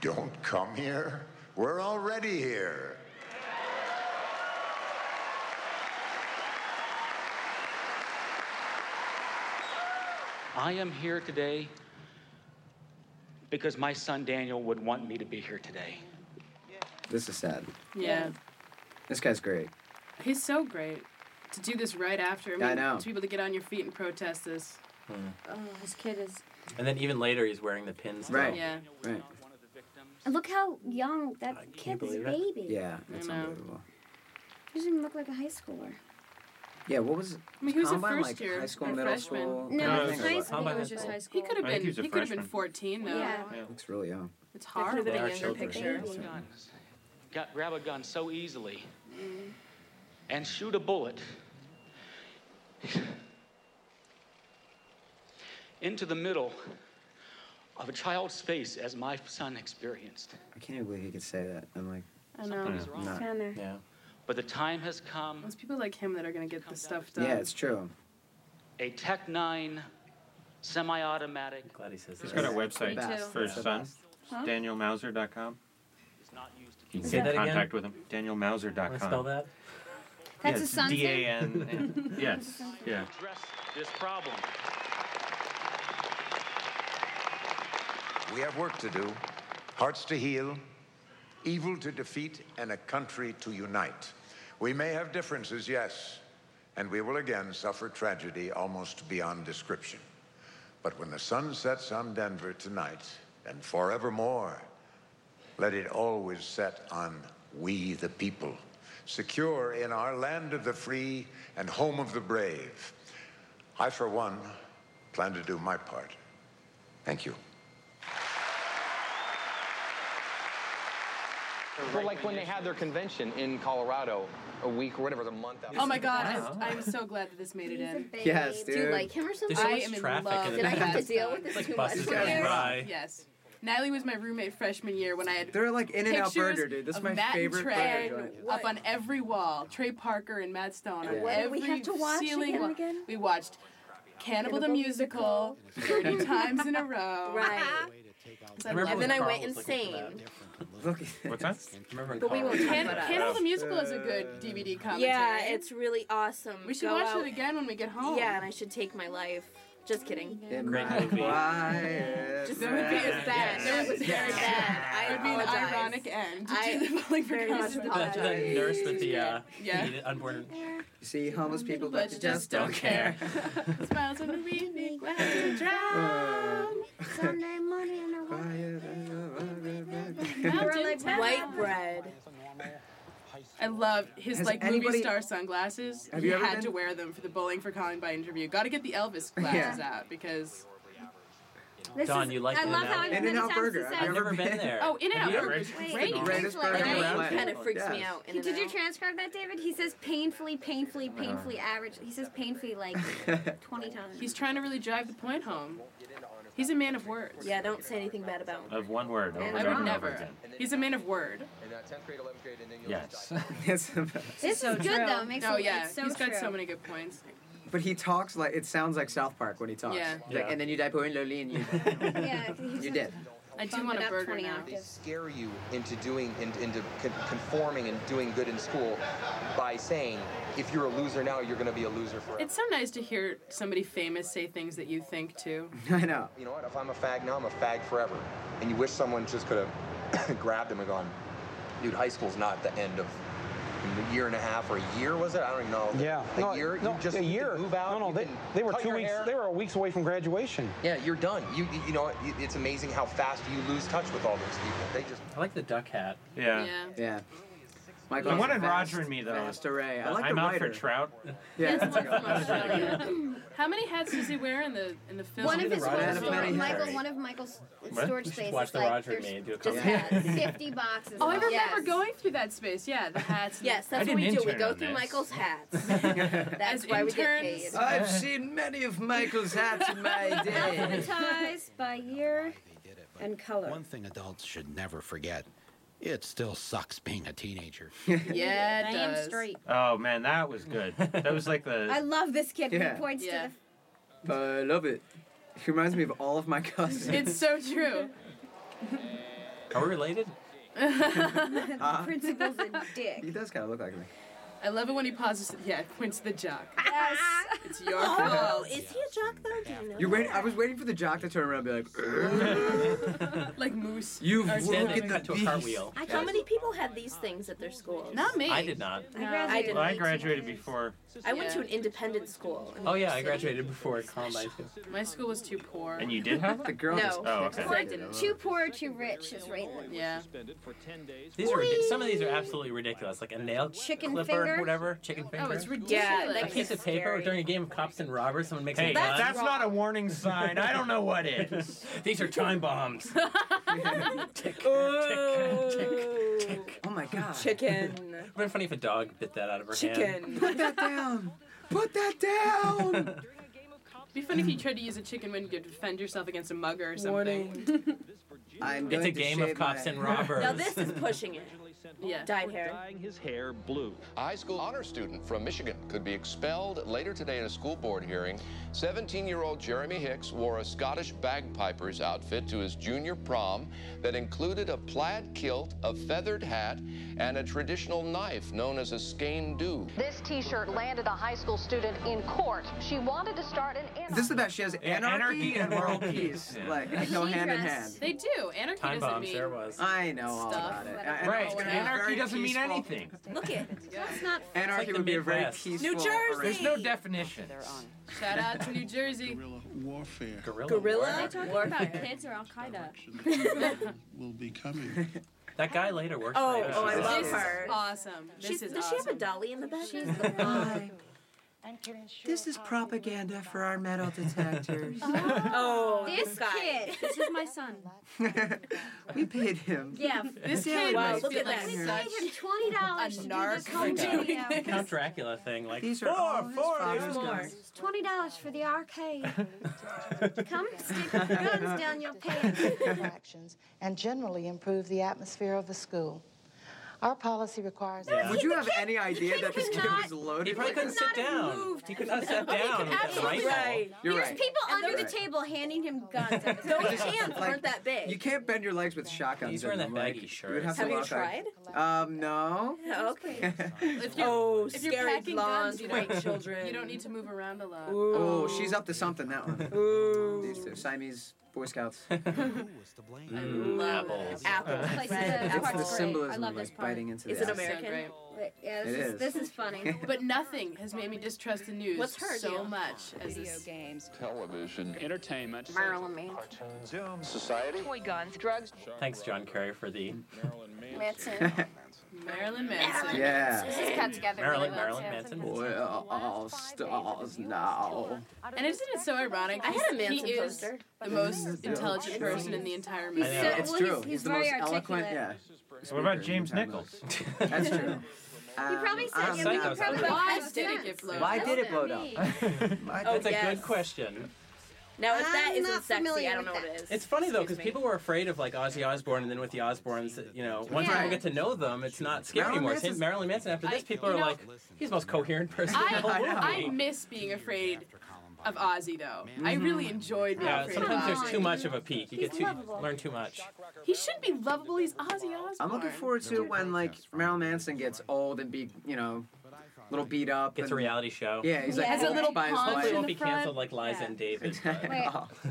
[SPEAKER 32] Don't come here. We're already here.
[SPEAKER 33] I am here today because my son Daniel would want me to be here today.
[SPEAKER 7] This is sad.
[SPEAKER 5] Yeah.
[SPEAKER 7] This guy's great.
[SPEAKER 5] He's so great. To do this right after. I, mean,
[SPEAKER 7] Yeah, I know.
[SPEAKER 5] To be able to get on your feet and protest this.
[SPEAKER 3] Oh, his kid is.
[SPEAKER 2] And then even later, he's wearing the pins. still.
[SPEAKER 5] Right. Yeah.
[SPEAKER 7] Right.
[SPEAKER 3] And look how young that kid's
[SPEAKER 2] believe it.
[SPEAKER 3] baby.
[SPEAKER 7] Yeah,
[SPEAKER 3] I
[SPEAKER 7] it's
[SPEAKER 3] know.
[SPEAKER 7] unbelievable.
[SPEAKER 3] He doesn't even look like a high schooler.
[SPEAKER 7] Yeah, what was?
[SPEAKER 3] I mean, he was a
[SPEAKER 7] Columbine,
[SPEAKER 3] first
[SPEAKER 7] like
[SPEAKER 3] year,
[SPEAKER 7] high school,
[SPEAKER 3] a
[SPEAKER 7] middle
[SPEAKER 3] freshman.
[SPEAKER 7] school.
[SPEAKER 3] No,
[SPEAKER 7] kind of
[SPEAKER 3] it was
[SPEAKER 7] thing, or
[SPEAKER 3] high
[SPEAKER 7] what?
[SPEAKER 3] school, it was just high
[SPEAKER 5] He
[SPEAKER 3] school.
[SPEAKER 5] could have
[SPEAKER 4] I think
[SPEAKER 5] been.
[SPEAKER 4] he was a
[SPEAKER 5] He could have been
[SPEAKER 4] freshman.
[SPEAKER 5] 14 though.
[SPEAKER 3] Yeah.
[SPEAKER 7] Looks really young.
[SPEAKER 5] It's
[SPEAKER 7] That
[SPEAKER 5] hard.
[SPEAKER 7] could've been a
[SPEAKER 5] They are
[SPEAKER 7] younger
[SPEAKER 5] children.
[SPEAKER 7] picture.
[SPEAKER 33] Guns. Got, grab a gun so easily and shoot a bullet into the middle of a child's face as my son experienced.
[SPEAKER 7] I can't even believe he could say that. I'm like,
[SPEAKER 5] I know.
[SPEAKER 7] Yeah. Not- yeah.
[SPEAKER 33] But the time has come.
[SPEAKER 5] It's people like him that are gonna get this stuff done.
[SPEAKER 7] Yeah, it's true.
[SPEAKER 33] A Tech 9 semi-automatic.
[SPEAKER 2] glad he says
[SPEAKER 4] He's got a website
[SPEAKER 33] Me too.
[SPEAKER 4] for his
[SPEAKER 33] Yeah.
[SPEAKER 4] son,
[SPEAKER 33] Huh?
[SPEAKER 4] danielmauser.com. You can
[SPEAKER 2] Say
[SPEAKER 4] get
[SPEAKER 2] that
[SPEAKER 4] in
[SPEAKER 2] again?
[SPEAKER 4] contact with him. danielmauser.com.
[SPEAKER 2] Wanna spell that?
[SPEAKER 3] That's
[SPEAKER 4] yeah,
[SPEAKER 3] his son's
[SPEAKER 4] D
[SPEAKER 3] name?
[SPEAKER 4] A N. Yes. Yeah.
[SPEAKER 33] Address this problem.
[SPEAKER 32] We have work to do, hearts to heal, evil to defeat, and a country to unite. We may have differences, yes, and we will again suffer tragedy almost beyond description. But when the sun sets on Denver tonight and forevermore, let it always set on we the people, secure in our land of the free and home of the brave. I, for one, plan to do my part. Thank you.
[SPEAKER 33] Well, like when they had their convention in Colorado a week or whatever, it was a month out.
[SPEAKER 5] Oh my god, I- I'm so glad that this made it in.
[SPEAKER 33] Yes,
[SPEAKER 8] Do you
[SPEAKER 33] dude.
[SPEAKER 8] like him or something?
[SPEAKER 5] There's so I much am in traffic love. in
[SPEAKER 8] Did I have to
[SPEAKER 5] Alaska.
[SPEAKER 8] deal with this
[SPEAKER 5] It's like
[SPEAKER 8] too
[SPEAKER 5] buses
[SPEAKER 8] much?
[SPEAKER 5] going
[SPEAKER 8] Yes.
[SPEAKER 5] by. Yes. Natalie was my roommate freshman year when I had.
[SPEAKER 7] They're like In-N-Out
[SPEAKER 5] pictures
[SPEAKER 7] Burger, dude. This is
[SPEAKER 5] of
[SPEAKER 7] my
[SPEAKER 5] Matt
[SPEAKER 7] favorite
[SPEAKER 5] and Trey
[SPEAKER 7] burger joint.
[SPEAKER 5] Up on every wall, Trey Parker and Matt Stone on
[SPEAKER 7] Yeah. What
[SPEAKER 5] every
[SPEAKER 7] did we
[SPEAKER 3] have to watch
[SPEAKER 5] ceiling
[SPEAKER 3] again and
[SPEAKER 5] wall.
[SPEAKER 3] again?
[SPEAKER 5] We watched Cannibal, the
[SPEAKER 3] Cannibal
[SPEAKER 5] Musical 30 times in a row.
[SPEAKER 8] Right.
[SPEAKER 5] I remember
[SPEAKER 8] and
[SPEAKER 5] when
[SPEAKER 8] then I
[SPEAKER 5] Carl
[SPEAKER 8] went
[SPEAKER 5] was looking for that.
[SPEAKER 8] insane.
[SPEAKER 7] Look.
[SPEAKER 4] What's that?
[SPEAKER 2] Remember in
[SPEAKER 8] But we
[SPEAKER 2] college?
[SPEAKER 8] won't talk
[SPEAKER 5] Can-
[SPEAKER 8] about it.
[SPEAKER 5] Cannibal the Musical is a
[SPEAKER 6] Uh,
[SPEAKER 5] good DVD commentary.
[SPEAKER 8] Yeah, it's really awesome.
[SPEAKER 5] We should
[SPEAKER 8] Go
[SPEAKER 5] watch
[SPEAKER 8] out-
[SPEAKER 5] it again when we get home.
[SPEAKER 8] Yeah, and I should take my life.
[SPEAKER 6] Just kidding.
[SPEAKER 7] In my quiet
[SPEAKER 6] Just- that would be a sad.
[SPEAKER 5] That
[SPEAKER 6] was very bad. I
[SPEAKER 5] would be an
[SPEAKER 6] apologize.
[SPEAKER 5] ironic end to
[SPEAKER 6] I
[SPEAKER 5] the Bowling for
[SPEAKER 6] very
[SPEAKER 5] Cause.
[SPEAKER 6] much
[SPEAKER 2] The, the nurse with the uh,
[SPEAKER 5] Yeah.
[SPEAKER 2] the unborn.
[SPEAKER 7] See homeless people,
[SPEAKER 5] but you just don't care. Smiles on the me glad to drown.
[SPEAKER 3] Sunday morning,
[SPEAKER 5] Mountains
[SPEAKER 6] like
[SPEAKER 5] have-
[SPEAKER 6] white bread.
[SPEAKER 5] I love his
[SPEAKER 6] Has
[SPEAKER 5] like
[SPEAKER 6] anybody-
[SPEAKER 5] movie star sunglasses.
[SPEAKER 7] Have
[SPEAKER 5] he
[SPEAKER 7] you ever
[SPEAKER 5] had
[SPEAKER 7] been-
[SPEAKER 5] to wear them for the Bowling for Columbine interview. Got to get the Elvis glasses out because.
[SPEAKER 2] This Dawn, is- you like I love In-N-Out? how I've
[SPEAKER 7] In-N-Out Burger. I've never been there.
[SPEAKER 5] Oh, In and
[SPEAKER 2] Have
[SPEAKER 5] Out
[SPEAKER 2] you
[SPEAKER 5] Burger is
[SPEAKER 2] ever-
[SPEAKER 5] great.
[SPEAKER 2] Wait, Greatest
[SPEAKER 3] like,
[SPEAKER 2] burger
[SPEAKER 3] I-
[SPEAKER 2] on the
[SPEAKER 3] kinda
[SPEAKER 2] planet.
[SPEAKER 3] freaks me
[SPEAKER 2] Yes.
[SPEAKER 3] out. Did you transcribe that, David? He says painfully, painfully,
[SPEAKER 2] Uh-huh.
[SPEAKER 3] painfully average. He says painfully like 20 times.
[SPEAKER 5] He's trying to really drive the point home. He's a man of words. Yeah, don't say anything bad about
[SPEAKER 4] Of one word. Over
[SPEAKER 5] I
[SPEAKER 4] and over
[SPEAKER 5] would
[SPEAKER 4] and over
[SPEAKER 5] never.
[SPEAKER 4] again.
[SPEAKER 5] He's a man of word.
[SPEAKER 4] Yes.
[SPEAKER 3] This is good, though. It makes
[SPEAKER 5] no,
[SPEAKER 3] it-
[SPEAKER 5] Oh, yeah,
[SPEAKER 3] it's so
[SPEAKER 5] he's got
[SPEAKER 3] true.
[SPEAKER 5] so many good points.
[SPEAKER 7] But he talks like it sounds like South Park when he talks.
[SPEAKER 5] Yeah.
[SPEAKER 7] Like,
[SPEAKER 5] Yeah.
[SPEAKER 7] And then you die poor and lonely and you.
[SPEAKER 3] yeah.
[SPEAKER 7] you did.
[SPEAKER 5] I do
[SPEAKER 3] Bump
[SPEAKER 5] want
[SPEAKER 3] it
[SPEAKER 5] a
[SPEAKER 3] up
[SPEAKER 5] burger
[SPEAKER 3] 20
[SPEAKER 5] now.
[SPEAKER 3] octaves.
[SPEAKER 33] scare you into doing in, into con- conforming and doing good in school by saying if you're a loser now you're going to be a loser forever
[SPEAKER 5] It's so nice to hear somebody famous say things that you think too.
[SPEAKER 7] I know.
[SPEAKER 33] you know what if i'm a fag now i'm a fag forever and you wish someone just could have grabbed him and gone dude high school's not the end of a year and a half or a year was it i don't even know
[SPEAKER 34] Yeah.
[SPEAKER 33] a
[SPEAKER 34] no,
[SPEAKER 33] year
[SPEAKER 34] no,
[SPEAKER 33] you just
[SPEAKER 34] a
[SPEAKER 33] you can
[SPEAKER 34] year.
[SPEAKER 33] move out
[SPEAKER 34] No, no,
[SPEAKER 35] you
[SPEAKER 34] they,
[SPEAKER 33] can
[SPEAKER 34] they were
[SPEAKER 33] cut
[SPEAKER 34] two
[SPEAKER 33] your
[SPEAKER 34] weeks.
[SPEAKER 33] hair.
[SPEAKER 34] They were weeks away from graduation.
[SPEAKER 33] yeah you're done you you- you know it, it's amazing how fast you lose touch with all those people they just
[SPEAKER 2] I like the duck hat.
[SPEAKER 4] Yeah.
[SPEAKER 7] Yeah.
[SPEAKER 4] I wanted Roger and me though.
[SPEAKER 7] Fast array. I
[SPEAKER 4] Uh,
[SPEAKER 7] like the
[SPEAKER 4] I'm out for
[SPEAKER 7] writer.
[SPEAKER 4] trout.
[SPEAKER 7] Yeah.
[SPEAKER 5] How many hats does he wear in the in the film?
[SPEAKER 3] One of his whole
[SPEAKER 7] Right.
[SPEAKER 3] storage,
[SPEAKER 7] Right.
[SPEAKER 3] Michael, one of Michael's
[SPEAKER 7] What?
[SPEAKER 3] storage
[SPEAKER 7] We should
[SPEAKER 3] spaces,
[SPEAKER 7] watch the
[SPEAKER 3] like
[SPEAKER 7] Roger
[SPEAKER 3] there's
[SPEAKER 7] Man do a
[SPEAKER 3] just
[SPEAKER 7] couple.
[SPEAKER 3] had 50 boxes.
[SPEAKER 5] Oh, I remember
[SPEAKER 3] Yes.
[SPEAKER 5] going through that space. Yeah, the hats.
[SPEAKER 6] Yes, that's what we do. We go through Michael's hats. That's
[SPEAKER 5] As
[SPEAKER 6] why we get paid.
[SPEAKER 5] interns-
[SPEAKER 7] I've seen many of Michael's hats in my day.
[SPEAKER 3] Alphabetized by year and color.
[SPEAKER 1] One thing adults should never forget it still sucks being a teenager.
[SPEAKER 5] Yeah, it
[SPEAKER 3] I am
[SPEAKER 5] does.
[SPEAKER 3] straight.
[SPEAKER 4] Oh man, that was good. That was like
[SPEAKER 1] uh,
[SPEAKER 4] the.
[SPEAKER 3] I love this kid.
[SPEAKER 7] Yeah.
[SPEAKER 3] He points
[SPEAKER 5] Yeah.
[SPEAKER 3] to
[SPEAKER 7] I love it. He reminds me of all of my cousins.
[SPEAKER 5] It's so true.
[SPEAKER 2] Are we related?
[SPEAKER 5] I
[SPEAKER 7] Huh?
[SPEAKER 3] principal's a dick.
[SPEAKER 7] He does kind of look like me.
[SPEAKER 5] love it when he pauses. Yeah, points to the jock.
[SPEAKER 3] the. Yes.
[SPEAKER 5] It's your
[SPEAKER 3] Oh,
[SPEAKER 5] fault.
[SPEAKER 3] is he a jock though? Do you know?
[SPEAKER 7] You're waiting. I was waiting for the jock to turn around and be like, "Ugh."
[SPEAKER 5] like moose.
[SPEAKER 7] You've
[SPEAKER 5] Or stand
[SPEAKER 7] woken
[SPEAKER 5] up.
[SPEAKER 7] the beast.
[SPEAKER 6] I- How many people had these things at their schools?
[SPEAKER 5] Not me.
[SPEAKER 2] I did not.
[SPEAKER 6] No, I didn't.
[SPEAKER 4] Well, I graduated before.
[SPEAKER 6] I went to an independent school. in
[SPEAKER 2] Oh yeah,
[SPEAKER 6] New
[SPEAKER 2] I
[SPEAKER 6] York
[SPEAKER 2] graduated before Columbine too.
[SPEAKER 5] My school was too poor.
[SPEAKER 4] And you did have
[SPEAKER 7] the girl.
[SPEAKER 6] No.
[SPEAKER 4] Just, oh, okay.
[SPEAKER 6] I didn't.
[SPEAKER 3] Too poor, too rich is Raylan.
[SPEAKER 5] Yeah.
[SPEAKER 2] These are ridi- some of these are absolutely ridiculous. Like a nail
[SPEAKER 3] Chicken
[SPEAKER 2] clipper,
[SPEAKER 3] finger?
[SPEAKER 2] whatever, chicken finger.
[SPEAKER 5] Oh, it's
[SPEAKER 2] Yeah,
[SPEAKER 5] ridiculous.
[SPEAKER 2] a piece of paper during a game of cops and robbers. Someone makes
[SPEAKER 4] Hey,
[SPEAKER 2] a gun.
[SPEAKER 4] that's, not a warning sign. I don't know what is.
[SPEAKER 2] These are time bombs.
[SPEAKER 7] Oh my god.
[SPEAKER 6] Chicken.
[SPEAKER 2] It would been funny if a dog bit that out of her hand.
[SPEAKER 6] Chicken.
[SPEAKER 7] Put that down. Put that down.
[SPEAKER 5] It'd be funny if you tried to use a chicken when you could defend yourself against a mugger or something.
[SPEAKER 7] I'm
[SPEAKER 2] It's a
[SPEAKER 7] going to
[SPEAKER 2] game of
[SPEAKER 7] shave
[SPEAKER 2] cops
[SPEAKER 7] my-
[SPEAKER 2] and robbers.
[SPEAKER 6] Now this is pushing it.
[SPEAKER 5] Yeah.
[SPEAKER 6] Dyed hair.
[SPEAKER 30] his hair blue. A high school honor student from Michigan could be expelled later today in a school board hearing. 17 year old Jeremy Hicks wore a Scottish bagpiper's outfit to his junior prom that included a plaid kilt, a feathered hat, and a traditional knife known as a skein do.
[SPEAKER 9] This T-shirt landed a high school student in court. She wanted to start an anarchy.
[SPEAKER 7] This is about she has anarchy,
[SPEAKER 4] anarchy
[SPEAKER 7] and
[SPEAKER 4] and
[SPEAKER 7] world
[SPEAKER 4] world
[SPEAKER 7] peace.
[SPEAKER 4] peace.
[SPEAKER 7] Like
[SPEAKER 4] Yeah.
[SPEAKER 7] they go
[SPEAKER 4] She
[SPEAKER 7] hand in
[SPEAKER 4] dressed-
[SPEAKER 7] hand.
[SPEAKER 5] They do. Anarchy
[SPEAKER 7] Time
[SPEAKER 5] doesn't
[SPEAKER 7] bombs,
[SPEAKER 5] mean.
[SPEAKER 2] there was.
[SPEAKER 7] I know all
[SPEAKER 5] Stuff,
[SPEAKER 7] about it.
[SPEAKER 5] whatever.
[SPEAKER 7] I- I know it's
[SPEAKER 5] Right,
[SPEAKER 7] gonna be
[SPEAKER 4] anarchy
[SPEAKER 7] very
[SPEAKER 4] doesn't mean
[SPEAKER 7] peaceful.
[SPEAKER 4] anything.
[SPEAKER 6] Look at.
[SPEAKER 3] Let's not.
[SPEAKER 7] Anarchy
[SPEAKER 4] the
[SPEAKER 7] would be a very
[SPEAKER 4] Midwest.
[SPEAKER 7] peaceful.
[SPEAKER 6] New Jersey.
[SPEAKER 7] arrangement.
[SPEAKER 4] There's no definition.
[SPEAKER 5] Shout out to New Jersey.
[SPEAKER 17] Warfare.
[SPEAKER 2] Gorilla.
[SPEAKER 6] Gorilla
[SPEAKER 2] warfare.
[SPEAKER 6] warfare.
[SPEAKER 3] kids or Al Qaeda?
[SPEAKER 17] Will be coming.
[SPEAKER 2] That guy later works.
[SPEAKER 6] Oh,
[SPEAKER 2] there.
[SPEAKER 6] oh, I
[SPEAKER 2] She's
[SPEAKER 6] love
[SPEAKER 2] awesome.
[SPEAKER 6] her.
[SPEAKER 5] Awesome. This
[SPEAKER 6] She's,
[SPEAKER 5] is
[SPEAKER 6] does she have a dolly in the back? She's the
[SPEAKER 7] This is propaganda for our metal detectors.
[SPEAKER 6] oh,
[SPEAKER 3] This
[SPEAKER 6] guy.
[SPEAKER 3] kid. This is my son.
[SPEAKER 7] we paid him.
[SPEAKER 3] Yeah.
[SPEAKER 5] This
[SPEAKER 7] Yeah,
[SPEAKER 5] kid
[SPEAKER 7] my
[SPEAKER 5] was
[SPEAKER 6] look at
[SPEAKER 5] feeling
[SPEAKER 3] We
[SPEAKER 5] such-
[SPEAKER 3] paid him twenty dollars to do the
[SPEAKER 5] narc
[SPEAKER 3] comb
[SPEAKER 5] for doing
[SPEAKER 3] video.
[SPEAKER 2] uh, Count Dracula thing. Like
[SPEAKER 7] These are all his father's
[SPEAKER 6] more.
[SPEAKER 7] guns.
[SPEAKER 3] Twenty dollars for the arcade. Come stick your guns down your pants.
[SPEAKER 25] interactions and generally improve the atmosphere of the school.
[SPEAKER 9] Our policy requires.
[SPEAKER 2] Yeah.
[SPEAKER 7] Would you have any idea that this kid
[SPEAKER 2] cannot-
[SPEAKER 7] was loaded?
[SPEAKER 2] He probably couldn't sit down. He could not sit
[SPEAKER 7] No, he
[SPEAKER 2] down.
[SPEAKER 7] could
[SPEAKER 2] with that
[SPEAKER 7] absolutely-
[SPEAKER 2] rifle.
[SPEAKER 7] Right. You're
[SPEAKER 6] There's
[SPEAKER 7] right.
[SPEAKER 6] people
[SPEAKER 7] And
[SPEAKER 6] under the
[SPEAKER 7] they're-
[SPEAKER 6] table handing him guns. Those hands aren't that big.
[SPEAKER 7] You can't bend your legs with shotguns.
[SPEAKER 2] He's wearing
[SPEAKER 7] in them,
[SPEAKER 2] that baggy
[SPEAKER 7] like,
[SPEAKER 2] shirt.
[SPEAKER 7] You would have,
[SPEAKER 6] Have
[SPEAKER 7] to
[SPEAKER 6] you
[SPEAKER 7] walk back. Um, no.
[SPEAKER 6] Okay.
[SPEAKER 5] If you're,
[SPEAKER 6] Oh,
[SPEAKER 5] if you're
[SPEAKER 6] scary
[SPEAKER 5] packing
[SPEAKER 6] blonde
[SPEAKER 5] guns, you
[SPEAKER 6] white
[SPEAKER 5] don't,
[SPEAKER 6] children.
[SPEAKER 5] You don't need to move around a lot.
[SPEAKER 7] Oh, she's up to something that one. Ooh. These two Siamese Boy Scouts.
[SPEAKER 2] Apples.
[SPEAKER 7] Apples. It's the
[SPEAKER 5] I
[SPEAKER 7] symbolism
[SPEAKER 5] love
[SPEAKER 7] of like
[SPEAKER 5] this part.
[SPEAKER 7] biting into the
[SPEAKER 6] Is it
[SPEAKER 7] apple.
[SPEAKER 6] American?
[SPEAKER 3] Wait, yeah,
[SPEAKER 7] It
[SPEAKER 3] this is,
[SPEAKER 7] is.
[SPEAKER 3] this is funny.
[SPEAKER 5] But nothing has made me distrust the news
[SPEAKER 3] What's her
[SPEAKER 5] so
[SPEAKER 3] deal?
[SPEAKER 5] much as
[SPEAKER 36] Video
[SPEAKER 5] this.
[SPEAKER 36] games.
[SPEAKER 31] Television.
[SPEAKER 30] Entertainment.
[SPEAKER 3] Marilyn Manson.
[SPEAKER 31] Society.
[SPEAKER 36] Toy guns, drugs.
[SPEAKER 2] Thanks, John Carey, for the
[SPEAKER 3] Manson.
[SPEAKER 5] Marilyn Manson.
[SPEAKER 7] Yeah.
[SPEAKER 3] This is cut together
[SPEAKER 2] Marilyn,
[SPEAKER 3] really well,
[SPEAKER 2] Marilyn
[SPEAKER 3] too.
[SPEAKER 2] Manson.
[SPEAKER 7] Well, all uh, stars now.
[SPEAKER 5] And isn't it so ironic?
[SPEAKER 6] I had a
[SPEAKER 5] because
[SPEAKER 6] Manson
[SPEAKER 5] He is
[SPEAKER 6] poster.
[SPEAKER 5] the most
[SPEAKER 7] Yeah.
[SPEAKER 5] intelligent person in the entire movie.
[SPEAKER 2] I know.
[SPEAKER 7] It's true. He's, the most eloquent. Yeah.
[SPEAKER 4] What about James Nichols?
[SPEAKER 7] That's true. Um,
[SPEAKER 3] He probably said
[SPEAKER 7] I'm
[SPEAKER 3] he
[SPEAKER 7] not-
[SPEAKER 3] probably
[SPEAKER 7] I'm
[SPEAKER 3] about
[SPEAKER 7] not-
[SPEAKER 5] Why
[SPEAKER 3] five
[SPEAKER 5] did it
[SPEAKER 3] cents.
[SPEAKER 5] get blown
[SPEAKER 7] Why
[SPEAKER 5] up?
[SPEAKER 7] did it blow up?
[SPEAKER 6] Oh,
[SPEAKER 2] That's a
[SPEAKER 6] yes.
[SPEAKER 2] good question.
[SPEAKER 6] Now, if that
[SPEAKER 3] I'm
[SPEAKER 6] isn't
[SPEAKER 3] not
[SPEAKER 6] sexy,
[SPEAKER 3] familiar
[SPEAKER 6] I don't know
[SPEAKER 3] with
[SPEAKER 6] what it is.
[SPEAKER 2] It's funny though, because
[SPEAKER 6] Excuse me.
[SPEAKER 2] people were afraid of like Ozzy Osbourne, and then with the Osbournes, you know, once
[SPEAKER 3] Yeah.
[SPEAKER 2] people get to know them, it's not scary
[SPEAKER 7] Marilyn
[SPEAKER 2] anymore. It's
[SPEAKER 7] Manson's-
[SPEAKER 2] Marilyn Manson. After this,
[SPEAKER 5] I-
[SPEAKER 2] people
[SPEAKER 5] you
[SPEAKER 2] are
[SPEAKER 5] know-
[SPEAKER 2] like, he's the most coherent person in the whole movie.
[SPEAKER 5] I, I miss being afraid of Ozzy though. I really enjoyed being
[SPEAKER 2] yeah,
[SPEAKER 5] afraid of
[SPEAKER 2] sometimes there's
[SPEAKER 5] Ozzy.
[SPEAKER 2] too much of a peak. You get
[SPEAKER 5] He's
[SPEAKER 2] too
[SPEAKER 5] lovable.
[SPEAKER 2] learn too much.
[SPEAKER 5] He should be lovable. He's Ozzy Osbourne.
[SPEAKER 7] I'm looking forward to when like Marilyn Manson gets old and be you know, little beat up.
[SPEAKER 2] It's
[SPEAKER 7] and,
[SPEAKER 2] a reality show.
[SPEAKER 7] Yeah, he's like
[SPEAKER 5] Has a
[SPEAKER 7] old
[SPEAKER 5] little
[SPEAKER 7] by his
[SPEAKER 5] pond
[SPEAKER 7] wife.
[SPEAKER 5] in
[SPEAKER 2] It won't
[SPEAKER 5] the
[SPEAKER 2] be
[SPEAKER 5] front.
[SPEAKER 2] canceled like Liza and David. but-
[SPEAKER 3] Wait,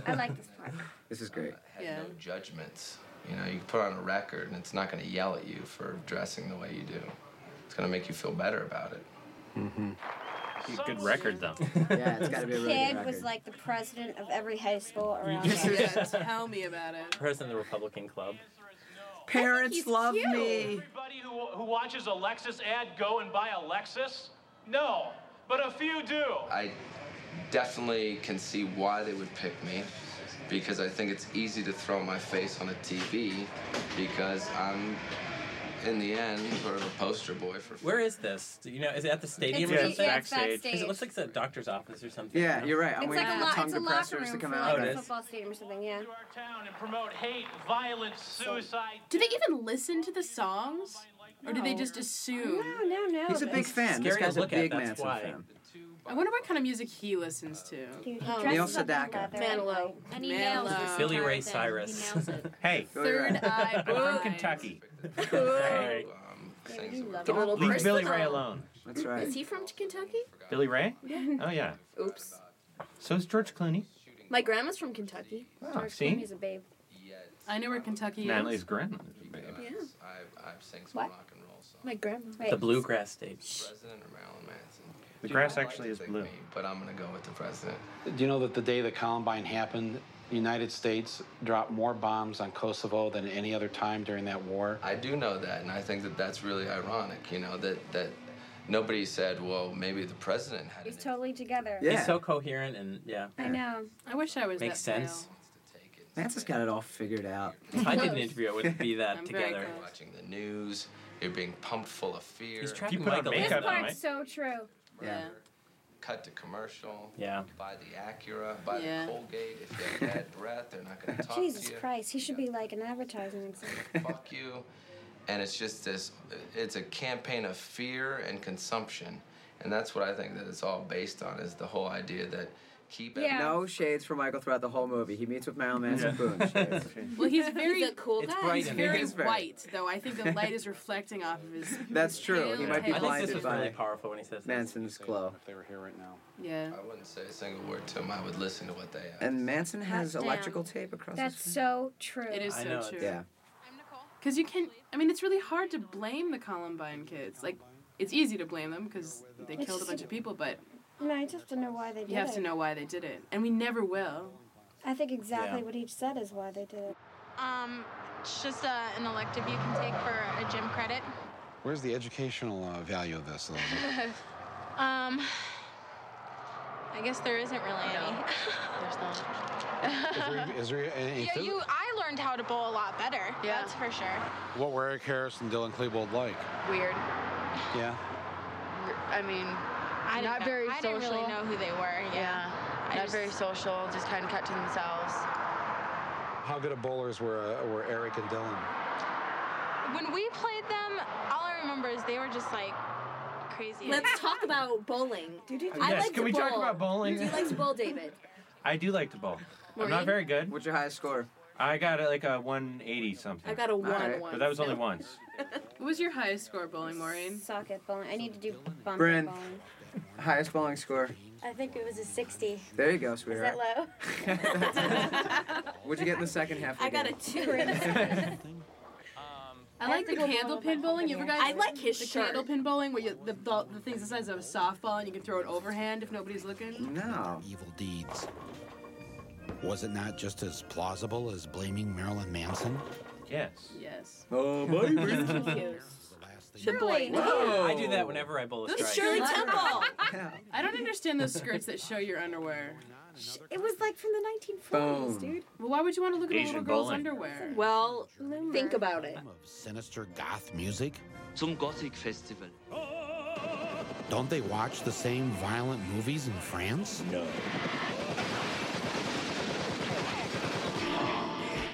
[SPEAKER 3] I like this part.
[SPEAKER 7] This is great.
[SPEAKER 31] Uh, had
[SPEAKER 5] Yeah.
[SPEAKER 31] no judgments. You know, you put on a record and it's not going to yell at you for dressing the way you do. It's going to make you feel better about it.
[SPEAKER 4] Good record though.
[SPEAKER 7] Yeah, it's got to be a really good
[SPEAKER 3] Kid
[SPEAKER 7] record.
[SPEAKER 3] was like the president of every high school around.
[SPEAKER 7] just-
[SPEAKER 3] here.
[SPEAKER 5] Yeah, tell me about it.
[SPEAKER 2] President of the Republican Club.
[SPEAKER 7] Parents love me.
[SPEAKER 9] Everybody who, who watches a Lexus ad go and buy a Lexus? No, but a few do.
[SPEAKER 31] I definitely can see why they would pick me because I think it's easy to throw my face on a TV because I'm, in the end, sort of a poster boy for.
[SPEAKER 2] Where is this? Do you know, is it at the stadium
[SPEAKER 4] It's-
[SPEAKER 2] or
[SPEAKER 4] yeah,
[SPEAKER 2] something?
[SPEAKER 4] it's backstage.
[SPEAKER 2] Because it looks like it's a doctor's office or something. you
[SPEAKER 7] Yeah,
[SPEAKER 2] know?
[SPEAKER 7] you're right. I'm
[SPEAKER 3] It's
[SPEAKER 7] waiting
[SPEAKER 3] like a
[SPEAKER 7] for the
[SPEAKER 3] lot.
[SPEAKER 7] tongue
[SPEAKER 3] It's a locker
[SPEAKER 7] depressors
[SPEAKER 3] room
[SPEAKER 7] to
[SPEAKER 3] for
[SPEAKER 7] come
[SPEAKER 3] like
[SPEAKER 7] out.
[SPEAKER 2] Oh, it
[SPEAKER 3] a
[SPEAKER 2] is?
[SPEAKER 3] football stadium or something. Yeah.
[SPEAKER 9] Town and promote hate, violence, suicide.
[SPEAKER 5] Do they even listen to the songs, or do they just assume?
[SPEAKER 3] No, no, no.
[SPEAKER 7] He's a
[SPEAKER 3] but-
[SPEAKER 7] big fan. This
[SPEAKER 2] Scary to
[SPEAKER 7] guy's a
[SPEAKER 2] look at,
[SPEAKER 7] big
[SPEAKER 2] that's
[SPEAKER 7] Manson
[SPEAKER 2] why.
[SPEAKER 7] fan.
[SPEAKER 5] I wonder what kind of music he listens to.
[SPEAKER 3] Dude, he
[SPEAKER 7] Neil
[SPEAKER 5] Oh.
[SPEAKER 3] dresses up in
[SPEAKER 7] Sedaka.
[SPEAKER 3] leather.
[SPEAKER 6] Manilow.
[SPEAKER 36] And he nails
[SPEAKER 5] Mellow.
[SPEAKER 36] this
[SPEAKER 2] Billy
[SPEAKER 36] entire
[SPEAKER 2] Ray
[SPEAKER 36] thing.
[SPEAKER 2] Cyrus.
[SPEAKER 36] He nails it.
[SPEAKER 4] Hey,
[SPEAKER 5] Third eye.
[SPEAKER 4] I'm from
[SPEAKER 5] blind.
[SPEAKER 4] Kentucky.
[SPEAKER 31] Um, things that were
[SPEAKER 3] love
[SPEAKER 6] The little
[SPEAKER 4] Leave
[SPEAKER 6] person
[SPEAKER 4] Billy Ray
[SPEAKER 6] on-
[SPEAKER 4] alone.
[SPEAKER 7] That's right.
[SPEAKER 6] Is he from Kentucky?
[SPEAKER 4] Billy Ray? Oh yeah.
[SPEAKER 6] Oops.
[SPEAKER 4] So is George Clooney.
[SPEAKER 6] My grandma's from Kentucky.
[SPEAKER 4] Oh,
[SPEAKER 6] George
[SPEAKER 4] see?
[SPEAKER 6] Clooney's a babe.
[SPEAKER 31] yet
[SPEAKER 5] I know where Kentucky
[SPEAKER 4] Natalie's
[SPEAKER 5] is.
[SPEAKER 4] grandma.
[SPEAKER 31] minimized. I, I sing some
[SPEAKER 3] What?
[SPEAKER 31] rock and roll songs.
[SPEAKER 6] My grandma.
[SPEAKER 3] Wait.
[SPEAKER 2] The bluegrass stage.
[SPEAKER 31] President or Marilyn Manson?
[SPEAKER 4] The
[SPEAKER 31] Do
[SPEAKER 4] grass
[SPEAKER 31] not like
[SPEAKER 4] actually
[SPEAKER 31] to
[SPEAKER 4] is
[SPEAKER 31] pick
[SPEAKER 4] blue.
[SPEAKER 31] Me, but I'm going to go with the president.
[SPEAKER 1] Do you know that the day that Columbine happened, the United States dropped more bombs on Kosovo than at any other time during that war?
[SPEAKER 31] I do know that, and I think that that's really ironic. You know that that nobody said, well, maybe the president had
[SPEAKER 3] He's totally together.
[SPEAKER 7] Yeah.
[SPEAKER 2] He's so coherent and yeah,
[SPEAKER 3] I know.
[SPEAKER 5] I wish I was
[SPEAKER 2] makes
[SPEAKER 5] that pale.
[SPEAKER 2] sense.
[SPEAKER 7] Manson's got it all figured out.
[SPEAKER 2] If I did an interview, it would be that
[SPEAKER 5] I'm very
[SPEAKER 2] together.
[SPEAKER 5] close.
[SPEAKER 31] watching the news. You're being pumped full of fear.
[SPEAKER 2] He's tracking
[SPEAKER 4] put on
[SPEAKER 2] Michael.
[SPEAKER 4] makeup,
[SPEAKER 2] isn't
[SPEAKER 3] This
[SPEAKER 2] it?
[SPEAKER 4] though,
[SPEAKER 3] part's so true.
[SPEAKER 7] Yeah.
[SPEAKER 31] Cut to commercial.
[SPEAKER 2] Yeah.
[SPEAKER 31] Buy the Acura. Buy
[SPEAKER 5] Yeah.
[SPEAKER 31] the Colgate. If you have bad breath, they're not going to talk
[SPEAKER 3] Jesus
[SPEAKER 31] to you.
[SPEAKER 3] Christ, he should be like an advertising example.
[SPEAKER 31] Fuck you. And it's just this. It's a campaign of fear and consumption, and that's what I think that it's all based on is the whole idea that keep.
[SPEAKER 3] Yeah.
[SPEAKER 7] No shades for Michael throughout the whole movie. He meets with Marilyn Manson. Boom. Shades.
[SPEAKER 5] Well, he's very
[SPEAKER 6] He's a cool
[SPEAKER 2] It's
[SPEAKER 6] guy.
[SPEAKER 2] bright
[SPEAKER 5] He's
[SPEAKER 2] and
[SPEAKER 5] very
[SPEAKER 7] He's very-
[SPEAKER 5] white, though. I think the light is reflecting off of his.
[SPEAKER 7] That's true. He might be
[SPEAKER 5] Yeah.
[SPEAKER 2] I think this
[SPEAKER 7] blinded
[SPEAKER 2] was
[SPEAKER 7] by
[SPEAKER 2] really powerful when he says this.
[SPEAKER 7] Manson's glow.
[SPEAKER 37] If they were here right now.
[SPEAKER 5] Yeah.
[SPEAKER 31] I wouldn't say a single word to them. I would listen to what they have.
[SPEAKER 7] And Manson has
[SPEAKER 3] Goddamn.
[SPEAKER 7] electrical tape across
[SPEAKER 3] That's
[SPEAKER 7] his
[SPEAKER 3] so true.
[SPEAKER 5] It is
[SPEAKER 2] I
[SPEAKER 5] so
[SPEAKER 2] know,
[SPEAKER 5] true.
[SPEAKER 7] Yeah.
[SPEAKER 5] Because you can. I mean, it's really hard to blame the Columbine kids. Like, it's easy to blame them because they
[SPEAKER 3] It's
[SPEAKER 5] killed a
[SPEAKER 3] just-
[SPEAKER 5] bunch of people, but
[SPEAKER 3] No, I just don't know why they did
[SPEAKER 5] you have
[SPEAKER 3] it.
[SPEAKER 5] to know why they did it, and we never will.
[SPEAKER 3] I think exactly
[SPEAKER 2] Yeah.
[SPEAKER 3] what he said is why they did it.
[SPEAKER 38] Um, it's just uh, an elective you can take for a gym credit.
[SPEAKER 1] Where's the educational uh, value of this, though?
[SPEAKER 38] Um, I guess there isn't really any.
[SPEAKER 9] There's not.
[SPEAKER 1] is, there, is there any?
[SPEAKER 38] yeah, you. I learned how to bowl a lot better. Yeah. That's for sure.
[SPEAKER 1] What were Eric Harris and Dylan Klebold like?
[SPEAKER 9] Weird.
[SPEAKER 1] Yeah.
[SPEAKER 9] I mean,
[SPEAKER 38] I didn't
[SPEAKER 36] Not
[SPEAKER 38] know-
[SPEAKER 36] very
[SPEAKER 38] I didn't really
[SPEAKER 36] social.
[SPEAKER 38] know who they were. Yeah. I
[SPEAKER 36] Not
[SPEAKER 38] just-
[SPEAKER 36] very social, just kind of kept to themselves.
[SPEAKER 1] How good of bowlers were uh, were Eric and Dylan?
[SPEAKER 39] when we played them, all I remember is they were just like crazy.
[SPEAKER 6] Let's talk about bowling. I
[SPEAKER 4] Yes,
[SPEAKER 6] like
[SPEAKER 4] can
[SPEAKER 6] to
[SPEAKER 4] we
[SPEAKER 6] bowl.
[SPEAKER 4] talk about bowling?
[SPEAKER 6] Do you like to bowl, David?
[SPEAKER 4] I do like to bowl. I'm
[SPEAKER 6] Maureen?
[SPEAKER 4] not very good.
[SPEAKER 7] What's your highest score?
[SPEAKER 4] I got uh, like a 180 something.
[SPEAKER 5] I got a one Alright.
[SPEAKER 4] But that was only
[SPEAKER 5] once.
[SPEAKER 4] once.
[SPEAKER 5] What was your highest score bowling, Maureen?
[SPEAKER 3] Sock it, bowling. I need to do bumper
[SPEAKER 7] Bryn.
[SPEAKER 3] bowling.
[SPEAKER 7] Highest bowling score.
[SPEAKER 3] I think it was a 60.
[SPEAKER 7] There you go, sweetheart.
[SPEAKER 3] low?
[SPEAKER 7] What'd you get in the second half? Of the
[SPEAKER 6] I got a
[SPEAKER 7] game?
[SPEAKER 6] two. in this.
[SPEAKER 5] I like the candle pin bowling. You ever guys?
[SPEAKER 6] I like his
[SPEAKER 5] the
[SPEAKER 6] shirt.
[SPEAKER 5] candle pin bowling where you, the, the the thing's the size of a softball and you can throw it overhand if nobody's looking.
[SPEAKER 7] No.
[SPEAKER 1] Evil deeds. Was it not just as plausible as blaming Marilyn Manson?
[SPEAKER 4] Yes.
[SPEAKER 5] Yes.
[SPEAKER 7] Oh,
[SPEAKER 1] buddy.
[SPEAKER 5] The boy.
[SPEAKER 2] I do that whenever I bowl a strike.
[SPEAKER 5] Those Shirley Temple.
[SPEAKER 7] Yeah.
[SPEAKER 5] I don't understand those skirts that show your underwear.
[SPEAKER 3] It was like from the 1940s, dude.
[SPEAKER 5] Well, why would you want to look at a
[SPEAKER 1] Asian
[SPEAKER 5] little girl's
[SPEAKER 1] bowling.
[SPEAKER 5] underwear?
[SPEAKER 6] Well, think about it.
[SPEAKER 1] Of sinister goth music?
[SPEAKER 10] Zum Gothic Festival.
[SPEAKER 1] Don't they watch the same violent movies in France? No.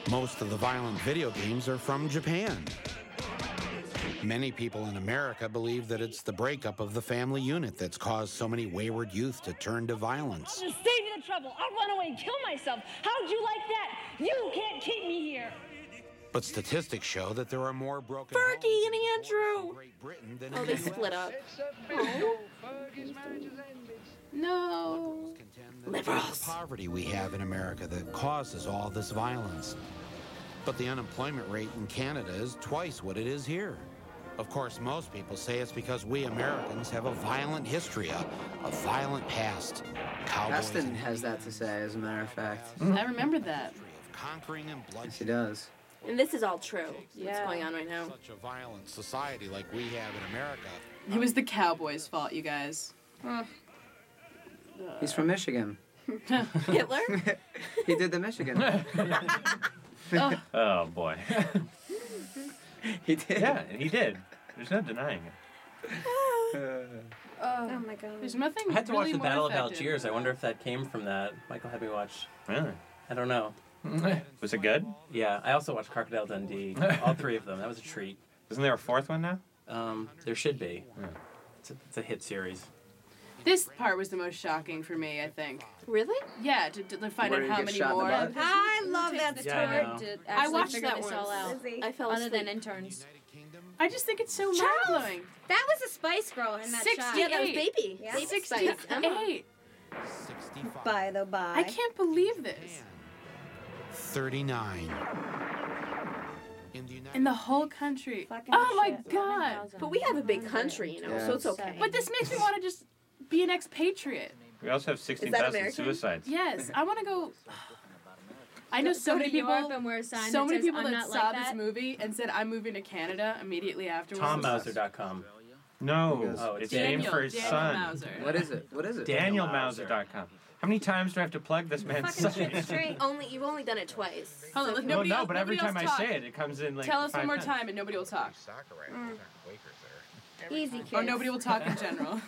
[SPEAKER 1] Most of the violent video games are from Japan. Many people in America believe that it's the breakup of the family unit that's caused so many wayward youth to turn to violence.
[SPEAKER 9] I'll just save you the trouble. I'll run away and kill myself. How'd you like that? You can't keep me here.
[SPEAKER 1] But statistics show that there are more broken
[SPEAKER 6] Fergie and Andrew. Oh, they split up.
[SPEAKER 5] No.
[SPEAKER 1] liberals. Poverty we have in America that causes all this violence. But the unemployment rate in Canada is twice what it is here. Of course, most people say it's because we Americans have a violent history, a, a violent past. Cowboys
[SPEAKER 7] Preston
[SPEAKER 1] and
[SPEAKER 7] has that to say, as a matter of fact.
[SPEAKER 5] I remember that.
[SPEAKER 1] conquering and blood.
[SPEAKER 7] She does.
[SPEAKER 6] And this is all true.
[SPEAKER 5] Yeah.
[SPEAKER 6] What's going on right now?
[SPEAKER 1] Such a violent society like we have in America.
[SPEAKER 5] It was the Cowboys' fault, you guys.
[SPEAKER 7] He's from Michigan.
[SPEAKER 5] Hitler?
[SPEAKER 7] He did the Michigan.
[SPEAKER 5] Oh.
[SPEAKER 4] Oh boy.
[SPEAKER 7] he did.
[SPEAKER 4] Yeah, he did. There's no denying it.
[SPEAKER 7] Uh,
[SPEAKER 3] Oh, my god.
[SPEAKER 5] There's nothing.
[SPEAKER 2] I had to
[SPEAKER 5] really
[SPEAKER 2] watch the
[SPEAKER 5] more
[SPEAKER 2] Battle of
[SPEAKER 5] effective.
[SPEAKER 2] Algiers. I wonder if that came from that. Michael had me watch.
[SPEAKER 4] Really?
[SPEAKER 2] I don't know.
[SPEAKER 4] Was it good?
[SPEAKER 2] Yeah, I also watched Crocodile Dundee. All three of them. That was a treat.
[SPEAKER 4] Isn't there a fourth one now?
[SPEAKER 2] Um, there should be. It's, a, it's a hit series.
[SPEAKER 5] This part was the most shocking for me, I think.
[SPEAKER 6] Really?
[SPEAKER 5] Yeah, to, to find
[SPEAKER 6] Where
[SPEAKER 5] out
[SPEAKER 6] you
[SPEAKER 5] how
[SPEAKER 6] get
[SPEAKER 5] many
[SPEAKER 6] shot in the
[SPEAKER 5] more.
[SPEAKER 6] butt? I love that
[SPEAKER 5] Yeah, I
[SPEAKER 6] story.
[SPEAKER 5] know.
[SPEAKER 6] To
[SPEAKER 5] I
[SPEAKER 6] actually
[SPEAKER 5] watched
[SPEAKER 6] figure
[SPEAKER 5] that
[SPEAKER 6] this
[SPEAKER 5] once.
[SPEAKER 6] all out. I fell
[SPEAKER 39] Other than
[SPEAKER 6] asleep.
[SPEAKER 39] interns.
[SPEAKER 5] I just think it's so mind
[SPEAKER 6] Charles!
[SPEAKER 5] blowing.
[SPEAKER 3] That was a Spice Girl in that shot.
[SPEAKER 5] Sixty-eight.
[SPEAKER 6] Yeah, that was Baby.
[SPEAKER 3] Yeah.
[SPEAKER 6] Baby Spice. Emma.
[SPEAKER 5] Sixty-eight.
[SPEAKER 3] By the by.
[SPEAKER 5] I can't believe this.
[SPEAKER 1] 39.
[SPEAKER 5] In the whole country. oh my god.
[SPEAKER 6] But we have a big country, you know, so it's okay.
[SPEAKER 5] But this makes me want to just be an expatriate.
[SPEAKER 4] We also have
[SPEAKER 6] that
[SPEAKER 4] 16,000
[SPEAKER 6] American?
[SPEAKER 4] suicides.
[SPEAKER 5] Yes, I want to go. I know so
[SPEAKER 6] Go
[SPEAKER 5] many
[SPEAKER 6] to
[SPEAKER 5] people.
[SPEAKER 6] Europe and wear a sign
[SPEAKER 5] so
[SPEAKER 6] that
[SPEAKER 5] many
[SPEAKER 6] says,
[SPEAKER 5] people
[SPEAKER 6] "I'm
[SPEAKER 5] that
[SPEAKER 6] not
[SPEAKER 5] saw
[SPEAKER 6] like
[SPEAKER 5] this
[SPEAKER 6] that."
[SPEAKER 5] movie and said, "I'm moving to Canada immediately afterwards."
[SPEAKER 2] TomMauser.com.
[SPEAKER 4] No,
[SPEAKER 2] Oh,
[SPEAKER 4] it's
[SPEAKER 5] Daniel-
[SPEAKER 4] named for his
[SPEAKER 5] Daniel
[SPEAKER 4] son.
[SPEAKER 5] Mauser.
[SPEAKER 7] What is it? What is it?
[SPEAKER 4] DanielMauser.com. How many times do I have to plug this man's site?
[SPEAKER 6] Only you've only done it twice.
[SPEAKER 5] Hold on, let-
[SPEAKER 4] Well,
[SPEAKER 5] nobody
[SPEAKER 4] no,
[SPEAKER 5] else-
[SPEAKER 4] but every
[SPEAKER 5] nobody
[SPEAKER 4] time I
[SPEAKER 5] else
[SPEAKER 4] say
[SPEAKER 5] talk.
[SPEAKER 4] it, it comes in like.
[SPEAKER 5] Tell us
[SPEAKER 4] five
[SPEAKER 5] one more
[SPEAKER 4] times.
[SPEAKER 5] time and nobody will talk.
[SPEAKER 3] Mm.
[SPEAKER 5] Easy,
[SPEAKER 3] kids.
[SPEAKER 5] Or Oh, nobody will talk in general.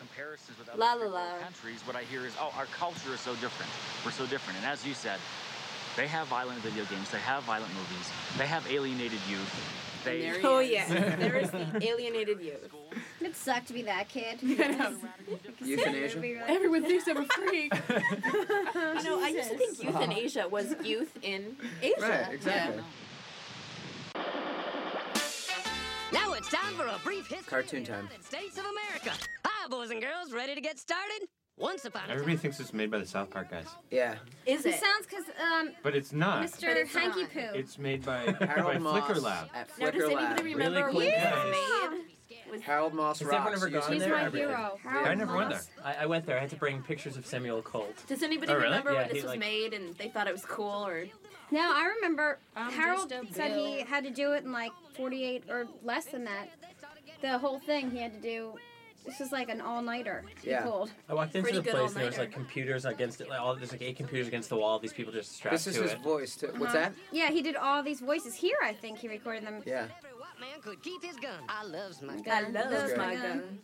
[SPEAKER 10] Comparisons with other
[SPEAKER 6] La la
[SPEAKER 10] third world
[SPEAKER 6] la.
[SPEAKER 10] countries, what I hear is, oh, our culture is so different. We're so different. And as you said, they have violent video games, they have violent movies, they have alienated youth. They,
[SPEAKER 6] oh yeah, there is the alienated youth.
[SPEAKER 3] It sucked to be that kid.
[SPEAKER 7] Euthanasia?
[SPEAKER 5] Everyone thinks I'm a freak.
[SPEAKER 6] You know, I used to think euthanasia was youth in Asia.
[SPEAKER 7] Right, exactly.
[SPEAKER 40] Now it's time for a brief history
[SPEAKER 7] Cartoon time.
[SPEAKER 40] of the United States of America. Hi, boys and girls, ready to get started? Once upon a time.
[SPEAKER 4] Everybody thinks it's made by the South Park guys,
[SPEAKER 7] Yeah.
[SPEAKER 40] Is
[SPEAKER 3] It sounds because um,
[SPEAKER 4] but it's not.
[SPEAKER 3] Mr. Hanky Poo.
[SPEAKER 4] It's made by,
[SPEAKER 7] Harold
[SPEAKER 4] by
[SPEAKER 7] Moss
[SPEAKER 4] Flicker Lab.
[SPEAKER 7] At
[SPEAKER 6] Now,
[SPEAKER 7] Flickr
[SPEAKER 6] does
[SPEAKER 7] Lab.
[SPEAKER 6] anybody remember
[SPEAKER 4] cool
[SPEAKER 6] when
[SPEAKER 4] guy.
[SPEAKER 6] it was made?
[SPEAKER 7] Harold Moss
[SPEAKER 2] Has
[SPEAKER 7] rocks.
[SPEAKER 2] everyone ever
[SPEAKER 7] You
[SPEAKER 2] gone
[SPEAKER 7] see
[SPEAKER 2] there?
[SPEAKER 7] that?
[SPEAKER 2] Every-
[SPEAKER 6] Harold
[SPEAKER 2] I never went there.
[SPEAKER 6] Moss.
[SPEAKER 2] I, I went there. I had to bring pictures of Samuel Colt.
[SPEAKER 6] Does anybody
[SPEAKER 2] Oh, really?
[SPEAKER 6] remember
[SPEAKER 2] Yeah,
[SPEAKER 6] when this
[SPEAKER 2] he,
[SPEAKER 6] was
[SPEAKER 2] like-
[SPEAKER 6] made and they thought it was cool or?
[SPEAKER 3] No, I remember
[SPEAKER 6] I'm
[SPEAKER 3] Harold
[SPEAKER 6] Um, just a
[SPEAKER 3] said he
[SPEAKER 6] bill.
[SPEAKER 3] had to do it in like 48 or less than that. The whole thing he had to do. This is like an all-nighter. he
[SPEAKER 2] Yeah.
[SPEAKER 3] pulled.
[SPEAKER 2] I walked into
[SPEAKER 3] Pretty
[SPEAKER 2] the
[SPEAKER 3] good
[SPEAKER 2] place and there was
[SPEAKER 3] all-nighter.
[SPEAKER 2] like computers against it. Like, all, there's like eight computers against the wall. These people just strapped
[SPEAKER 7] This is
[SPEAKER 2] to
[SPEAKER 7] his
[SPEAKER 2] it.
[SPEAKER 7] voice. Too. What's
[SPEAKER 3] Uh-huh.
[SPEAKER 7] that?
[SPEAKER 3] Yeah, he did all these voices here. I think he recorded them.
[SPEAKER 7] Yeah.
[SPEAKER 40] Every white man could keep his gun. I loves my
[SPEAKER 3] I
[SPEAKER 40] gun.
[SPEAKER 3] loves my gun.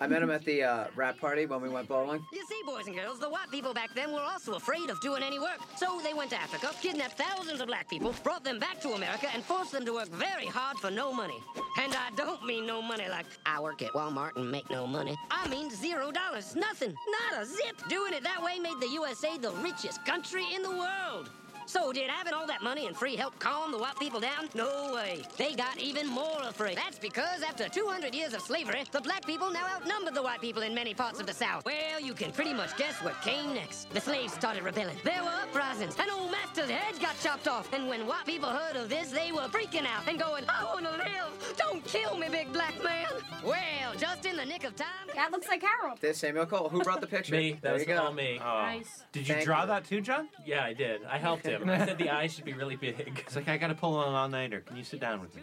[SPEAKER 7] I met him at the uh, rap party when we went bowling.
[SPEAKER 40] You see, boys and girls, the white people back then were also afraid of doing any work. So they went to Africa, kidnapped thousands of black people, brought them back to America, and forced them to work very hard for no money. And I don't mean no money like I work at Walmart and make no money. I mean zero dollars, nothing, not a zip. Doing it that way made the USA the richest country in the world. So did having all that money and free help calm the white people down? No way. They got even more afraid. That's because after 200 years of slavery, the black people now outnumber the white people in many parts of the South. Well, you can pretty much guess what came next. The slaves started rebelling. There were uprisings, and old master's head got chopped off. And when white people heard of this, they were freaking out and going, I want to live. Don't kill me, big black man. Well, just in the nick of time.
[SPEAKER 3] That looks like Harold.
[SPEAKER 7] This Samuel Cole. Who brought the picture?
[SPEAKER 2] Me. That
[SPEAKER 7] there
[SPEAKER 2] was
[SPEAKER 7] you go.
[SPEAKER 2] all me.
[SPEAKER 4] Oh,
[SPEAKER 7] Nice.
[SPEAKER 4] Did you draw that
[SPEAKER 2] too, John? Yeah, I did. I helped him. I said the eyes should be really big.
[SPEAKER 4] It's like I gotta pull an all-nighter. Can you sit down with me?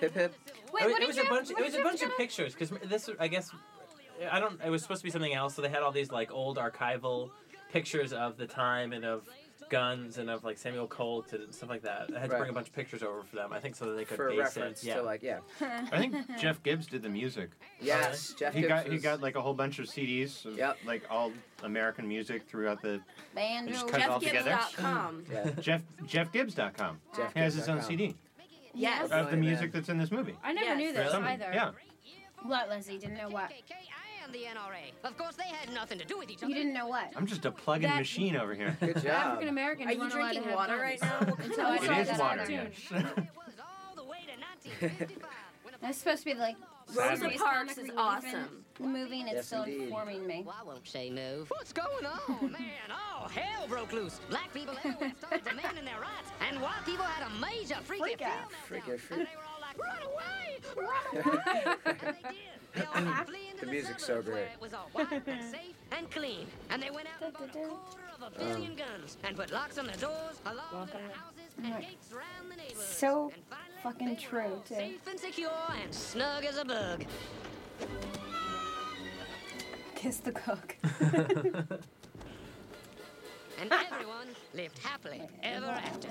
[SPEAKER 7] Hip hip.
[SPEAKER 2] it, was- it was a bunch. It was a bunch of pictures because this, I guess, I don't. It was supposed to be something else, so they had all these like old archival pictures of the time and of guns and of like Samuel Colt and stuff like that. I had to
[SPEAKER 7] Right.
[SPEAKER 2] bring a bunch of pictures over for them. I think so that they could
[SPEAKER 7] For
[SPEAKER 2] base
[SPEAKER 7] reference
[SPEAKER 2] it. Yeah.
[SPEAKER 7] to like yeah.
[SPEAKER 4] I think Jeff Gibbs did the music.
[SPEAKER 7] Yes, Jeff
[SPEAKER 4] he
[SPEAKER 7] Gibbs
[SPEAKER 4] got he
[SPEAKER 7] was-
[SPEAKER 4] got like a whole bunch of CDs of like all American music throughout the and
[SPEAKER 6] Banjo.
[SPEAKER 4] just cut it all together.
[SPEAKER 6] JeffGibbs.com.
[SPEAKER 7] Yeah.
[SPEAKER 4] Jeff JeffGibbs.com.
[SPEAKER 7] Jeff
[SPEAKER 4] he has his own
[SPEAKER 7] Gibbs.com.
[SPEAKER 4] CD
[SPEAKER 6] Yes.
[SPEAKER 4] of the music that's in this movie.
[SPEAKER 3] I never knew this
[SPEAKER 4] Really?
[SPEAKER 3] either.
[SPEAKER 4] Yeah.
[SPEAKER 3] What, Leslie? Didn't know what?
[SPEAKER 40] And the NRA. Of course, they had nothing to do with each other.
[SPEAKER 3] You didn't know what?
[SPEAKER 4] I'm just a plug-in
[SPEAKER 3] That-
[SPEAKER 4] machine over here.
[SPEAKER 7] Good
[SPEAKER 3] African Americans
[SPEAKER 6] Are you
[SPEAKER 3] weren't allowed to
[SPEAKER 6] drinking
[SPEAKER 3] have
[SPEAKER 6] water
[SPEAKER 3] guns.
[SPEAKER 6] right now?
[SPEAKER 3] Until I
[SPEAKER 4] It
[SPEAKER 3] saw
[SPEAKER 4] is
[SPEAKER 3] that
[SPEAKER 4] water,
[SPEAKER 3] cartoon. That's supposed to be like
[SPEAKER 6] Rosa
[SPEAKER 3] serious
[SPEAKER 6] Parks
[SPEAKER 3] comic
[SPEAKER 6] is
[SPEAKER 3] relief
[SPEAKER 6] awesome.
[SPEAKER 3] in The movie and it's
[SPEAKER 40] Yes,
[SPEAKER 3] still
[SPEAKER 40] indeed.
[SPEAKER 3] informing me.
[SPEAKER 40] I won't say move. What's going on, Oh, man? All hell broke loose. Black people everywhere started demanding their rights, and white people had a major freaking out.
[SPEAKER 7] Freaking freak.
[SPEAKER 40] Run away! Run away! and they did. They all had to flee into
[SPEAKER 7] The
[SPEAKER 40] the,
[SPEAKER 7] music's
[SPEAKER 40] suburbs
[SPEAKER 7] so great.
[SPEAKER 40] where it was all white and safe and clean, and they went out and bought a quarter of a billion guns and put locks on their doors, alarms in their houses, and gates round the neighborhood.
[SPEAKER 3] So fucking true, too.
[SPEAKER 40] Safe and secure and snug as a bug.
[SPEAKER 3] Kiss the cook.
[SPEAKER 40] And everyone lived happily ever after.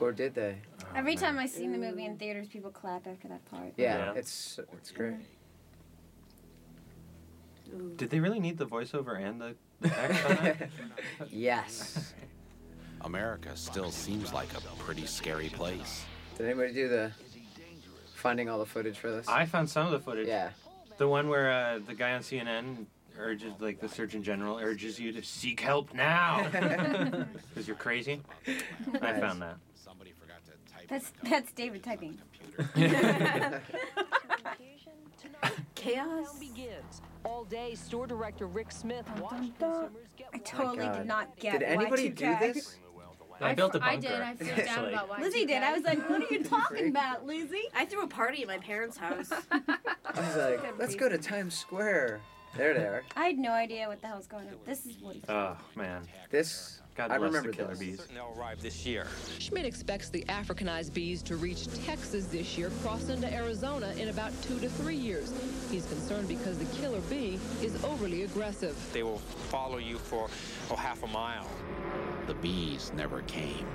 [SPEAKER 7] Or did they?
[SPEAKER 3] Every time I've seen the movie in theaters, people clap after that part.
[SPEAKER 7] Yeah,
[SPEAKER 4] Yeah.
[SPEAKER 7] it's it's great.
[SPEAKER 4] Did they really need the voiceover and the, the text on that?
[SPEAKER 7] Yes.
[SPEAKER 1] America still seems like a pretty scary place.
[SPEAKER 7] Did anybody do the finding all the footage for this?
[SPEAKER 4] I found some of the footage.
[SPEAKER 7] Yeah.
[SPEAKER 4] The one where uh, the guy on CNN urges, like the Surgeon General urges you to seek help now because you're crazy. I
[SPEAKER 3] Nice.
[SPEAKER 4] found that.
[SPEAKER 1] Somebody forgot to type.
[SPEAKER 3] That's that's David typing.
[SPEAKER 12] Chaos begins. All day, store director Rick Smith watched consumers get.
[SPEAKER 3] I totally
[SPEAKER 7] God.
[SPEAKER 3] did not get
[SPEAKER 7] Did anybody do
[SPEAKER 3] Y2K.
[SPEAKER 7] this?
[SPEAKER 2] I built a bunker.
[SPEAKER 3] I did, I flew down
[SPEAKER 2] actually.
[SPEAKER 3] about why- Lizzie did. I was like, what are you talking about, Lizzie?
[SPEAKER 6] I threw a party at my parents' house.
[SPEAKER 7] I was like, let's go to Times Square. There they are.
[SPEAKER 3] I had no idea what the hell was going on. This is what.
[SPEAKER 4] Oh man.
[SPEAKER 7] This
[SPEAKER 4] God
[SPEAKER 7] I
[SPEAKER 4] bless
[SPEAKER 7] remember
[SPEAKER 4] the killer
[SPEAKER 7] this.
[SPEAKER 4] bees.
[SPEAKER 10] They'll arrive this year.
[SPEAKER 32] Schmidt expects the Africanized bees to reach Texas this year, cross into Arizona in about two to three years. He's concerned because the killer bee is overly aggressive.
[SPEAKER 10] They will follow you for oh, half a mile.
[SPEAKER 1] The bees never came.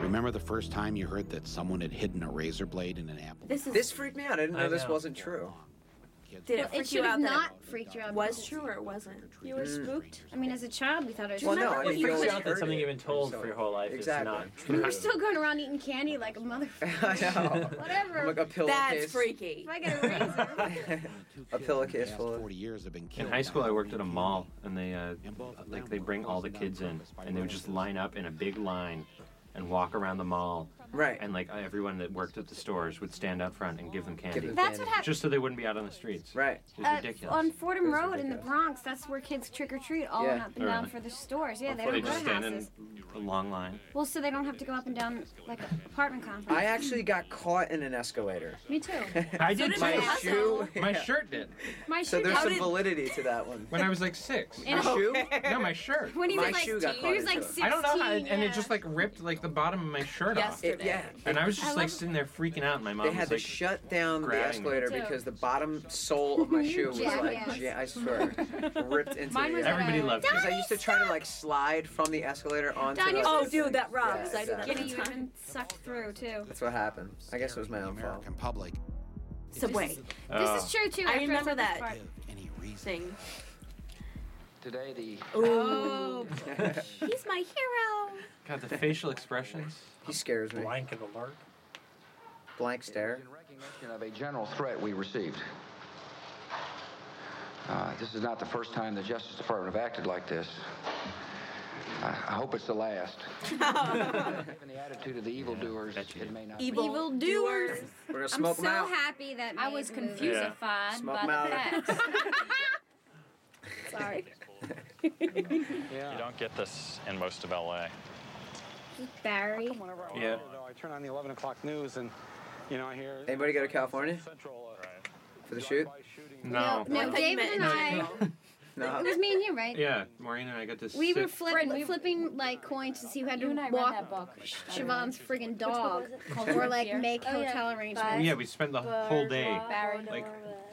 [SPEAKER 1] Remember the first time you heard that someone had hidden a razor blade in an apple?
[SPEAKER 6] This is.
[SPEAKER 7] This freaked me out. I didn't know,
[SPEAKER 1] I
[SPEAKER 7] this
[SPEAKER 1] know.
[SPEAKER 7] wasn't true.
[SPEAKER 6] Did
[SPEAKER 3] Well,
[SPEAKER 6] it
[SPEAKER 3] it
[SPEAKER 6] freak you
[SPEAKER 3] should have
[SPEAKER 6] out that it
[SPEAKER 3] not freaked you out.
[SPEAKER 6] Was true or it wasn't?
[SPEAKER 3] You were
[SPEAKER 7] Mm.
[SPEAKER 3] spooked. I mean, as a child, we thought it was.
[SPEAKER 7] Well, no,
[SPEAKER 3] Remember
[SPEAKER 7] I
[SPEAKER 3] when
[SPEAKER 7] mean,
[SPEAKER 2] It
[SPEAKER 3] you
[SPEAKER 2] freaks
[SPEAKER 3] were-
[SPEAKER 2] you out that something
[SPEAKER 7] heard
[SPEAKER 2] you've been told for your whole life
[SPEAKER 7] Exactly.
[SPEAKER 2] is not
[SPEAKER 3] We
[SPEAKER 2] true.
[SPEAKER 3] were still going around eating candy like a motherfucker.
[SPEAKER 7] I know.
[SPEAKER 3] Whatever.
[SPEAKER 7] I'm like a pillowcase.
[SPEAKER 3] That's
[SPEAKER 6] freaky.
[SPEAKER 3] If I get a razor.
[SPEAKER 7] A pillowcase full of.
[SPEAKER 4] In high school, I worked at a mall, and they uh, like they bring all the kids in, and they would just line up in a big line, and walk around the mall.
[SPEAKER 7] Right.
[SPEAKER 4] And like everyone that worked at the stores would stand out front and give them candy.
[SPEAKER 3] them That's what candy.
[SPEAKER 4] Just so they wouldn't be out on the streets.
[SPEAKER 7] Right.
[SPEAKER 4] It was
[SPEAKER 3] Uh,
[SPEAKER 4] ridiculous.
[SPEAKER 3] on Fordham Road in the Bronx, that's where kids trick or treat all
[SPEAKER 4] Yeah.
[SPEAKER 3] up and down
[SPEAKER 4] Really?
[SPEAKER 3] for the stores. Yeah, they
[SPEAKER 4] Or
[SPEAKER 3] don't
[SPEAKER 4] just
[SPEAKER 3] run
[SPEAKER 4] stand in
[SPEAKER 3] houses.
[SPEAKER 4] a long line.
[SPEAKER 3] Well, so they don't have to go up and down like apartment complexes.
[SPEAKER 7] I actually got caught in an escalator.
[SPEAKER 3] Me too.
[SPEAKER 4] I did
[SPEAKER 7] my
[SPEAKER 4] too.
[SPEAKER 7] shoe.
[SPEAKER 4] My
[SPEAKER 7] yeah.
[SPEAKER 4] shirt did.
[SPEAKER 3] My
[SPEAKER 7] So
[SPEAKER 3] shoe
[SPEAKER 7] there's
[SPEAKER 3] got-
[SPEAKER 7] some validity to that one.
[SPEAKER 4] When I was like six.
[SPEAKER 3] In a-
[SPEAKER 7] shoe?
[SPEAKER 4] No, my shirt.
[SPEAKER 3] When he was
[SPEAKER 7] My
[SPEAKER 3] like
[SPEAKER 7] shoe got
[SPEAKER 3] teen-
[SPEAKER 7] caught
[SPEAKER 3] he was
[SPEAKER 7] into
[SPEAKER 3] like
[SPEAKER 7] it.
[SPEAKER 3] 16.
[SPEAKER 4] I don't know how, and
[SPEAKER 3] yeah.
[SPEAKER 4] it just like ripped like the bottom of my shirt off.
[SPEAKER 3] Yesterday.
[SPEAKER 7] yeah.
[SPEAKER 4] And I was
[SPEAKER 3] I
[SPEAKER 4] just
[SPEAKER 3] love-
[SPEAKER 4] like sitting there freaking out, and my mom
[SPEAKER 7] They
[SPEAKER 4] was
[SPEAKER 7] had to
[SPEAKER 4] like,
[SPEAKER 7] shut down the
[SPEAKER 4] grabbing
[SPEAKER 7] escalator
[SPEAKER 3] me.
[SPEAKER 7] because the bottom sole of my shoe was
[SPEAKER 3] Yeah,
[SPEAKER 7] like,
[SPEAKER 3] yes.
[SPEAKER 7] yeah, I swear, ripped into
[SPEAKER 3] Mine
[SPEAKER 7] the
[SPEAKER 3] was,
[SPEAKER 7] air.
[SPEAKER 3] Everybody uh, loved it.
[SPEAKER 7] Because I used to try to like slide from the escalator onto
[SPEAKER 3] Don,
[SPEAKER 7] the
[SPEAKER 3] you're supposed
[SPEAKER 6] Oh, dude, that rocks.
[SPEAKER 7] Yeah,
[SPEAKER 6] I do that.
[SPEAKER 7] exactly.
[SPEAKER 3] Getting you even sucked through too.
[SPEAKER 7] That's what happened. I guess it was my own fault.
[SPEAKER 1] American public
[SPEAKER 6] Subway.
[SPEAKER 31] This
[SPEAKER 2] Oh.
[SPEAKER 31] is true too.
[SPEAKER 6] I
[SPEAKER 31] after
[SPEAKER 6] remember
[SPEAKER 31] said this
[SPEAKER 6] that.
[SPEAKER 31] part.
[SPEAKER 6] Thing.
[SPEAKER 8] Today, the
[SPEAKER 6] Oh, he's my hero.
[SPEAKER 4] God, the facial expressions.
[SPEAKER 7] He scares me.
[SPEAKER 4] Blank and alert.
[SPEAKER 7] Blank stare.
[SPEAKER 8] recognition of a general threat we received. Uh, this is not the first time the Justice Department have acted like this. Uh, I, I hope it's the last. Given the attitude of the evildoers, it may not be.
[SPEAKER 3] Evil doers.
[SPEAKER 7] We're gonna
[SPEAKER 3] I'm
[SPEAKER 7] smoke
[SPEAKER 3] so
[SPEAKER 7] 'em out.
[SPEAKER 3] happy that I was
[SPEAKER 7] confusified Yeah. Smoke by 'em the out.
[SPEAKER 3] Sorry.
[SPEAKER 25] You don't get this in most of LA.
[SPEAKER 3] Barry.
[SPEAKER 25] Yeah.
[SPEAKER 16] I turn on the 11 o'clock news and, you know, I hear.
[SPEAKER 7] Anybody go to California for the shoot?
[SPEAKER 4] No.
[SPEAKER 3] No, David and I.
[SPEAKER 4] No.
[SPEAKER 3] It was me and you, right?
[SPEAKER 4] Yeah, Maureen and I got this.
[SPEAKER 3] We were
[SPEAKER 4] sit-
[SPEAKER 3] flip, flipping like coins to see who had to walk Siobhan's friggin' dog, or like make hotel arrangements.
[SPEAKER 4] yeah, we spent the whole day, like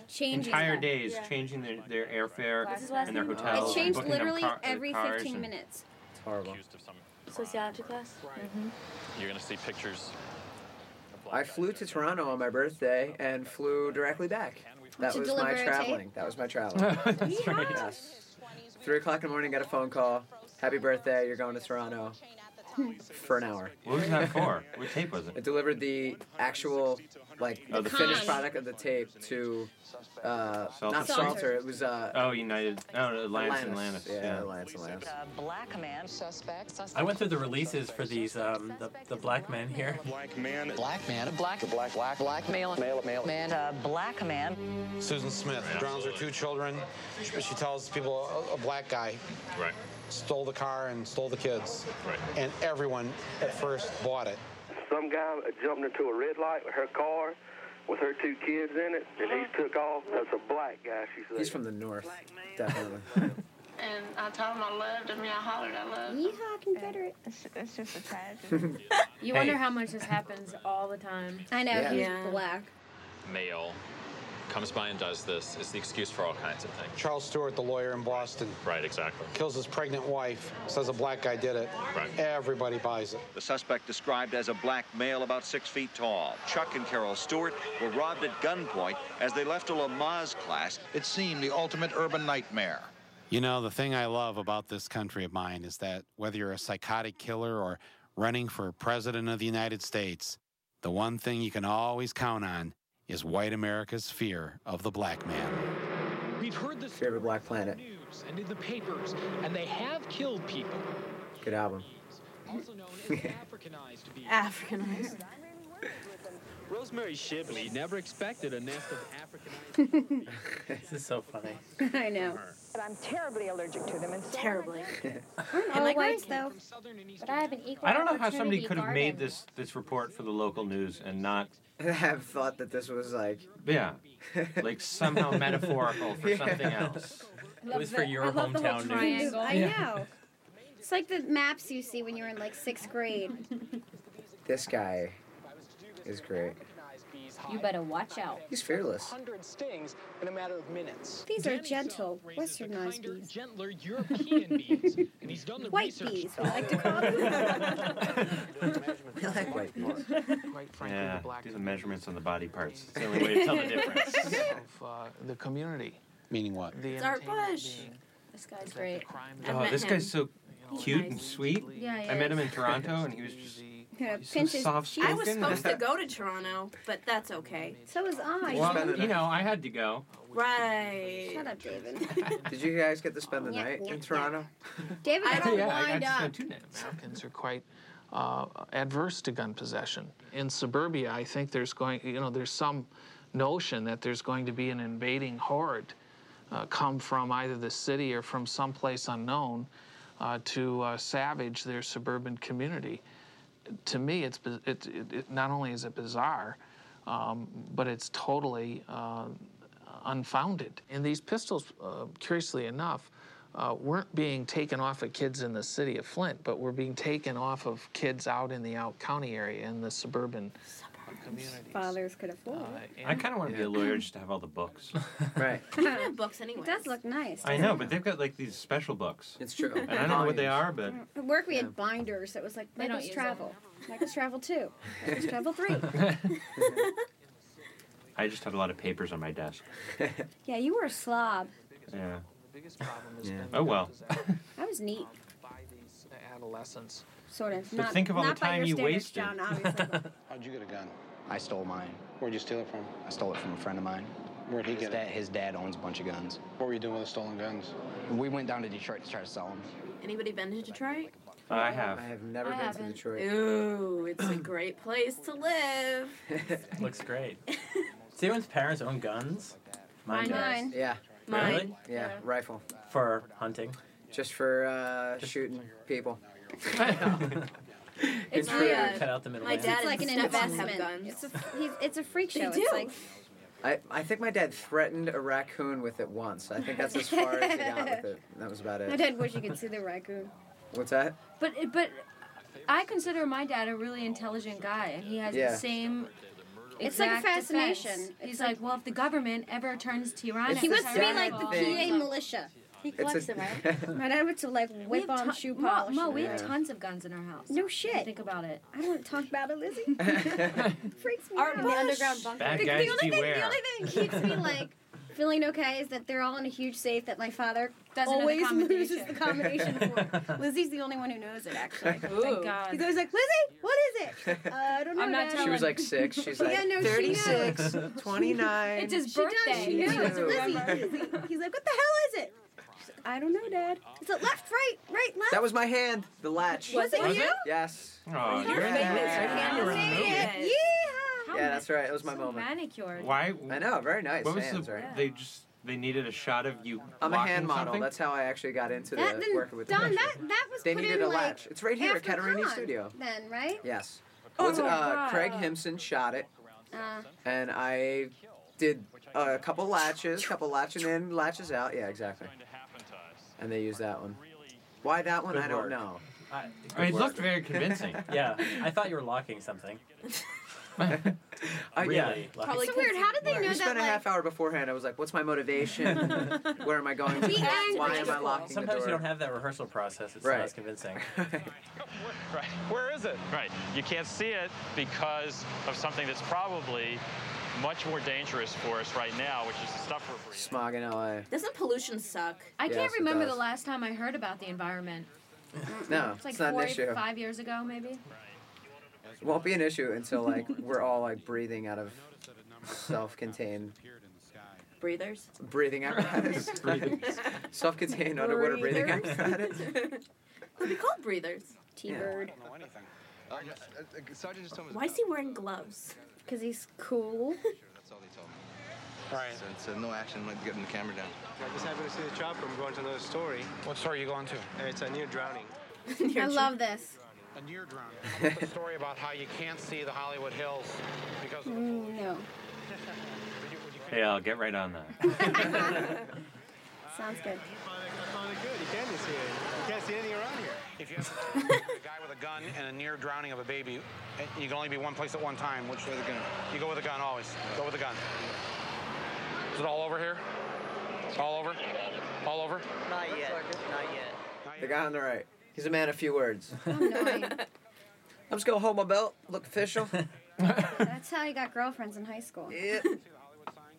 [SPEAKER 3] Changing
[SPEAKER 4] entire
[SPEAKER 3] them.
[SPEAKER 4] days,
[SPEAKER 3] Yeah.
[SPEAKER 4] changing their, their airfare
[SPEAKER 3] This is last
[SPEAKER 4] and their
[SPEAKER 3] thing.
[SPEAKER 4] hotel.
[SPEAKER 3] It
[SPEAKER 4] and
[SPEAKER 3] changed
[SPEAKER 4] booking them
[SPEAKER 3] literally
[SPEAKER 4] car- their
[SPEAKER 3] every
[SPEAKER 4] cars
[SPEAKER 3] 15
[SPEAKER 4] and-
[SPEAKER 3] minutes.
[SPEAKER 25] It's horrible. Accused of some,
[SPEAKER 6] Sociology class. Mm-hmm.
[SPEAKER 25] you're going to see pictures.
[SPEAKER 7] I flew to Toronto on my birthday and flew directly back. That
[SPEAKER 3] To
[SPEAKER 7] was my
[SPEAKER 3] deliver a tape?
[SPEAKER 7] traveling. That was my traveling.
[SPEAKER 3] That's right.
[SPEAKER 7] Yes. Three o'clock in the morning, got a phone call. Happy birthday! You're going to Toronto for an hour.
[SPEAKER 4] What was that for? What tape was it?
[SPEAKER 7] It delivered the actual, like
[SPEAKER 4] Oh, the
[SPEAKER 7] the finished
[SPEAKER 4] con.
[SPEAKER 7] product of the tape to, uh,
[SPEAKER 4] Salter.
[SPEAKER 7] not Salter. It was uh,
[SPEAKER 4] Oh, United. Oh, Alliance and
[SPEAKER 7] Atlantis.
[SPEAKER 4] Atlantis.
[SPEAKER 7] Yeah,
[SPEAKER 4] Alliance and Atlantis.
[SPEAKER 41] uh, Black man suspect.
[SPEAKER 2] I went through the releases for these, um, the, the black men here. Black man.
[SPEAKER 41] Black man, a black, black, black, black male, male, male, man, a black man.
[SPEAKER 1] Susan Smith drowns her two children. She, she tells people a, a black guy
[SPEAKER 25] Right.
[SPEAKER 1] stole the car and stole the kids.
[SPEAKER 25] Right.
[SPEAKER 1] And everyone at first bought it.
[SPEAKER 19] Some guy jumped into a red light with her car, with her two kids in it, and he took off. That's a black guy. She said.
[SPEAKER 7] He's from the north, definitely.
[SPEAKER 17] And I told him I loved him, and I hollered, I love him.
[SPEAKER 3] Yeehaw, Confederate.
[SPEAKER 17] It's, it's just a tragedy.
[SPEAKER 26] You
[SPEAKER 25] Hey.
[SPEAKER 26] wonder how much this happens all the time.
[SPEAKER 3] I know,
[SPEAKER 25] Yeah.
[SPEAKER 3] he's
[SPEAKER 25] Yeah.
[SPEAKER 3] black.
[SPEAKER 25] Male comes by and does this. It's the excuse for all kinds of things.
[SPEAKER 1] Charles Stewart, the lawyer in Boston,
[SPEAKER 25] Right, exactly.
[SPEAKER 1] kills his pregnant wife, says a black guy did it.
[SPEAKER 42] Right.
[SPEAKER 1] Everybody buys it.
[SPEAKER 42] The suspect described as a black male about six feet tall. Chuck and Carol Stewart were robbed at gunpoint as they left a Lamaze class. It seemed the ultimate urban nightmare.
[SPEAKER 1] You know, the thing I love about this country of mine is that whether you're a psychotic killer or running for president of the United States, the one thing you can always count on is white America's fear of the black man.
[SPEAKER 17] We've heard this
[SPEAKER 7] Favorite black planet.
[SPEAKER 17] news and in the papers, and they have killed people.
[SPEAKER 7] Good album.
[SPEAKER 17] Also known as Africanized bees.
[SPEAKER 5] Africanized.
[SPEAKER 17] Rosemary Shibley never expected a nest of
[SPEAKER 2] This is so funny.
[SPEAKER 3] I know.
[SPEAKER 17] But I'm terribly allergic to them. And so terribly.
[SPEAKER 3] And like whites though.
[SPEAKER 17] But I have an equal
[SPEAKER 4] I don't know how somebody could have made this this report for the local news and not,
[SPEAKER 7] have thought that this was like
[SPEAKER 4] yeah, like somehow metaphorical for
[SPEAKER 7] Yeah.
[SPEAKER 4] something else.
[SPEAKER 3] Love
[SPEAKER 2] was for
[SPEAKER 3] the-
[SPEAKER 2] your
[SPEAKER 3] I love the whole
[SPEAKER 2] hometown news.
[SPEAKER 3] triangle. I
[SPEAKER 2] Yeah.
[SPEAKER 3] know. It's like the maps you see when you're in like sixth grade.
[SPEAKER 7] This guy is great.
[SPEAKER 17] You better watch out.
[SPEAKER 7] He's fearless.
[SPEAKER 17] 100 stings in a matter of minutes.
[SPEAKER 3] These are gentle westernized
[SPEAKER 17] Kinder,
[SPEAKER 3] bees.
[SPEAKER 17] gentler European bees. And he's done the
[SPEAKER 3] White
[SPEAKER 17] research.
[SPEAKER 3] bees, we like to call them.
[SPEAKER 7] I like white people.
[SPEAKER 17] Quite
[SPEAKER 4] Yeah, do the measurements on the body parts. It's the only way to tell the difference.
[SPEAKER 17] of uh, the community.
[SPEAKER 1] Meaning what?
[SPEAKER 17] The
[SPEAKER 6] It's Art
[SPEAKER 17] entertainment
[SPEAKER 6] Bush.
[SPEAKER 17] being
[SPEAKER 6] This guy's great.
[SPEAKER 4] Oh, this guy's so cute and sweet.
[SPEAKER 6] Yeah, he
[SPEAKER 4] I met him in
[SPEAKER 6] is.
[SPEAKER 4] Toronto, and he was just
[SPEAKER 6] Yeah,
[SPEAKER 4] so pinch his soft-spoken.
[SPEAKER 6] I was supposed to go to Toronto, but that's okay.
[SPEAKER 3] So was I.
[SPEAKER 4] well, you know, I had to go.
[SPEAKER 6] Right.
[SPEAKER 3] Shut up, David.
[SPEAKER 7] Did you guys get to spend the
[SPEAKER 3] Yeah,
[SPEAKER 7] night
[SPEAKER 3] yeah,
[SPEAKER 7] in Toronto?
[SPEAKER 3] David, I don't uh,
[SPEAKER 17] Yeah, I-
[SPEAKER 3] wind
[SPEAKER 17] I just
[SPEAKER 3] up.
[SPEAKER 17] know two names. Americans are quite uh, adverse to gun possession. In suburbia, I think there's going, you know, there's some notion that there's going to be an invading horde uh, come from either the city or from someplace unknown uh, to uh, savage their suburban community. To me, it's bi- it, it, it not only is it bizarre, um, but it's totally uh, unfounded. And these pistols, uh, curiously enough, uh, weren't being taken off of kids in the city of Flint, but were being taken off of kids out in the out county area in the suburban uh, community.
[SPEAKER 3] Fathers could afford.
[SPEAKER 4] Uh, I kind of want to be a lawyer just to have all the books.
[SPEAKER 7] right.
[SPEAKER 3] I have books anyway. It does look nice.
[SPEAKER 4] I know, but they've got like these special books.
[SPEAKER 7] It's true.
[SPEAKER 4] And I don't know what they are, but
[SPEAKER 3] At work, we had binders. It was like
[SPEAKER 5] They don't
[SPEAKER 3] Michael's
[SPEAKER 5] use
[SPEAKER 3] Travel, Michael's Travel Two, Michael's Travel Three.
[SPEAKER 4] I I just had a lot of papers on my desk.
[SPEAKER 3] Yeah, you were a slob.
[SPEAKER 4] Yeah. yeah. Oh well.
[SPEAKER 3] I was neat,
[SPEAKER 17] adolescence.
[SPEAKER 3] sort of.
[SPEAKER 4] So
[SPEAKER 3] not,
[SPEAKER 4] think of all the
[SPEAKER 3] not by
[SPEAKER 4] time
[SPEAKER 3] your
[SPEAKER 4] you
[SPEAKER 3] standards,
[SPEAKER 4] wasted.
[SPEAKER 3] John, obviously.
[SPEAKER 28] How'd you get a gun? I stole mine. Where'd you steal it from? I stole it from a friend of mine. Where'd he His get dad, it? His dad owns a bunch of guns. What were you doing with the stolen guns? We went down to Detroit to try to sell them.
[SPEAKER 6] Anybody been to Detroit?
[SPEAKER 28] I have.
[SPEAKER 7] I have never
[SPEAKER 6] I
[SPEAKER 7] been
[SPEAKER 6] haven't.
[SPEAKER 7] to Detroit.
[SPEAKER 6] Ooh, it's a great place to live.
[SPEAKER 2] Looks great. Does anyone's parents own guns?
[SPEAKER 6] Mine
[SPEAKER 2] does.
[SPEAKER 6] Mine.
[SPEAKER 7] Yeah.
[SPEAKER 6] Mine.
[SPEAKER 2] Really?
[SPEAKER 7] Yeah, rifle.
[SPEAKER 2] For hunting.
[SPEAKER 7] Just for uh, shooting people.
[SPEAKER 3] It's
[SPEAKER 7] Intruder.
[SPEAKER 3] the, uh,
[SPEAKER 2] Cut out the middle
[SPEAKER 3] my
[SPEAKER 2] man.
[SPEAKER 3] dad it's like an
[SPEAKER 6] and stepson have
[SPEAKER 3] investment. It's
[SPEAKER 6] guns.
[SPEAKER 3] a, he's, it's a freak show.
[SPEAKER 6] do.
[SPEAKER 3] It's like
[SPEAKER 7] I, I think my dad threatened a raccoon with it once. I think that's as far as he got with it. That was about it.
[SPEAKER 3] my dad wish you could see the raccoon.
[SPEAKER 7] What's that?
[SPEAKER 26] But but I consider my dad a really intelligent guy, and he has
[SPEAKER 7] Yeah.
[SPEAKER 26] the same.
[SPEAKER 3] It's like a
[SPEAKER 26] exact
[SPEAKER 3] fascination.
[SPEAKER 26] defense.
[SPEAKER 3] It's
[SPEAKER 26] He's like, well, if the government ever turns tyrannical,
[SPEAKER 3] he wants to be like the
[SPEAKER 26] thing.
[SPEAKER 3] PA militia. He
[SPEAKER 7] It's
[SPEAKER 3] collects
[SPEAKER 7] a-
[SPEAKER 3] them, right? my dad went to like whip on
[SPEAKER 26] ton-
[SPEAKER 3] shoe
[SPEAKER 26] Mo-
[SPEAKER 3] polish.
[SPEAKER 26] Mo, we
[SPEAKER 7] Yeah.
[SPEAKER 26] have tons of guns in our house.
[SPEAKER 3] No
[SPEAKER 26] Now
[SPEAKER 3] shit.
[SPEAKER 26] Think about it.
[SPEAKER 3] I don't want to talk about it, Lizzie. Freaks me
[SPEAKER 6] Art
[SPEAKER 3] out.
[SPEAKER 6] Bush. The underground bunker.
[SPEAKER 4] Bad
[SPEAKER 3] the,
[SPEAKER 4] guys
[SPEAKER 3] the only Thing,
[SPEAKER 4] beware.
[SPEAKER 3] the only thing that keeps me like feeling okay is that they're all in a huge safe that my father
[SPEAKER 26] Doesn't know the
[SPEAKER 3] always
[SPEAKER 26] combination.
[SPEAKER 3] loses the combination for. Lizzie's the only one who knows it actually.
[SPEAKER 26] Thank God.
[SPEAKER 3] He's always like, Lizzie, what is it? Uh, I don't know.
[SPEAKER 26] I'm not
[SPEAKER 3] Dad."
[SPEAKER 7] She was like six. She's
[SPEAKER 3] Yeah,
[SPEAKER 7] like
[SPEAKER 3] no, she
[SPEAKER 7] 36,
[SPEAKER 3] knows.
[SPEAKER 7] 29.
[SPEAKER 3] It's his birthday.
[SPEAKER 7] She
[SPEAKER 3] He's
[SPEAKER 7] knows.
[SPEAKER 3] like, Lizzie, Lizzie." He's like, what the hell is it? She's like, I don't know, Dad. Is it left, right, right, left?
[SPEAKER 7] That was my hand, the latch.
[SPEAKER 3] Was it Was you? it?
[SPEAKER 7] Yes.
[SPEAKER 4] Oh, you're
[SPEAKER 7] yeah.
[SPEAKER 3] Yeah.
[SPEAKER 7] Yeah, that's right. It was my moment.
[SPEAKER 26] Manicured.
[SPEAKER 4] Why?
[SPEAKER 7] I know, very nice
[SPEAKER 4] What was
[SPEAKER 7] hands,
[SPEAKER 4] the?
[SPEAKER 7] right?
[SPEAKER 4] They just they needed a shot of you.
[SPEAKER 7] I'm a
[SPEAKER 4] locking
[SPEAKER 7] hand model.
[SPEAKER 4] something?
[SPEAKER 7] That's how I actually got into
[SPEAKER 3] That,
[SPEAKER 7] the
[SPEAKER 3] then,
[SPEAKER 7] working with the
[SPEAKER 3] Don,
[SPEAKER 7] pictures.
[SPEAKER 3] that, that was
[SPEAKER 7] They
[SPEAKER 3] put
[SPEAKER 7] needed
[SPEAKER 3] in
[SPEAKER 7] a
[SPEAKER 3] like
[SPEAKER 7] latch. It's right here at
[SPEAKER 3] after
[SPEAKER 7] Catarini
[SPEAKER 3] Con,
[SPEAKER 7] Studio.
[SPEAKER 3] Then, right?
[SPEAKER 7] Yes.
[SPEAKER 3] Oh
[SPEAKER 7] What's-
[SPEAKER 3] my
[SPEAKER 7] uh,
[SPEAKER 3] God.
[SPEAKER 7] Craig Hemson shot it,
[SPEAKER 3] Uh,
[SPEAKER 7] and I did a couple latches, couple latching in, latches out. Yeah, exactly. And they used that one. Why that one?
[SPEAKER 2] Good
[SPEAKER 7] I don't
[SPEAKER 2] work.
[SPEAKER 7] know.
[SPEAKER 2] I,
[SPEAKER 4] I mean, it looked very convincing.
[SPEAKER 2] yeah, I thought you were locking something.
[SPEAKER 7] I-
[SPEAKER 2] really?
[SPEAKER 7] yeah.
[SPEAKER 2] locking-
[SPEAKER 3] so weird. How did they know
[SPEAKER 7] we
[SPEAKER 3] that?
[SPEAKER 7] spent a
[SPEAKER 3] Like,
[SPEAKER 7] half hour beforehand. I was like, "What's my motivation? Where am I going?
[SPEAKER 3] Be
[SPEAKER 7] Oh, Why
[SPEAKER 3] angry.
[SPEAKER 7] am I locking the
[SPEAKER 2] Sometimes
[SPEAKER 7] door?"
[SPEAKER 2] you don't have that rehearsal process. It's
[SPEAKER 7] Right.
[SPEAKER 2] not as convincing.
[SPEAKER 29] Right. Where is it? Right. You can't see it because of something that's probably much more dangerous for us right now, which is the stuff we're breathing.
[SPEAKER 7] Smog in L.A.
[SPEAKER 6] Doesn't pollution suck?
[SPEAKER 26] I
[SPEAKER 7] Yes,
[SPEAKER 26] can't
[SPEAKER 7] it
[SPEAKER 26] remember the
[SPEAKER 7] does.
[SPEAKER 26] last time I heard about the environment.
[SPEAKER 7] No,
[SPEAKER 26] It's like
[SPEAKER 7] not
[SPEAKER 26] four,
[SPEAKER 7] an issue.
[SPEAKER 26] five years ago, maybe.
[SPEAKER 7] It won't be an issue until like we're all like breathing out of self-contained
[SPEAKER 6] Breathers.
[SPEAKER 7] breathing apparatus. self-contained underwater breathing apparatus.
[SPEAKER 6] Could be called breathers.
[SPEAKER 3] T-bird.
[SPEAKER 33] Sergeant just told me.
[SPEAKER 6] Why is he wearing gloves?
[SPEAKER 3] Because he's cool.
[SPEAKER 33] That's all they told me. Right. So, so no action, like getting the camera down.
[SPEAKER 16] I just happened to see the chopper. I'm going to another story.
[SPEAKER 33] What store are you going to?
[SPEAKER 16] It's a near drowning.
[SPEAKER 3] I love this.
[SPEAKER 33] A near drone. a story about how you can't see the Hollywood Hills because of
[SPEAKER 3] Mm, no.
[SPEAKER 4] Hey, I'll get right on that.
[SPEAKER 3] Sounds good.
[SPEAKER 16] You can't see it. You can't see anything around here.
[SPEAKER 33] If you have a guy with a gun and a near drowning of a baby, and you can only be one place at one time. Which way the gun? You go with a gun always. Go with a gun. Is it all over here? All over? All over?
[SPEAKER 16] Not yet. Not yet.
[SPEAKER 7] The guy on the right. He's a man of few words.
[SPEAKER 6] Oh,
[SPEAKER 7] I'm just gonna hold my belt, look official.
[SPEAKER 3] That's how he got girlfriends in high school.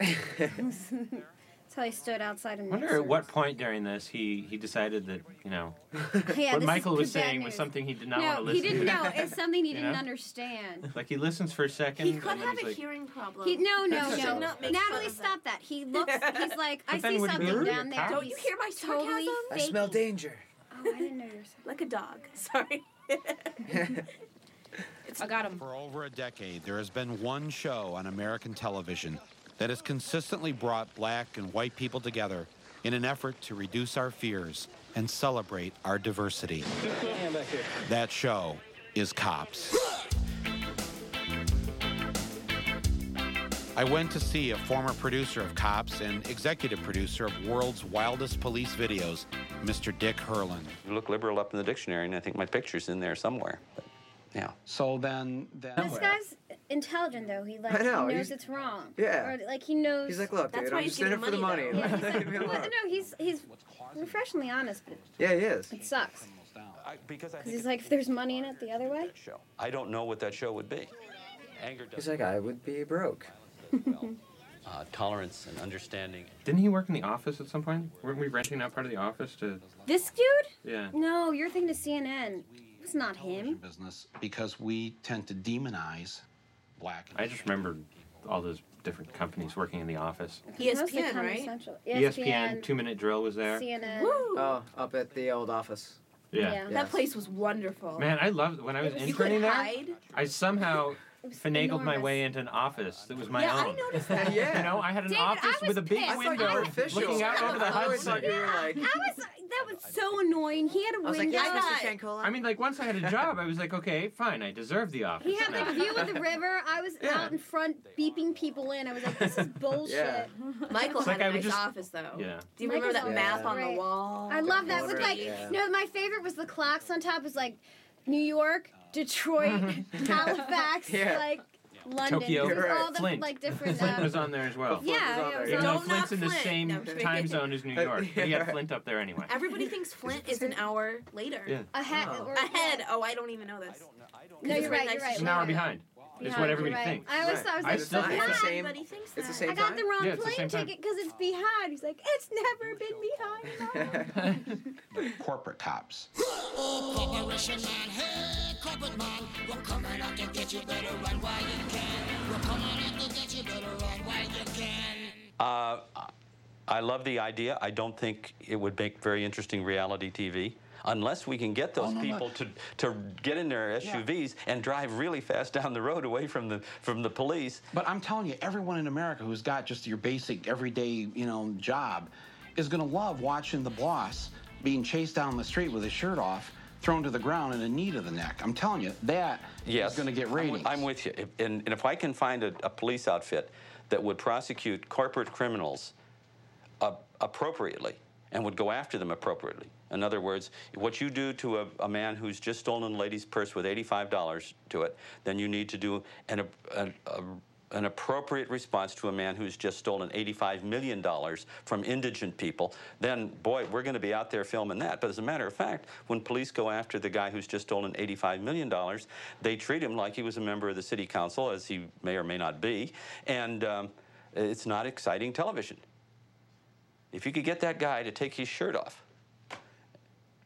[SPEAKER 3] That's how he stood outside and.
[SPEAKER 4] I wonder at what point during this he, he decided that, you know, what Michael was saying was something he did not want to
[SPEAKER 3] No,
[SPEAKER 4] listen
[SPEAKER 3] he didn't
[SPEAKER 4] to.
[SPEAKER 3] know. It's something he
[SPEAKER 4] You
[SPEAKER 3] didn't
[SPEAKER 4] know?
[SPEAKER 3] understand.
[SPEAKER 4] Like he listens for a second.
[SPEAKER 6] He could
[SPEAKER 4] and then
[SPEAKER 6] have
[SPEAKER 4] he's
[SPEAKER 6] a
[SPEAKER 4] like,
[SPEAKER 6] hearing problem.
[SPEAKER 3] He, no, no,
[SPEAKER 4] That's
[SPEAKER 3] no.
[SPEAKER 4] true. Not
[SPEAKER 3] Natalie,
[SPEAKER 6] make fun of
[SPEAKER 3] stop that. He looks. He's like, I
[SPEAKER 4] But then
[SPEAKER 3] see
[SPEAKER 4] would he
[SPEAKER 3] something
[SPEAKER 4] murder
[SPEAKER 3] down
[SPEAKER 4] your
[SPEAKER 3] there.
[SPEAKER 4] cow?
[SPEAKER 6] Don't you hear my
[SPEAKER 3] totally
[SPEAKER 6] sarcasm?
[SPEAKER 7] I
[SPEAKER 3] faking.
[SPEAKER 7] smell danger.
[SPEAKER 3] Oh, I didn't know you were so.
[SPEAKER 6] Like a dog. Sorry.
[SPEAKER 26] I got him.
[SPEAKER 1] For over a decade, there has been one show on American television that has consistently brought black and white people together in an effort to reduce our fears and celebrate our diversity.
[SPEAKER 16] Hand back here.
[SPEAKER 1] That show is Cops. I went to see a former producer of Cops and executive producer of World's Wildest Police Videos, Mr. Dick Herland.
[SPEAKER 43] You look liberal up in the dictionary, and I think my picture's in there somewhere. But, yeah. So then, then
[SPEAKER 3] This guy's intelligent though. He like
[SPEAKER 43] I know,
[SPEAKER 3] he knows
[SPEAKER 43] he's-
[SPEAKER 3] it's wrong.
[SPEAKER 43] Yeah.
[SPEAKER 3] Or, like he knows.
[SPEAKER 7] He's like, look, dude, I'm just in it for the money.
[SPEAKER 3] Yeah, he's
[SPEAKER 7] Leave me
[SPEAKER 3] like, well,
[SPEAKER 7] alone.
[SPEAKER 3] no, he's he's refreshingly honest, but
[SPEAKER 7] Yeah, he is.
[SPEAKER 3] it sucks.
[SPEAKER 43] I, because I
[SPEAKER 3] Because he's like, if there's money in it, the other way.
[SPEAKER 43] I don't know what that show would be. Anger
[SPEAKER 7] He's like, I would be broke.
[SPEAKER 25] uh, tolerance and understanding.
[SPEAKER 4] Didn't he work in the office at some point? Weren't we renting out part of the office to?
[SPEAKER 3] This dude?
[SPEAKER 4] Yeah.
[SPEAKER 3] No, you're thinking of CNN. It's not him.
[SPEAKER 1] business because we tend to demonize black.
[SPEAKER 4] I just remember all those different companies working in the office. E
[SPEAKER 3] Mostly
[SPEAKER 6] ESPN,
[SPEAKER 3] Comedy
[SPEAKER 6] right?
[SPEAKER 3] Central.
[SPEAKER 6] E
[SPEAKER 4] ESPN, Two Minute Drill was there.
[SPEAKER 3] CNN.
[SPEAKER 7] Oh, up at the old office.
[SPEAKER 4] Yeah.
[SPEAKER 6] That place was wonderful.
[SPEAKER 4] Man, I loved when I was
[SPEAKER 6] It was- you could
[SPEAKER 4] interning there.
[SPEAKER 6] hide.
[SPEAKER 4] I somehow
[SPEAKER 6] was
[SPEAKER 4] finagled my
[SPEAKER 6] enormous.
[SPEAKER 4] way into an office that was my
[SPEAKER 6] Yeah, I
[SPEAKER 4] own.
[SPEAKER 6] noticed that.
[SPEAKER 7] Yeah.
[SPEAKER 4] You know, I had an
[SPEAKER 3] David, I
[SPEAKER 4] office
[SPEAKER 3] was
[SPEAKER 4] with a big
[SPEAKER 3] pissed. I thought you
[SPEAKER 4] window
[SPEAKER 3] were
[SPEAKER 7] official.
[SPEAKER 4] looking out over the
[SPEAKER 7] I always
[SPEAKER 4] Hudson.
[SPEAKER 7] thought you were like-
[SPEAKER 3] I was. That was so annoying. He had a
[SPEAKER 7] I was like,
[SPEAKER 3] window.
[SPEAKER 7] yes, Mr. Shankola.
[SPEAKER 4] I mean, like once I had a job, I was like, okay, fine, I deserve the office.
[SPEAKER 3] He had like
[SPEAKER 4] now.
[SPEAKER 3] a view of the river. I was
[SPEAKER 4] Yeah.
[SPEAKER 3] out in front beeping people in. I was like, this is bullshit.
[SPEAKER 4] Yeah.
[SPEAKER 6] Michael
[SPEAKER 4] It's
[SPEAKER 6] had
[SPEAKER 4] like I
[SPEAKER 6] a
[SPEAKER 4] would
[SPEAKER 6] nice
[SPEAKER 4] just-
[SPEAKER 6] office though.
[SPEAKER 4] Yeah.
[SPEAKER 6] Do you remember that
[SPEAKER 3] Michael's
[SPEAKER 6] map
[SPEAKER 3] office
[SPEAKER 6] on
[SPEAKER 3] was
[SPEAKER 6] the
[SPEAKER 3] great.
[SPEAKER 6] wall?
[SPEAKER 3] I love that with
[SPEAKER 6] water,
[SPEAKER 3] like
[SPEAKER 6] yeah.
[SPEAKER 3] no. My favorite was the clocks on top. It was like New York, Detroit, Halifax,
[SPEAKER 4] Yeah.
[SPEAKER 3] like London.
[SPEAKER 4] Tokyo.
[SPEAKER 3] It was
[SPEAKER 4] You're right.
[SPEAKER 3] all the
[SPEAKER 4] Flint.
[SPEAKER 3] like different.
[SPEAKER 4] Flint
[SPEAKER 3] uh,
[SPEAKER 4] was on there as well.
[SPEAKER 3] Yeah, Flint was on yeah, there, it was
[SPEAKER 4] Even
[SPEAKER 3] on
[SPEAKER 4] though
[SPEAKER 3] there.
[SPEAKER 4] Flint's in the
[SPEAKER 3] Flint.
[SPEAKER 4] same
[SPEAKER 3] No, I'm just
[SPEAKER 4] time
[SPEAKER 3] kidding.
[SPEAKER 4] zone as New York, but he had
[SPEAKER 7] Yeah.
[SPEAKER 4] Flint up there anyway.
[SPEAKER 6] Everybody thinks Flint is an hour later.
[SPEAKER 4] Yeah.
[SPEAKER 3] Ahead. Or,
[SPEAKER 6] Ahead. Oh, I don't even know this.
[SPEAKER 3] No, you're right. You're right.
[SPEAKER 4] It's an hour
[SPEAKER 3] later.
[SPEAKER 4] behind. It's
[SPEAKER 3] Behind,
[SPEAKER 4] what
[SPEAKER 3] you're
[SPEAKER 4] everybody
[SPEAKER 3] right.
[SPEAKER 4] thinks.
[SPEAKER 3] I always thought it was
[SPEAKER 4] I
[SPEAKER 3] like,
[SPEAKER 4] still think
[SPEAKER 3] it's
[SPEAKER 4] that.
[SPEAKER 3] the
[SPEAKER 7] same-
[SPEAKER 6] Everybody thinks
[SPEAKER 7] It's the
[SPEAKER 6] that.
[SPEAKER 7] same
[SPEAKER 3] I got
[SPEAKER 7] time?
[SPEAKER 3] the wrong
[SPEAKER 4] Yeah, it's the
[SPEAKER 3] plane
[SPEAKER 4] same time.
[SPEAKER 3] ticket because it's behind. He's like, it's never been behind.
[SPEAKER 1] Corporate cops.
[SPEAKER 12] Corporation man, hey, corporate man, we're coming out to get you. Better run while you can. We're coming out to get you. Better run while you can.
[SPEAKER 25] Uh, I love the idea. I don't think it would make very interesting reality TV unless we can get those
[SPEAKER 43] Oh, no, no.
[SPEAKER 25] people to to get in their SUVs and drive really fast down the road away from the from the police.
[SPEAKER 1] But I'm telling you, everyone in America who's got just your basic everyday, you know, job is going to love watching the boss being chased down the street with his shirt off, thrown to the ground and a knee to the neck. I'm telling you, that is
[SPEAKER 25] Yes.
[SPEAKER 1] going to get
[SPEAKER 25] I'm with-
[SPEAKER 1] ratings.
[SPEAKER 25] I'm with you. If- And, and if I can find a, a police outfit that would prosecute corporate criminals uh, appropriately and would go after them appropriately. In other words, what you do to a, a man who's just stolen a lady's purse with $85 to it, then you need to do an, a- an, a- an appropriate response to a man who's just stolen $85 million from indigent people. Then, boy, we're going to be out there filming that. But as a matter of fact, when police go after the guy who's just stolen $85 million, they treat him like he was a member of the city council, as he may or may not be. And um, it's not exciting television if you could get that guy to take his shirt off.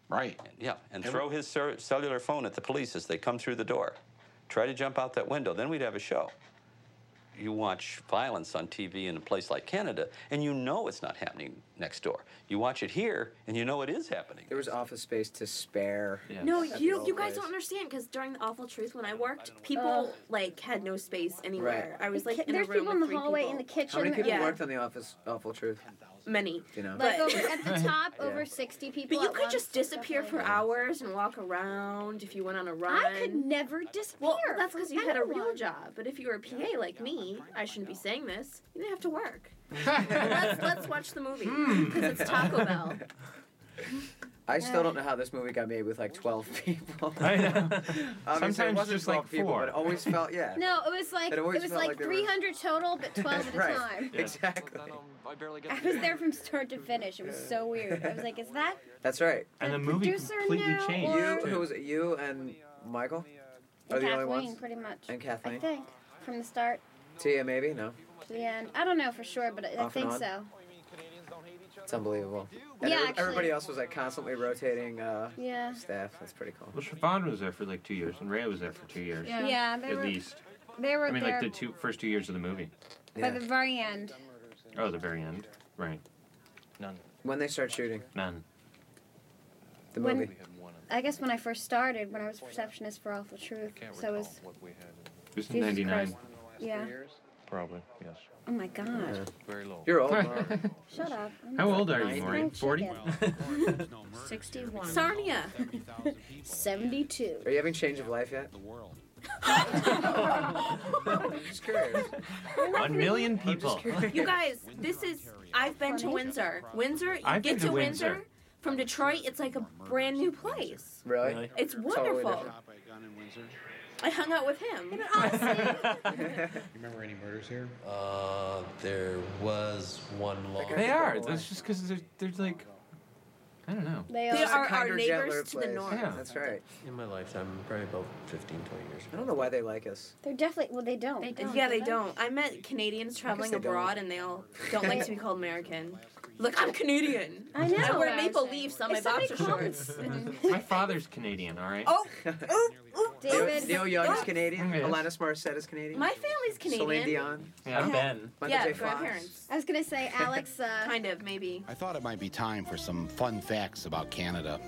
[SPEAKER 1] Right.
[SPEAKER 25] Yeah, and throw his cer- cellular phone at the police as they come through the door. Try to jump out that window, then we'd have a show. You watch violence on TV in a place like Canada, and you know it's not happening next door. You watch it here, and you know it is happening.
[SPEAKER 7] There was office space to spare.
[SPEAKER 6] No,
[SPEAKER 7] at the
[SPEAKER 6] you don't,
[SPEAKER 7] old
[SPEAKER 6] you guys
[SPEAKER 7] place.
[SPEAKER 6] don't understand because during the awful truth when I worked, people like had no space anywhere. I was like in
[SPEAKER 3] Uh, There's
[SPEAKER 6] a room
[SPEAKER 3] people
[SPEAKER 6] with
[SPEAKER 3] in the
[SPEAKER 6] three
[SPEAKER 3] hallway,
[SPEAKER 6] people.
[SPEAKER 3] in the kitchen.
[SPEAKER 7] How many people
[SPEAKER 6] Yeah.
[SPEAKER 7] worked on the office? Awful truth.
[SPEAKER 6] Many.
[SPEAKER 7] You know.
[SPEAKER 6] But-
[SPEAKER 3] Like over, at the top,
[SPEAKER 7] Yeah.
[SPEAKER 3] over 60 people.
[SPEAKER 6] But you
[SPEAKER 3] at
[SPEAKER 6] could
[SPEAKER 3] once
[SPEAKER 6] just
[SPEAKER 3] and stuff
[SPEAKER 6] disappear
[SPEAKER 3] like
[SPEAKER 6] for
[SPEAKER 3] that.
[SPEAKER 6] hours and walk around if you went on a run.
[SPEAKER 3] I could never disappear.
[SPEAKER 6] Well, that's because
[SPEAKER 3] from
[SPEAKER 6] you had a real
[SPEAKER 3] anyone.
[SPEAKER 6] job. But if you were a PA like me, I shouldn't be saying this. You didn't have to work. Hmm. let's, let's watch the movie because it's Taco Bell.
[SPEAKER 7] I still don't know how this movie got made with like 12 people.
[SPEAKER 4] I know.
[SPEAKER 7] Obviously, it
[SPEAKER 4] Sometimes
[SPEAKER 7] wasn't
[SPEAKER 4] just like
[SPEAKER 7] 12 people,
[SPEAKER 4] four.
[SPEAKER 7] but it always felt, yeah.
[SPEAKER 3] No, it was like
[SPEAKER 7] It
[SPEAKER 3] it,
[SPEAKER 7] always
[SPEAKER 3] was
[SPEAKER 7] felt
[SPEAKER 3] like,
[SPEAKER 7] like they were-
[SPEAKER 3] 300 total, but 12 at a
[SPEAKER 7] right.
[SPEAKER 3] time.
[SPEAKER 7] Exactly.
[SPEAKER 3] I was there from start to finish. It was so weird. I was like, is that
[SPEAKER 7] That's right.
[SPEAKER 4] And the movie
[SPEAKER 3] producer
[SPEAKER 4] completely
[SPEAKER 3] now,
[SPEAKER 4] changed.
[SPEAKER 3] or-
[SPEAKER 7] You, who was it? You and Michael are the
[SPEAKER 3] Kathleen
[SPEAKER 7] only ones.
[SPEAKER 3] pretty much?
[SPEAKER 7] And
[SPEAKER 3] I
[SPEAKER 7] Kathleen.
[SPEAKER 3] think from the start
[SPEAKER 7] Tia, maybe? No.
[SPEAKER 3] to the end. I don't know for sure, but I, I
[SPEAKER 7] Off and
[SPEAKER 3] think
[SPEAKER 7] on?
[SPEAKER 3] so.
[SPEAKER 7] It's unbelievable. And
[SPEAKER 3] Yeah,
[SPEAKER 7] every-
[SPEAKER 3] actually.
[SPEAKER 7] everybody else was like constantly rotating uh,
[SPEAKER 3] Yeah.
[SPEAKER 7] staff. That's pretty cool.
[SPEAKER 4] Well, Siobhan was there for like two years, and Ray was there for two years.
[SPEAKER 3] Yeah, Yeah, they
[SPEAKER 4] at
[SPEAKER 3] were-
[SPEAKER 4] least.
[SPEAKER 3] They were
[SPEAKER 4] I mean, like
[SPEAKER 3] there
[SPEAKER 4] the two first two years of the movie.
[SPEAKER 3] by the very end.
[SPEAKER 4] Oh, the very end. Right. None.
[SPEAKER 7] When they start shooting.
[SPEAKER 4] None.
[SPEAKER 7] The
[SPEAKER 3] When-
[SPEAKER 7] movie.
[SPEAKER 3] I guess when I first started, when I was receptionist for Awful Truth, so it was
[SPEAKER 4] It was in
[SPEAKER 3] Jesus
[SPEAKER 4] '99.
[SPEAKER 3] Christ. yeah.
[SPEAKER 29] Probably, yes.
[SPEAKER 3] Oh my God.
[SPEAKER 29] Very low.
[SPEAKER 7] You're old.
[SPEAKER 3] Shut up. I'm
[SPEAKER 4] How
[SPEAKER 3] not-
[SPEAKER 4] old are
[SPEAKER 3] I'm
[SPEAKER 4] you, Maureen?
[SPEAKER 3] chicken.
[SPEAKER 4] Forty.
[SPEAKER 3] 61.
[SPEAKER 6] Sarnia.
[SPEAKER 3] 72.
[SPEAKER 7] Are you having change of life yet? The world. just curious.
[SPEAKER 4] One million people.
[SPEAKER 6] You guys, this is. I've been to Windsor. Windsor, you
[SPEAKER 4] I've
[SPEAKER 6] get
[SPEAKER 4] been
[SPEAKER 6] to,
[SPEAKER 4] to
[SPEAKER 6] Windsor.
[SPEAKER 4] Windsor.
[SPEAKER 6] From Detroit, it's like a brand new place.
[SPEAKER 7] Really?
[SPEAKER 4] Really?
[SPEAKER 6] It's wonderful. I hung out with him.
[SPEAKER 32] Remember any murders here?
[SPEAKER 25] Uh, there was one long.
[SPEAKER 4] They are. That's just because there's like I don't know.
[SPEAKER 6] They They are are our kinder, neighbors gentler to the place. north.
[SPEAKER 7] Yeah. That's right.
[SPEAKER 31] In my lifetime, probably about 15, 20 years.
[SPEAKER 7] I don't know why they like us.
[SPEAKER 3] They're definitely well. They don't. They
[SPEAKER 6] yeah, they don't. I met Canadians traveling
[SPEAKER 7] they don't.
[SPEAKER 6] abroad, and they all don't like to be called American. Look, I'm Canadian.
[SPEAKER 3] I know.
[SPEAKER 6] I
[SPEAKER 3] That's what
[SPEAKER 6] wear
[SPEAKER 3] I was
[SPEAKER 6] maple
[SPEAKER 3] saying.
[SPEAKER 6] leaves on my
[SPEAKER 3] If somebody
[SPEAKER 6] boxer
[SPEAKER 3] comes-
[SPEAKER 6] shorts.
[SPEAKER 4] My father's Canadian, all right?
[SPEAKER 6] Oh,
[SPEAKER 7] Neil,
[SPEAKER 6] David.
[SPEAKER 7] Neil Young is
[SPEAKER 6] Oh.
[SPEAKER 7] Canadian.
[SPEAKER 4] Yes.
[SPEAKER 7] Alanis Morissette is Canadian.
[SPEAKER 6] My family's Canadian.
[SPEAKER 7] Celine Dion.
[SPEAKER 4] Yeah.
[SPEAKER 7] I'm
[SPEAKER 4] Ben.
[SPEAKER 7] Michael J. Fox.
[SPEAKER 6] grandparents.
[SPEAKER 3] I was gonna say Alex. Uh,
[SPEAKER 6] kind of, maybe.
[SPEAKER 1] I thought it might be time for some fun facts about Canada.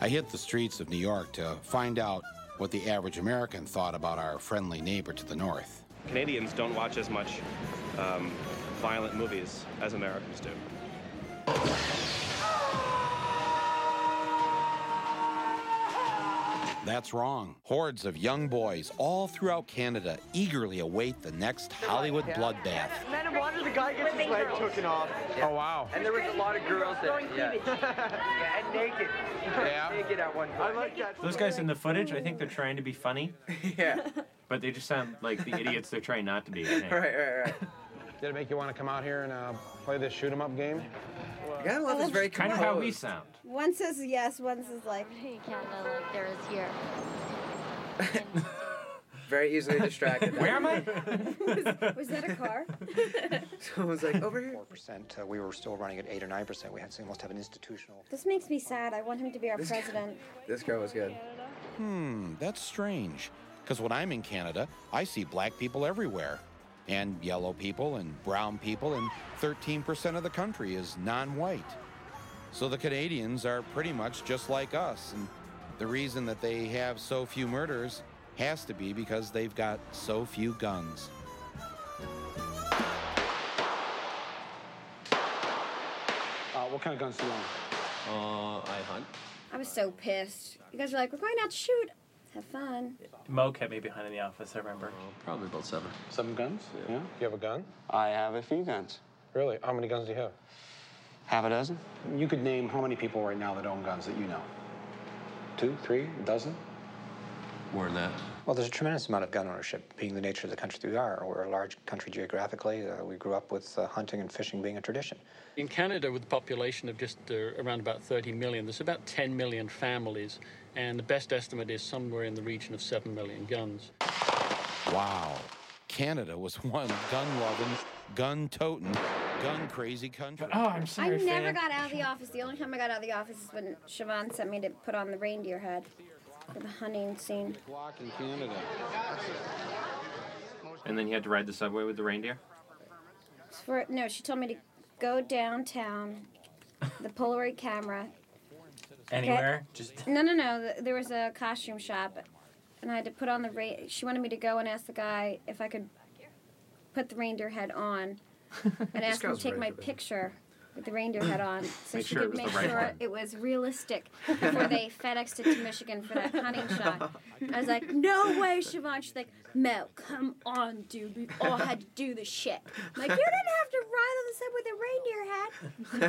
[SPEAKER 1] I hit the streets of New York to find out what the average American thought about our friendly neighbor to the north.
[SPEAKER 8] Canadians don't watch as much um, violent movies as Americans do.
[SPEAKER 1] That's wrong. Hordes of young boys all throughout Canada eagerly await the next Hollywood bloodbath.
[SPEAKER 31] Man in water, the guy gets his leg taken off.
[SPEAKER 1] Oh, wow.
[SPEAKER 31] And there was a lot of girls that. Yeah. yeah, and naked.
[SPEAKER 4] Yeah.
[SPEAKER 31] Naked at one point. I like that.
[SPEAKER 4] Those guys in the footage, I think they're trying to be funny.
[SPEAKER 7] yeah.
[SPEAKER 4] But they just sound like the idiots they're trying not to be. I think.
[SPEAKER 7] Right, right, right.
[SPEAKER 33] Did it make you want to come out here and uh, play this shoot 'em up game?
[SPEAKER 7] Yeah, I love
[SPEAKER 1] this very
[SPEAKER 4] kind of how we
[SPEAKER 1] composed.
[SPEAKER 4] sound.
[SPEAKER 3] One says yes, one says like, hey, Canada, like there is here.
[SPEAKER 7] Very easily distracted.
[SPEAKER 4] Where am I?
[SPEAKER 3] Was that a car?
[SPEAKER 7] Someone's like, over here.
[SPEAKER 10] Four percent. Uh, we were still running at eight or nine percent. We had to almost have an institutional.
[SPEAKER 3] This makes me sad. I want him to be our president.
[SPEAKER 7] This girl was good.
[SPEAKER 1] Hmm, that's strange. Because when I'm in Canada, I see black people everywhere. And yellow people and brown people, and 13% of the country is non white. So the Canadians are pretty much just like us. And the reason that they have so few murders has to be because they've got so few guns.
[SPEAKER 33] Uh, what kind of guns do you own?
[SPEAKER 31] Uh, I hunt.
[SPEAKER 3] I was so pissed. You guys were like, we're going out to shoot. Have fun.
[SPEAKER 2] Mo kept me behind in the office. I remember.
[SPEAKER 33] Probably about seven. Seven guns? Yeah. You have a gun?
[SPEAKER 43] I have a few guns.
[SPEAKER 33] Really? How many guns do you have?
[SPEAKER 43] Half a dozen?
[SPEAKER 33] You could name how many people right now that own guns that you know? Two, three, a dozen?
[SPEAKER 10] More than that. Well, there's a tremendous amount of gun ownership, being the nature of the country we are. We're a large country geographically. Uh, we grew up with uh, hunting and fishing being a tradition.
[SPEAKER 39] In Canada, with a population of just uh, around about 30 million, there's about 10 million families, and the best estimate is somewhere in the region of 7 million guns.
[SPEAKER 1] Wow. Canada was one gun loving, gun toting, gun crazy country.
[SPEAKER 4] oh, I'm
[SPEAKER 3] I never got out of the office. The only time I got out of the office is when Siobhan sent me to put on the reindeer head for the hunting scene.
[SPEAKER 1] in Canada.
[SPEAKER 4] And then you had to ride the subway with the reindeer.
[SPEAKER 3] It's For, no, she told me to go downtown, the Polaroid camera.
[SPEAKER 2] Anywhere, just
[SPEAKER 3] No, no, no. th- There was a costume shop, and I had to put on the rain. She wanted me to go and ask the guy if I could put the reindeer head on, and ask him to
[SPEAKER 12] girl's
[SPEAKER 3] take my
[SPEAKER 12] reindeer.
[SPEAKER 3] picture with the reindeer head on, so
[SPEAKER 12] Make
[SPEAKER 3] she
[SPEAKER 12] sure it
[SPEAKER 3] could
[SPEAKER 12] was the
[SPEAKER 3] make
[SPEAKER 12] right
[SPEAKER 3] sure
[SPEAKER 12] one.
[SPEAKER 3] it was realistic before they FedExed it to Michigan for that hunting shot. I was like, "No way, Siobhan." She's like, "Mel, come on, dude. We all had to do the shit." I'm like, "You didn't have to ride on the set with a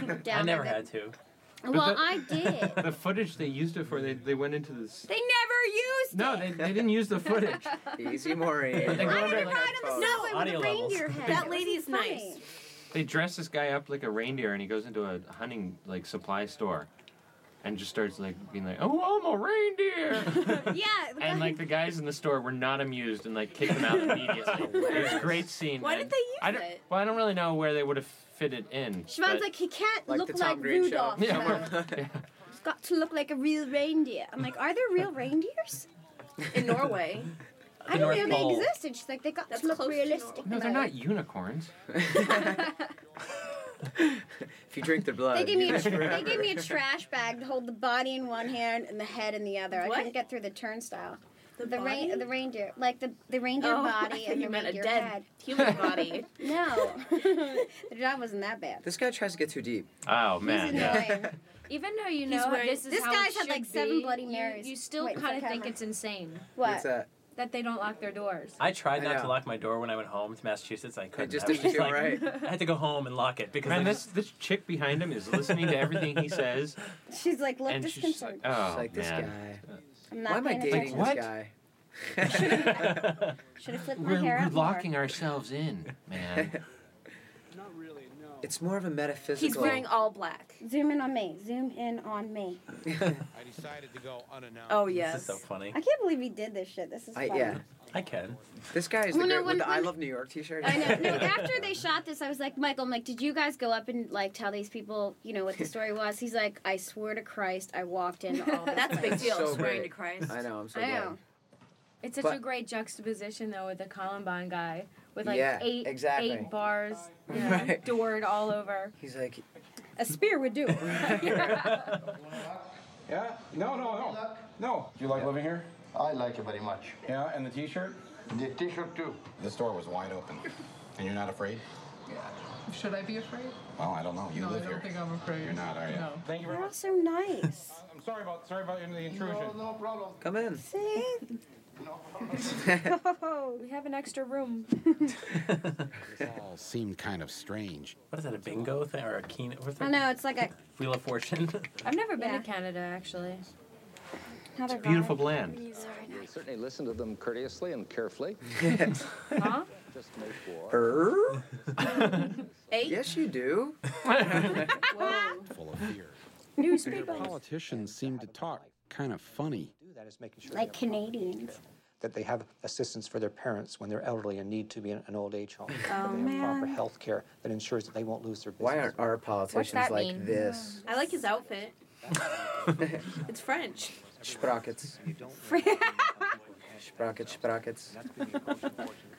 [SPEAKER 3] reindeer head." Down
[SPEAKER 4] I
[SPEAKER 3] with
[SPEAKER 4] never
[SPEAKER 3] it.
[SPEAKER 4] had to.
[SPEAKER 3] Well,
[SPEAKER 4] the-
[SPEAKER 3] I did.
[SPEAKER 4] The footage they used it for, they, they went into this.
[SPEAKER 3] They never used
[SPEAKER 4] No, they, they didn't use the footage.
[SPEAKER 7] Easy, Maureen.
[SPEAKER 4] They, go
[SPEAKER 3] I
[SPEAKER 4] under,
[SPEAKER 3] gotta
[SPEAKER 4] like-
[SPEAKER 3] ride on the
[SPEAKER 4] No.
[SPEAKER 3] subway with
[SPEAKER 4] Audio
[SPEAKER 3] a
[SPEAKER 4] levels.
[SPEAKER 3] reindeer head.
[SPEAKER 6] That
[SPEAKER 3] It wasn't
[SPEAKER 6] lady's
[SPEAKER 3] funny.
[SPEAKER 6] nice.
[SPEAKER 4] they dress this guy up like a reindeer, and he goes into a hunting like supply store, and just starts like being like, "Oh, I'm a reindeer,"
[SPEAKER 3] yeah. Uh, the
[SPEAKER 4] and
[SPEAKER 3] guy-
[SPEAKER 4] like the guys in the store were not amused and like kicked him out immediately. It was a great scene.
[SPEAKER 3] Why
[SPEAKER 4] man.
[SPEAKER 3] did they use
[SPEAKER 4] I don't,
[SPEAKER 3] it?
[SPEAKER 4] Well, I don't really know where they would have fit it in.
[SPEAKER 3] Siobhan's
[SPEAKER 4] but-
[SPEAKER 3] like, he can't look
[SPEAKER 4] Tom
[SPEAKER 3] like
[SPEAKER 4] Green show.
[SPEAKER 3] Rudolph.
[SPEAKER 4] Yeah,
[SPEAKER 3] though. He's got to look like a real reindeer. I'm like, are there real reindeers?
[SPEAKER 6] In Norway.
[SPEAKER 3] I
[SPEAKER 4] The
[SPEAKER 3] didn't know
[SPEAKER 4] North
[SPEAKER 3] they
[SPEAKER 4] Pole.
[SPEAKER 3] existed. She's like, they got to look realistic.
[SPEAKER 4] No, they're
[SPEAKER 3] about
[SPEAKER 4] not
[SPEAKER 3] it."
[SPEAKER 4] unicorns.
[SPEAKER 7] If you drink the blood.
[SPEAKER 3] They gave me
[SPEAKER 7] you
[SPEAKER 3] a
[SPEAKER 7] live
[SPEAKER 3] they
[SPEAKER 7] forever.
[SPEAKER 3] gave me a trash bag to hold the body in one hand and the head in the other. I
[SPEAKER 6] What?
[SPEAKER 3] couldn't get through the turnstile. The,
[SPEAKER 6] body?
[SPEAKER 3] the reindeer, like the the reindeer
[SPEAKER 6] Oh, I
[SPEAKER 3] body
[SPEAKER 6] thought
[SPEAKER 3] and
[SPEAKER 6] you
[SPEAKER 3] the
[SPEAKER 6] meant a
[SPEAKER 3] reindeer
[SPEAKER 6] dead
[SPEAKER 3] head.
[SPEAKER 6] human body.
[SPEAKER 3] no, the job wasn't that bad.
[SPEAKER 7] This guy tries to get too deep.
[SPEAKER 4] Oh
[SPEAKER 7] man.
[SPEAKER 26] Even though you
[SPEAKER 3] He's
[SPEAKER 26] know
[SPEAKER 3] wearing-
[SPEAKER 26] this is
[SPEAKER 3] This
[SPEAKER 26] how
[SPEAKER 3] guy's
[SPEAKER 26] it
[SPEAKER 3] had,
[SPEAKER 26] should
[SPEAKER 3] like, seven
[SPEAKER 26] be,
[SPEAKER 3] Bloody
[SPEAKER 26] you-
[SPEAKER 3] Marys
[SPEAKER 26] You, still
[SPEAKER 3] waiting for
[SPEAKER 26] kind of think
[SPEAKER 3] camera.
[SPEAKER 26] it's insane.
[SPEAKER 3] What? What's
[SPEAKER 7] that?
[SPEAKER 26] That they don't lock their doors.
[SPEAKER 2] I tried
[SPEAKER 7] I
[SPEAKER 2] not
[SPEAKER 7] know.
[SPEAKER 2] to lock my door when I went home to Massachusetts. I couldn't.
[SPEAKER 7] just
[SPEAKER 2] I was
[SPEAKER 7] didn't feel
[SPEAKER 2] like-
[SPEAKER 7] right.
[SPEAKER 2] I had to go home and lock it because
[SPEAKER 4] Man,
[SPEAKER 2] I
[SPEAKER 4] this this chick behind him is listening to everything he says,
[SPEAKER 3] She's like, look
[SPEAKER 4] and she's just like,
[SPEAKER 3] disconcerted.
[SPEAKER 4] "Oh
[SPEAKER 7] like, this
[SPEAKER 4] man,
[SPEAKER 3] I'm not
[SPEAKER 7] Why am I
[SPEAKER 3] paying
[SPEAKER 7] dating
[SPEAKER 3] attention.
[SPEAKER 7] this guy?
[SPEAKER 3] Should have flipped my
[SPEAKER 4] we're,
[SPEAKER 3] hair
[SPEAKER 4] we're
[SPEAKER 3] out more.
[SPEAKER 4] locking ourselves in, man."
[SPEAKER 16] Not really, no.
[SPEAKER 7] It's more of a metaphysical.
[SPEAKER 6] He's wearing all black.
[SPEAKER 3] Zoom in on me. Zoom in on me.
[SPEAKER 1] I decided to go unannounced.
[SPEAKER 6] Oh yes.
[SPEAKER 2] funny.
[SPEAKER 3] I can't believe he did this shit. This is
[SPEAKER 7] I,
[SPEAKER 3] fun.
[SPEAKER 7] yeah.
[SPEAKER 2] I can.
[SPEAKER 7] This guy is the
[SPEAKER 3] Well, no,
[SPEAKER 7] great
[SPEAKER 3] when-
[SPEAKER 7] with the I
[SPEAKER 3] when-
[SPEAKER 7] Love New York T-shirt.
[SPEAKER 3] I know. No, after they shot this, I was like, Michael, I'm like, did you guys go up and like tell these people, you know, what the story was? He's like, I swear to Christ, I walked in. All this
[SPEAKER 6] That's a big
[SPEAKER 3] place."
[SPEAKER 6] deal. swearing to Christ.
[SPEAKER 7] I know. I'm so
[SPEAKER 3] I
[SPEAKER 7] glad.
[SPEAKER 3] know.
[SPEAKER 39] It's such a
[SPEAKER 7] But-
[SPEAKER 3] great
[SPEAKER 39] juxtaposition though with the Columbine guy with like
[SPEAKER 7] Yeah,
[SPEAKER 39] eight
[SPEAKER 7] exactly.
[SPEAKER 39] eight bars, you know,
[SPEAKER 7] Right.
[SPEAKER 39] doored all over.
[SPEAKER 7] He's like,
[SPEAKER 3] A spear would do.
[SPEAKER 8] Yeah? No, no, no. No. You like living here? I like it very much. Yeah, and the t-shirt? The t-shirt too. The store was wide open. And you're not afraid?
[SPEAKER 9] Should I be afraid?
[SPEAKER 8] Well, I don't know. Oh, You
[SPEAKER 9] no, I
[SPEAKER 8] live
[SPEAKER 9] don't
[SPEAKER 8] here.
[SPEAKER 9] think I'm afraid.
[SPEAKER 8] You're not, are you?
[SPEAKER 9] No.
[SPEAKER 8] Thank you very
[SPEAKER 3] You're all so nice.
[SPEAKER 8] I'm sorry about sorry about the intrusion. No, no problem.
[SPEAKER 7] Come in.
[SPEAKER 3] See?
[SPEAKER 39] we have an extra room.
[SPEAKER 16] all seemed kind of strange.
[SPEAKER 2] What is that, a bingo thing or a keen? What's that?
[SPEAKER 3] I know. It's like a.
[SPEAKER 2] Wheel of Fortune.
[SPEAKER 39] I've never been to Canada actually.
[SPEAKER 3] It's
[SPEAKER 2] beautiful land.
[SPEAKER 30] We certainly listen to them courteously and carefully.
[SPEAKER 39] Huh?
[SPEAKER 30] Just make war.
[SPEAKER 7] Er?
[SPEAKER 6] Eight?
[SPEAKER 7] Yes, you do.
[SPEAKER 16] Full of fear.
[SPEAKER 39] Newspapers.
[SPEAKER 16] Politicians seemed to talk kind of funny.
[SPEAKER 44] Do that is making sure
[SPEAKER 3] Like
[SPEAKER 44] they have-
[SPEAKER 3] Canadians.
[SPEAKER 44] that they have assistance for their parents when they're elderly and need to be in an old age home.
[SPEAKER 3] Oh,
[SPEAKER 44] that they have proper
[SPEAKER 3] man.
[SPEAKER 44] health care that ensures that they won't lose their business.
[SPEAKER 7] Why aren't our politicians
[SPEAKER 44] that
[SPEAKER 7] like
[SPEAKER 44] mean?
[SPEAKER 7] this?
[SPEAKER 6] I like his outfit. it's French.
[SPEAKER 7] Sprockets.
[SPEAKER 6] Fr-
[SPEAKER 7] Sprockets, sprockets.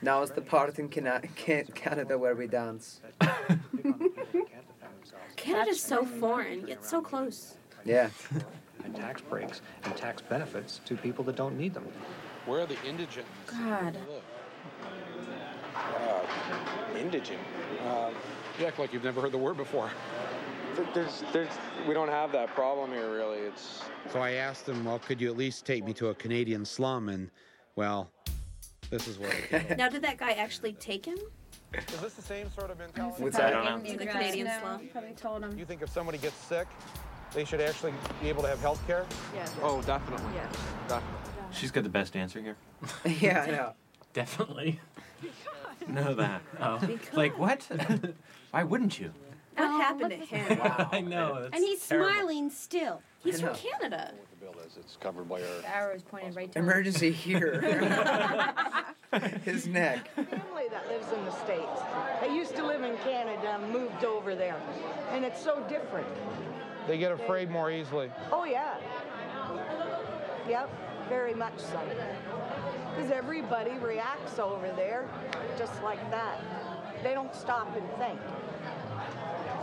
[SPEAKER 7] now it's the part in Cana- Can- Canada where we dance.
[SPEAKER 6] Canada's so foreign, yet so close.
[SPEAKER 7] Yeah.
[SPEAKER 44] And tax breaks and tax benefits to people that don't need them.
[SPEAKER 1] Where are the indigent?
[SPEAKER 39] God.
[SPEAKER 1] Uh, indigent. Um, you act like you've never heard the word before. There's, there's, we don't have that problem here, really. It's
[SPEAKER 16] So I asked him, well, could you at least take me to a Canadian slum? And, well, this is what.
[SPEAKER 6] now, did that guy actually take him?
[SPEAKER 1] Is this the same sort of mentality?
[SPEAKER 16] What's that? I don't know.
[SPEAKER 6] To the Canadian
[SPEAKER 3] No,
[SPEAKER 6] slum.
[SPEAKER 3] Probably told him.
[SPEAKER 1] You think if somebody gets sick, they should actually be able to have health care?
[SPEAKER 3] Yeah.
[SPEAKER 1] Oh, definitely.
[SPEAKER 3] Yeah.
[SPEAKER 4] She's got the best answer here.
[SPEAKER 7] yeah, I know.
[SPEAKER 4] Definitely. know that. Oh. Like, what? Why wouldn't you?
[SPEAKER 6] What
[SPEAKER 3] Oh,
[SPEAKER 6] happened to him?
[SPEAKER 4] I know.
[SPEAKER 3] And he's smiling still.
[SPEAKER 6] He's
[SPEAKER 7] I
[SPEAKER 6] from
[SPEAKER 7] know.
[SPEAKER 6] Canada.
[SPEAKER 30] It's covered by our
[SPEAKER 39] The arrow is pointed right to him.
[SPEAKER 7] Emergency here. His neck.
[SPEAKER 29] family that lives in the States. I used to live in Canada and moved over there. And it's so different.
[SPEAKER 1] They get afraid more easily.
[SPEAKER 29] Oh, yeah. Yep, very much so. Because everybody reacts over there just like that. Oh. They don't stop and think.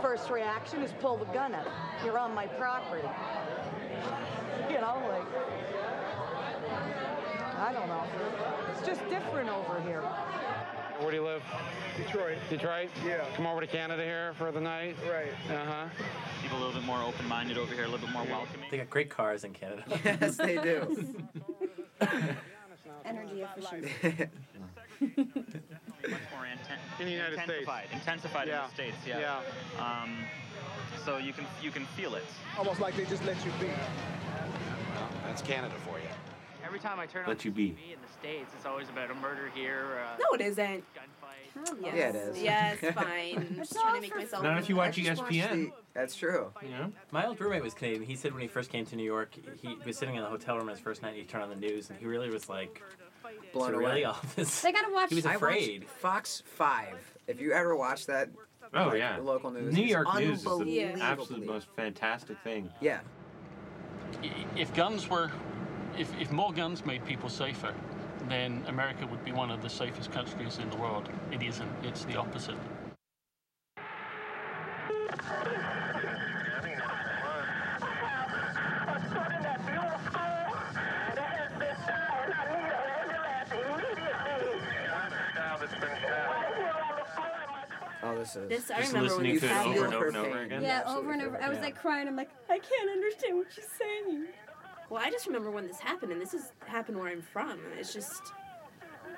[SPEAKER 29] First reaction is pull the gun out. You're on my property. You know, like, I don't know. It's just different over here.
[SPEAKER 1] Where do you live? Detroit. Detroit? Yeah. Come over to Canada here for the night? Right. Uh huh.
[SPEAKER 41] People a little bit more open-minded over here, a little bit more welcoming.
[SPEAKER 2] They got great cars in Canada.
[SPEAKER 7] yes, they do.
[SPEAKER 3] Energy efficient.
[SPEAKER 41] much more inten-
[SPEAKER 1] In the United States.
[SPEAKER 41] intensified, intensified in
[SPEAKER 1] Yeah.
[SPEAKER 41] the states. Yeah. Um, so you can you can feel it.
[SPEAKER 1] Almost like they just let you be. that's Canada for you.
[SPEAKER 25] Every time I turn
[SPEAKER 4] Let
[SPEAKER 25] on
[SPEAKER 4] you
[SPEAKER 25] TV
[SPEAKER 4] be.
[SPEAKER 25] in the States, it's always about a murder here. Uh,
[SPEAKER 6] No, it isn't.
[SPEAKER 25] Gunfight.
[SPEAKER 6] Yes.
[SPEAKER 7] Yeah, it is.
[SPEAKER 6] Yes, fine.
[SPEAKER 7] It's
[SPEAKER 6] just trying to make myself.
[SPEAKER 2] Not if you watch E ESPN.
[SPEAKER 7] That's true.
[SPEAKER 2] My old roommate was Canadian. He said when he first came to New York, he was sitting in the hotel room his first night. and He turned on the news, and he really was like,
[SPEAKER 7] Blown
[SPEAKER 2] "Is it really
[SPEAKER 7] away.
[SPEAKER 2] all this?"
[SPEAKER 3] They gotta watch.
[SPEAKER 2] He was
[SPEAKER 7] I watched
[SPEAKER 2] afraid.
[SPEAKER 7] Fox Five. If you ever watch that.
[SPEAKER 4] Oh,
[SPEAKER 7] like,
[SPEAKER 4] yeah.
[SPEAKER 7] Local news.
[SPEAKER 4] New
[SPEAKER 7] it's
[SPEAKER 4] York news is the
[SPEAKER 7] unbelievably-
[SPEAKER 4] absolute most fantastic thing.
[SPEAKER 7] Yeah.
[SPEAKER 39] If guns were, if, if more guns made people safer, then America would be one of the safest countries in the world. It isn't. It's the opposite.
[SPEAKER 7] Oh, this is.
[SPEAKER 6] This- I
[SPEAKER 4] Just remember when listening you to it said over it. and over and
[SPEAKER 7] Her
[SPEAKER 4] over
[SPEAKER 7] pain.
[SPEAKER 4] again.
[SPEAKER 3] Yeah,
[SPEAKER 7] Absolutely
[SPEAKER 3] over and over. I was
[SPEAKER 7] perfect.
[SPEAKER 3] like crying. I'm like, I can't understand what she's saying.
[SPEAKER 6] Well, I just remember when this happened, and this has happened where I'm from. and It's just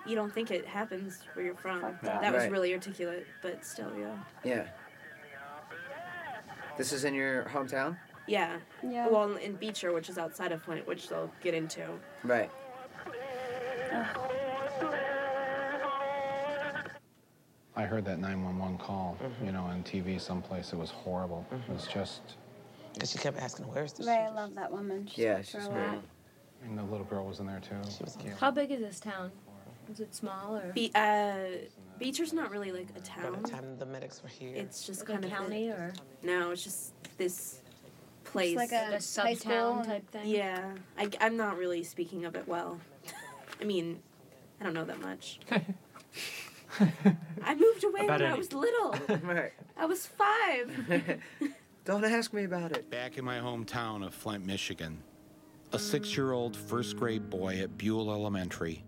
[SPEAKER 6] you don't think it happens where you're from.
[SPEAKER 7] Yeah.
[SPEAKER 6] That was
[SPEAKER 7] Right.
[SPEAKER 6] really articulate, but still, yeah.
[SPEAKER 7] Yeah. This is in your hometown?
[SPEAKER 6] Yeah.
[SPEAKER 3] Yeah.
[SPEAKER 6] Well, in Beecher, which is outside of Flint, which they'll get into.
[SPEAKER 7] Right.
[SPEAKER 3] I
[SPEAKER 1] I heard that 911 call, you know, on TV someplace. It was horrible. It was just. Because she kept asking, where's
[SPEAKER 3] Ray, I love that woman. She's good for a lot.
[SPEAKER 1] And the little girl was in there too. She was cute.
[SPEAKER 8] How big is this town? Is it small or?
[SPEAKER 28] Be- uh, Beecher's not really like a
[SPEAKER 32] By
[SPEAKER 28] town.
[SPEAKER 32] the time the medics were here.
[SPEAKER 28] It's just
[SPEAKER 8] Like a
[SPEAKER 28] kind of
[SPEAKER 8] county
[SPEAKER 28] the-
[SPEAKER 8] or-
[SPEAKER 28] no, it's just this place.
[SPEAKER 8] like a Like a high school subtown type and- thing?
[SPEAKER 28] Yeah, I, am not really speaking of it well. I mean, I don't know that much. I moved away
[SPEAKER 7] About
[SPEAKER 28] when I
[SPEAKER 7] any-
[SPEAKER 28] was little.
[SPEAKER 7] right.
[SPEAKER 28] I was five.
[SPEAKER 1] Don't ask me about it. Back in my hometown of Flint, Michigan, a six year old first grade boy at Buell Elementary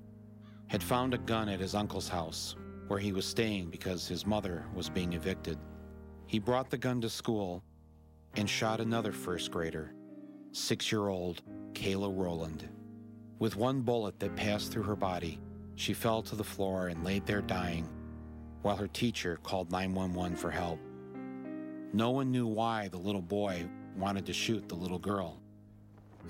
[SPEAKER 1] had found a gun at his uncle's house where he was staying because his mother was being evicted. He brought the gun to school and shot another first grader, six year old Kayla Rowland. With one bullet that passed through her body, she fell to the floor and laid there dying while her teacher called 911 for help. No one knew why the little boy wanted to shoot the little girl.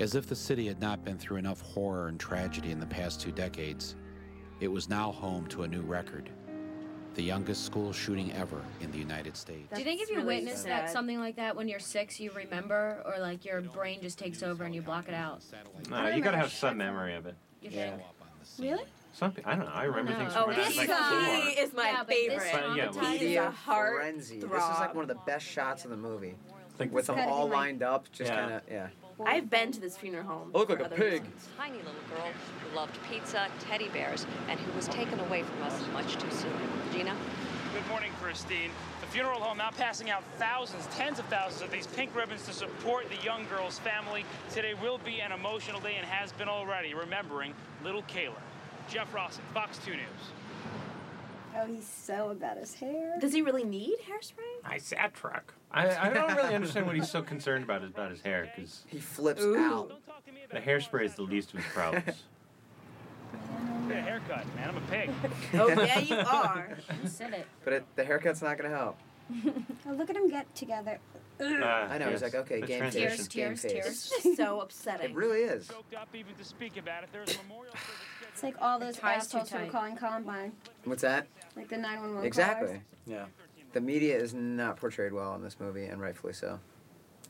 [SPEAKER 1] As if the city had not been through enough horror and tragedy in the past two decades, it was now home to a new record the youngest school shooting ever in the United States.
[SPEAKER 8] Do you think if you
[SPEAKER 28] really
[SPEAKER 8] witness
[SPEAKER 28] sad.
[SPEAKER 8] that something like that when you're six, you remember, or like your brain just takes over and you block it out?
[SPEAKER 4] No, you gotta have some memory of it.
[SPEAKER 8] You think? Really?
[SPEAKER 4] Some, pe- I don't know. I remember
[SPEAKER 8] No.
[SPEAKER 4] things
[SPEAKER 8] Oh,
[SPEAKER 4] from when I was
[SPEAKER 8] this
[SPEAKER 4] like
[SPEAKER 8] guy
[SPEAKER 4] four.
[SPEAKER 28] He is my
[SPEAKER 8] Yeah, but this
[SPEAKER 28] favorite.
[SPEAKER 4] But, yeah,
[SPEAKER 28] He is a heart
[SPEAKER 7] Frenzy. This is like one of the best shots in the movie. Like with them
[SPEAKER 28] Gotta be
[SPEAKER 7] all
[SPEAKER 28] like-
[SPEAKER 7] lined up, just kind of yeah.
[SPEAKER 28] I've been to this funeral home.
[SPEAKER 7] I look like
[SPEAKER 28] for
[SPEAKER 7] a
[SPEAKER 28] other
[SPEAKER 7] pig.
[SPEAKER 28] reasons.
[SPEAKER 25] Tiny little girl who loved pizza, teddy bears, and who was taken away from us much too soon. Gina?
[SPEAKER 41] Good morning, Christine. The funeral home now passing out thousands, tens of thousands of these pink ribbons to support the young girl's family. Today will be an emotional day and has been already, remembering little Kayla. Jeff Rossett, Fox 2 News.
[SPEAKER 3] Oh, he's so about his hair.
[SPEAKER 28] Does he really need hairspray?
[SPEAKER 4] I sat truck. I, I don't really understand what he's so concerned about about his hair because
[SPEAKER 7] he flips
[SPEAKER 28] out.
[SPEAKER 4] The hairspray is the least of his problems.
[SPEAKER 41] Get a haircut, man. I'm a pig.
[SPEAKER 7] Oh, yeah, you
[SPEAKER 28] are.
[SPEAKER 3] You said it.
[SPEAKER 7] But it, the haircut's not gonna help.
[SPEAKER 3] Oh, look at him get together.
[SPEAKER 7] I know. He's
[SPEAKER 4] Uh, yes.
[SPEAKER 7] like, okay,
[SPEAKER 4] The
[SPEAKER 7] game
[SPEAKER 4] transition.
[SPEAKER 7] face, game
[SPEAKER 3] Tears, tears,
[SPEAKER 7] face.
[SPEAKER 3] tears.
[SPEAKER 28] It's just so upsetting.
[SPEAKER 7] It really is.
[SPEAKER 3] It's like all those
[SPEAKER 28] Tie's too
[SPEAKER 3] assholes who were
[SPEAKER 28] tight.
[SPEAKER 3] calling Columbine,
[SPEAKER 7] What's that?
[SPEAKER 3] like the 911 callers.
[SPEAKER 7] Exactly.
[SPEAKER 2] Yeah.
[SPEAKER 7] The media is not portrayed well in this movie, and rightfully so.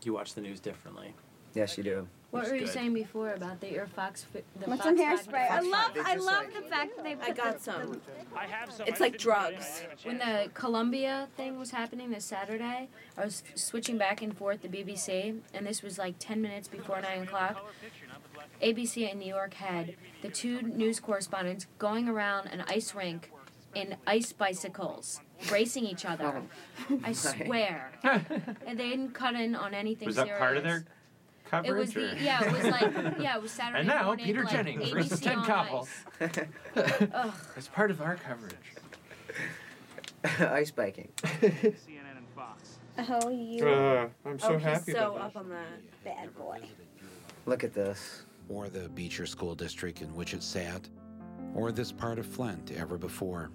[SPEAKER 2] You watch the news differently.
[SPEAKER 7] Yes, you do.
[SPEAKER 8] What were you
[SPEAKER 2] good.
[SPEAKER 8] saying before about the Air Fox? fi- The
[SPEAKER 3] Want
[SPEAKER 8] Fox
[SPEAKER 3] some
[SPEAKER 8] Five-
[SPEAKER 3] hairspray? I
[SPEAKER 8] Fox
[SPEAKER 3] love,
[SPEAKER 8] Five-
[SPEAKER 3] I love the fact that they.
[SPEAKER 28] I got some.
[SPEAKER 41] I have some.
[SPEAKER 28] It's like drugs.
[SPEAKER 8] When the Columbia thing was happening this Saturday, I was switching back and forth the BBC, and this was like 10 minutes before 9 o'clock. ABC in New York had the two news correspondents going around an ice rink in ice bicycles, racing each other. I swear. and they didn't cut in on anything
[SPEAKER 4] Was that
[SPEAKER 8] serious.
[SPEAKER 4] part of their coverage?
[SPEAKER 8] It was the
[SPEAKER 4] or-
[SPEAKER 8] yeah. It was like yeah. It was Saturday
[SPEAKER 4] and now
[SPEAKER 8] morning,
[SPEAKER 4] Peter
[SPEAKER 8] like,
[SPEAKER 4] Jennings
[SPEAKER 8] ABC
[SPEAKER 4] versus Ted
[SPEAKER 8] on
[SPEAKER 4] Koppel.
[SPEAKER 8] ice.
[SPEAKER 4] It's part of our coverage.
[SPEAKER 7] Ice biking.
[SPEAKER 41] CNN and Fox.
[SPEAKER 3] Oh, you.
[SPEAKER 7] Uh, I'm so
[SPEAKER 3] oh, he's
[SPEAKER 7] happy
[SPEAKER 3] so
[SPEAKER 7] about
[SPEAKER 3] up on that. Bad boy.
[SPEAKER 7] Look at this.
[SPEAKER 1] Or the Beecher School District in which it sat, or this part of Flint ever before.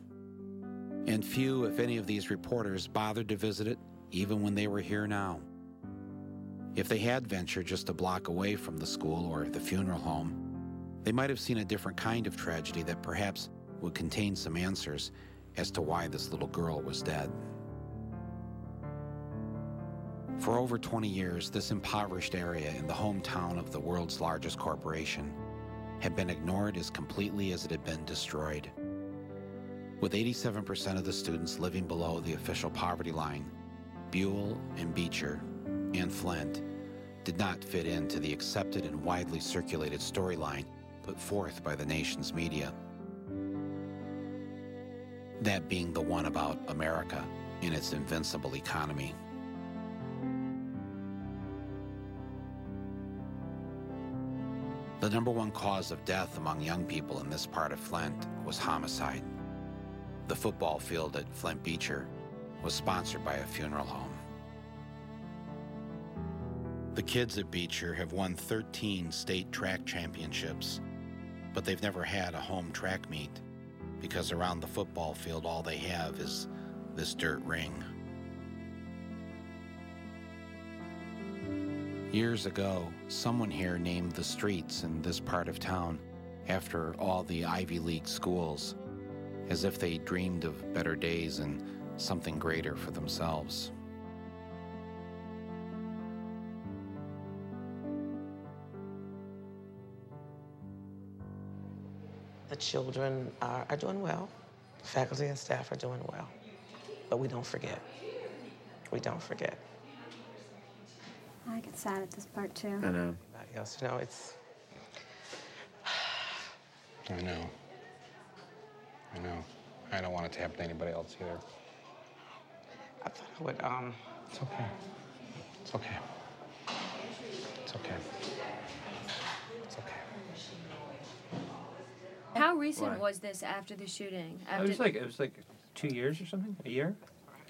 [SPEAKER 1] And few, if any, of these reporters bothered to visit it, even when they were here now. If they had ventured just a block away from the school or the funeral home, they might have seen a different kind of tragedy that perhaps would contain some answers as to why this little girl was dead. For over 20 years, this impoverished area in the hometown of the world's largest corporation had been ignored as completely as it had been destroyed. With 87% of the students living below the official poverty line, Buell and Beecher and Flint did not fit into the accepted and widely circulated storyline put forth by the nation's media. That being the one about America and its invincible economy. The number one cause of death among young people in this part of Flint was homicide. The football field at Flint Beecher was sponsored by a funeral home. The kids at Beecher have won 13 state track championships, but they've never had a home track meet because around the football field all they have is this dirt ring. Years ago, someone here named the streets in this part of town after all the Ivy League schools, as if they dreamed of better days and something greater for themselves.
[SPEAKER 9] The children are, are doing well. Faculty and staff are doing well. But we don't forget. We don't forget.
[SPEAKER 3] I get sad at this part too.
[SPEAKER 9] Anybody else? You know, it's.
[SPEAKER 1] I know. I know. I don't want it to happen to anybody else either.
[SPEAKER 9] I thought I would. Um.
[SPEAKER 1] It's okay. It's okay. It's okay. It's okay.
[SPEAKER 8] How recent
[SPEAKER 4] Why?
[SPEAKER 8] was this after the shooting? After
[SPEAKER 4] Oh, It was like it was like two years or something, a year.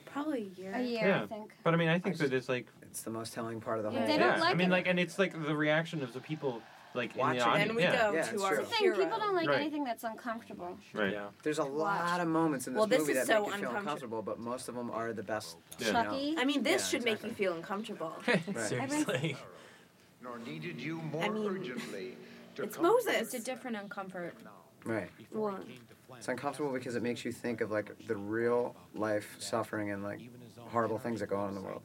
[SPEAKER 8] probably a year. A year,
[SPEAKER 4] yeah,
[SPEAKER 8] I think.
[SPEAKER 4] but I mean, I think that it's like
[SPEAKER 7] it's the most telling part of the
[SPEAKER 8] Yeah. whole They don't
[SPEAKER 4] yeah, I
[SPEAKER 8] like
[SPEAKER 4] mean,
[SPEAKER 8] it.
[SPEAKER 4] like, and it's like the reaction of the people like in
[SPEAKER 7] Watching
[SPEAKER 4] the
[SPEAKER 7] it.
[SPEAKER 4] audience.
[SPEAKER 7] And we
[SPEAKER 4] yeah.
[SPEAKER 7] go Yeah, to it's our-
[SPEAKER 3] That's the thing. People don't like
[SPEAKER 4] Right.
[SPEAKER 3] anything that's uncomfortable.
[SPEAKER 4] Right. Yeah.
[SPEAKER 7] There's a lot of moments in this
[SPEAKER 3] Well, this
[SPEAKER 7] movie that
[SPEAKER 3] is so
[SPEAKER 7] make you feel
[SPEAKER 3] uncomfortable.
[SPEAKER 7] uncomfortable, but most of them are the best.
[SPEAKER 4] Yeah.
[SPEAKER 7] you know.
[SPEAKER 6] I mean, this
[SPEAKER 7] Yeah,
[SPEAKER 6] should
[SPEAKER 7] exactly.
[SPEAKER 6] make you feel uncomfortable.
[SPEAKER 2] Seriously.
[SPEAKER 6] Nor needed you more I mean, urgently. it's Moses.
[SPEAKER 8] It's a different uncomfort.
[SPEAKER 7] Right.
[SPEAKER 8] Well,
[SPEAKER 7] It's uncomfortable because it makes you think of like the real life suffering and like horrible things that go on in the world,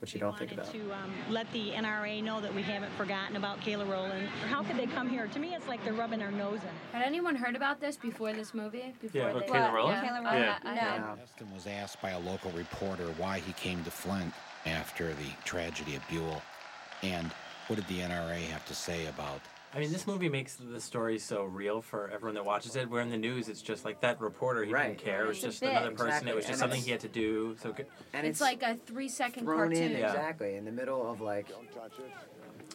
[SPEAKER 7] which you don't think about.
[SPEAKER 30] to um, let the NRA know that we haven't forgotten about Kayla Rowland. How could they come here? To me, it's like they're rubbing their nose in it.
[SPEAKER 8] Had anyone heard about this before this movie? Before
[SPEAKER 1] Yeah,
[SPEAKER 8] they-
[SPEAKER 1] Kayla Well, Rowland?
[SPEAKER 8] Yeah.
[SPEAKER 1] Yeah.
[SPEAKER 8] Uh,
[SPEAKER 1] Yeah.
[SPEAKER 8] no.
[SPEAKER 1] Justin was asked by a local reporter why he came to Flint after the tragedy at Buell, and what did the NRA have to say about
[SPEAKER 2] I mean, this movie makes the story so real for everyone that watches it. Where in the news, it's just like that reporter, he didn't care. It was
[SPEAKER 8] It's a
[SPEAKER 2] just
[SPEAKER 8] bit.
[SPEAKER 2] another person.
[SPEAKER 7] Exactly,
[SPEAKER 2] It was just
[SPEAKER 7] and
[SPEAKER 2] something
[SPEAKER 7] it's-
[SPEAKER 2] he had to do. So good.
[SPEAKER 7] And
[SPEAKER 8] it's,
[SPEAKER 7] it's,
[SPEAKER 8] like a three-second
[SPEAKER 7] thrown
[SPEAKER 8] cartoon.
[SPEAKER 7] in exactly in the middle of like.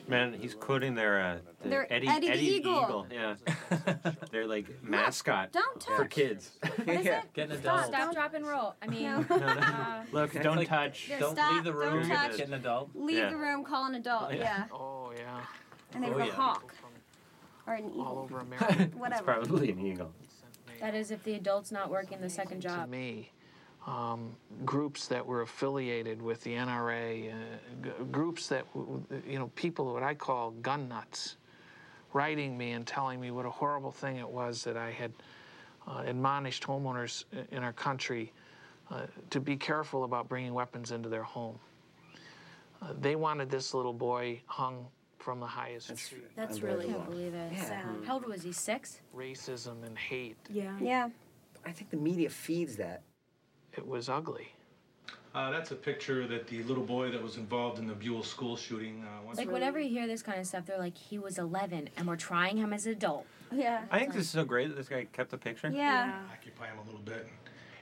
[SPEAKER 4] Man, he's quoting their uh, the
[SPEAKER 8] Their
[SPEAKER 4] Eddie,
[SPEAKER 8] Eddie the
[SPEAKER 4] Eddie
[SPEAKER 8] Eagle.
[SPEAKER 4] Yeah, they're like mascot
[SPEAKER 8] Don't
[SPEAKER 4] for
[SPEAKER 8] touch.
[SPEAKER 4] kids.
[SPEAKER 8] Yeah.
[SPEAKER 4] Getting
[SPEAKER 8] Stop,
[SPEAKER 4] adult.
[SPEAKER 8] stop, drop, and roll. I mean, uh,
[SPEAKER 4] Look, don't touch.
[SPEAKER 8] Just
[SPEAKER 4] Don't
[SPEAKER 8] stop,
[SPEAKER 4] leave the
[SPEAKER 8] don't
[SPEAKER 4] room.
[SPEAKER 8] touch.
[SPEAKER 2] Get an adult.
[SPEAKER 3] Leave the room, call an adult.
[SPEAKER 2] Yeah.
[SPEAKER 3] Yeah.
[SPEAKER 17] Oh yeah.
[SPEAKER 3] And they
[SPEAKER 4] Oh,
[SPEAKER 3] were a
[SPEAKER 4] yeah.
[SPEAKER 3] hawk. Or an eagle.
[SPEAKER 17] All over America.
[SPEAKER 3] Whatever.
[SPEAKER 4] Probably an eagle.
[SPEAKER 8] that is if the adult's not working the second
[SPEAKER 17] to
[SPEAKER 8] job.
[SPEAKER 17] me um, groups that were affiliated with the NRA, uh, g- groups that, w- w- you know, people what I call gun nuts, writing me and telling me what a horrible thing it was that I had uh, admonished homeowners i- in our country uh, to be careful about bringing weapons into their home. Uh, they wanted this little boy hung from the highest tree.
[SPEAKER 8] That's really. I can't believe it.
[SPEAKER 7] Yeah.
[SPEAKER 8] Sad. How old was he? Six.
[SPEAKER 17] racism and hate.
[SPEAKER 8] Yeah.
[SPEAKER 3] Yeah.
[SPEAKER 7] I think the media feeds that.
[SPEAKER 17] It was ugly.
[SPEAKER 28] Uh, that's a picture that the little boy that was involved in the Buell school shooting. Uh, once
[SPEAKER 8] Like whenever you hear this kind of stuff, they're like, he was 11, and we're trying him as an adult.
[SPEAKER 3] Yeah.
[SPEAKER 4] I think this is so great that this guy kept the picture.
[SPEAKER 28] Occupy him a little bit,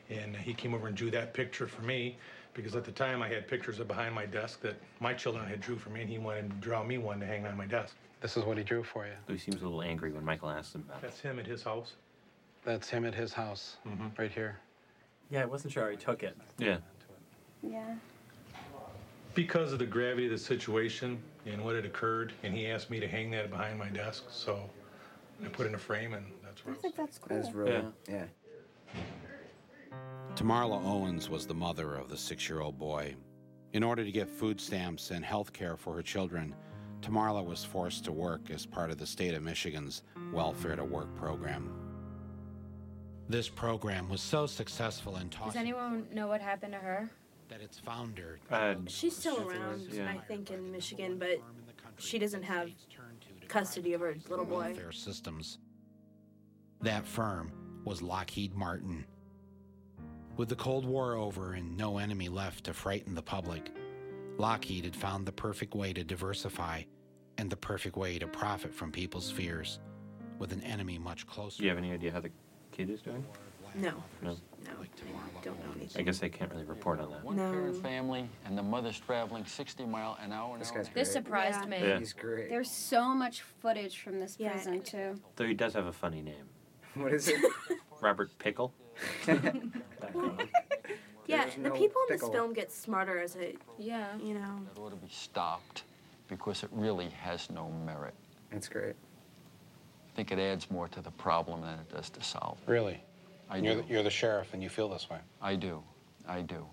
[SPEAKER 28] and uh, he came over and drew that picture for me because at the time I had pictures of behind my desk that my children had drew for me, and he wanted to draw me one to hang on my desk.
[SPEAKER 1] This is what he drew for you.
[SPEAKER 4] Lou seems a little angry when Michael asks him about it.
[SPEAKER 28] That's him at his house. Mm-hmm.
[SPEAKER 1] That's him at his house, right here.
[SPEAKER 2] Yeah, I wasn't sure how he took it.
[SPEAKER 4] Yeah.
[SPEAKER 3] Yeah.
[SPEAKER 28] Because of the gravity of the situation and what had occurred, and he asked me to hang that behind my desk, so I put it in a frame, and that's where. I
[SPEAKER 3] think that's
[SPEAKER 7] That's really yeah.
[SPEAKER 1] Tamarla Owens was the mother of the six year old boy. In order to get food stamps and health care for her children, Tamarla was forced to work as part of the state of Michigan's Welfare to Work program. This program was so successful in
[SPEAKER 8] Does
[SPEAKER 1] Taunton
[SPEAKER 8] anyone know what happened to her?
[SPEAKER 1] that its founder.
[SPEAKER 6] She's still around, I think, in Michigan, but she doesn't have custody of her little boy.
[SPEAKER 1] Welfare Systems. That firm was Lockheed Martin. With the Cold War over and no enemy left to frighten the public, Lockheed had found the perfect way to diversify and the perfect way to profit from people's fears with an enemy much closer.
[SPEAKER 4] Do you have any idea how the kid is doing?
[SPEAKER 6] No.
[SPEAKER 4] No.
[SPEAKER 6] No. I don't know anything.
[SPEAKER 4] I guess I can't really report on that.
[SPEAKER 43] One
[SPEAKER 6] No.
[SPEAKER 43] parent family, and the mother's traveling 60 mile an hour. This guy's
[SPEAKER 3] This surprised me.
[SPEAKER 4] Yeah.
[SPEAKER 7] He's great.
[SPEAKER 3] There's so much footage from this prison too.
[SPEAKER 4] Though he does have a funny name.
[SPEAKER 7] What is it?
[SPEAKER 4] Robert Pickle.
[SPEAKER 6] Yeah,
[SPEAKER 43] There's
[SPEAKER 6] the
[SPEAKER 43] no
[SPEAKER 6] people in
[SPEAKER 43] pickle.
[SPEAKER 6] this film get smarter as it.
[SPEAKER 8] Yeah.
[SPEAKER 6] You know.
[SPEAKER 43] That ought to be stopped because it really has no merit.
[SPEAKER 7] That's great.
[SPEAKER 43] I think it adds more to the problem than it does to solve. it.
[SPEAKER 1] Really?
[SPEAKER 43] I
[SPEAKER 1] you're,
[SPEAKER 43] do.
[SPEAKER 1] The, you're the sheriff and you feel this way.
[SPEAKER 43] I do. I do.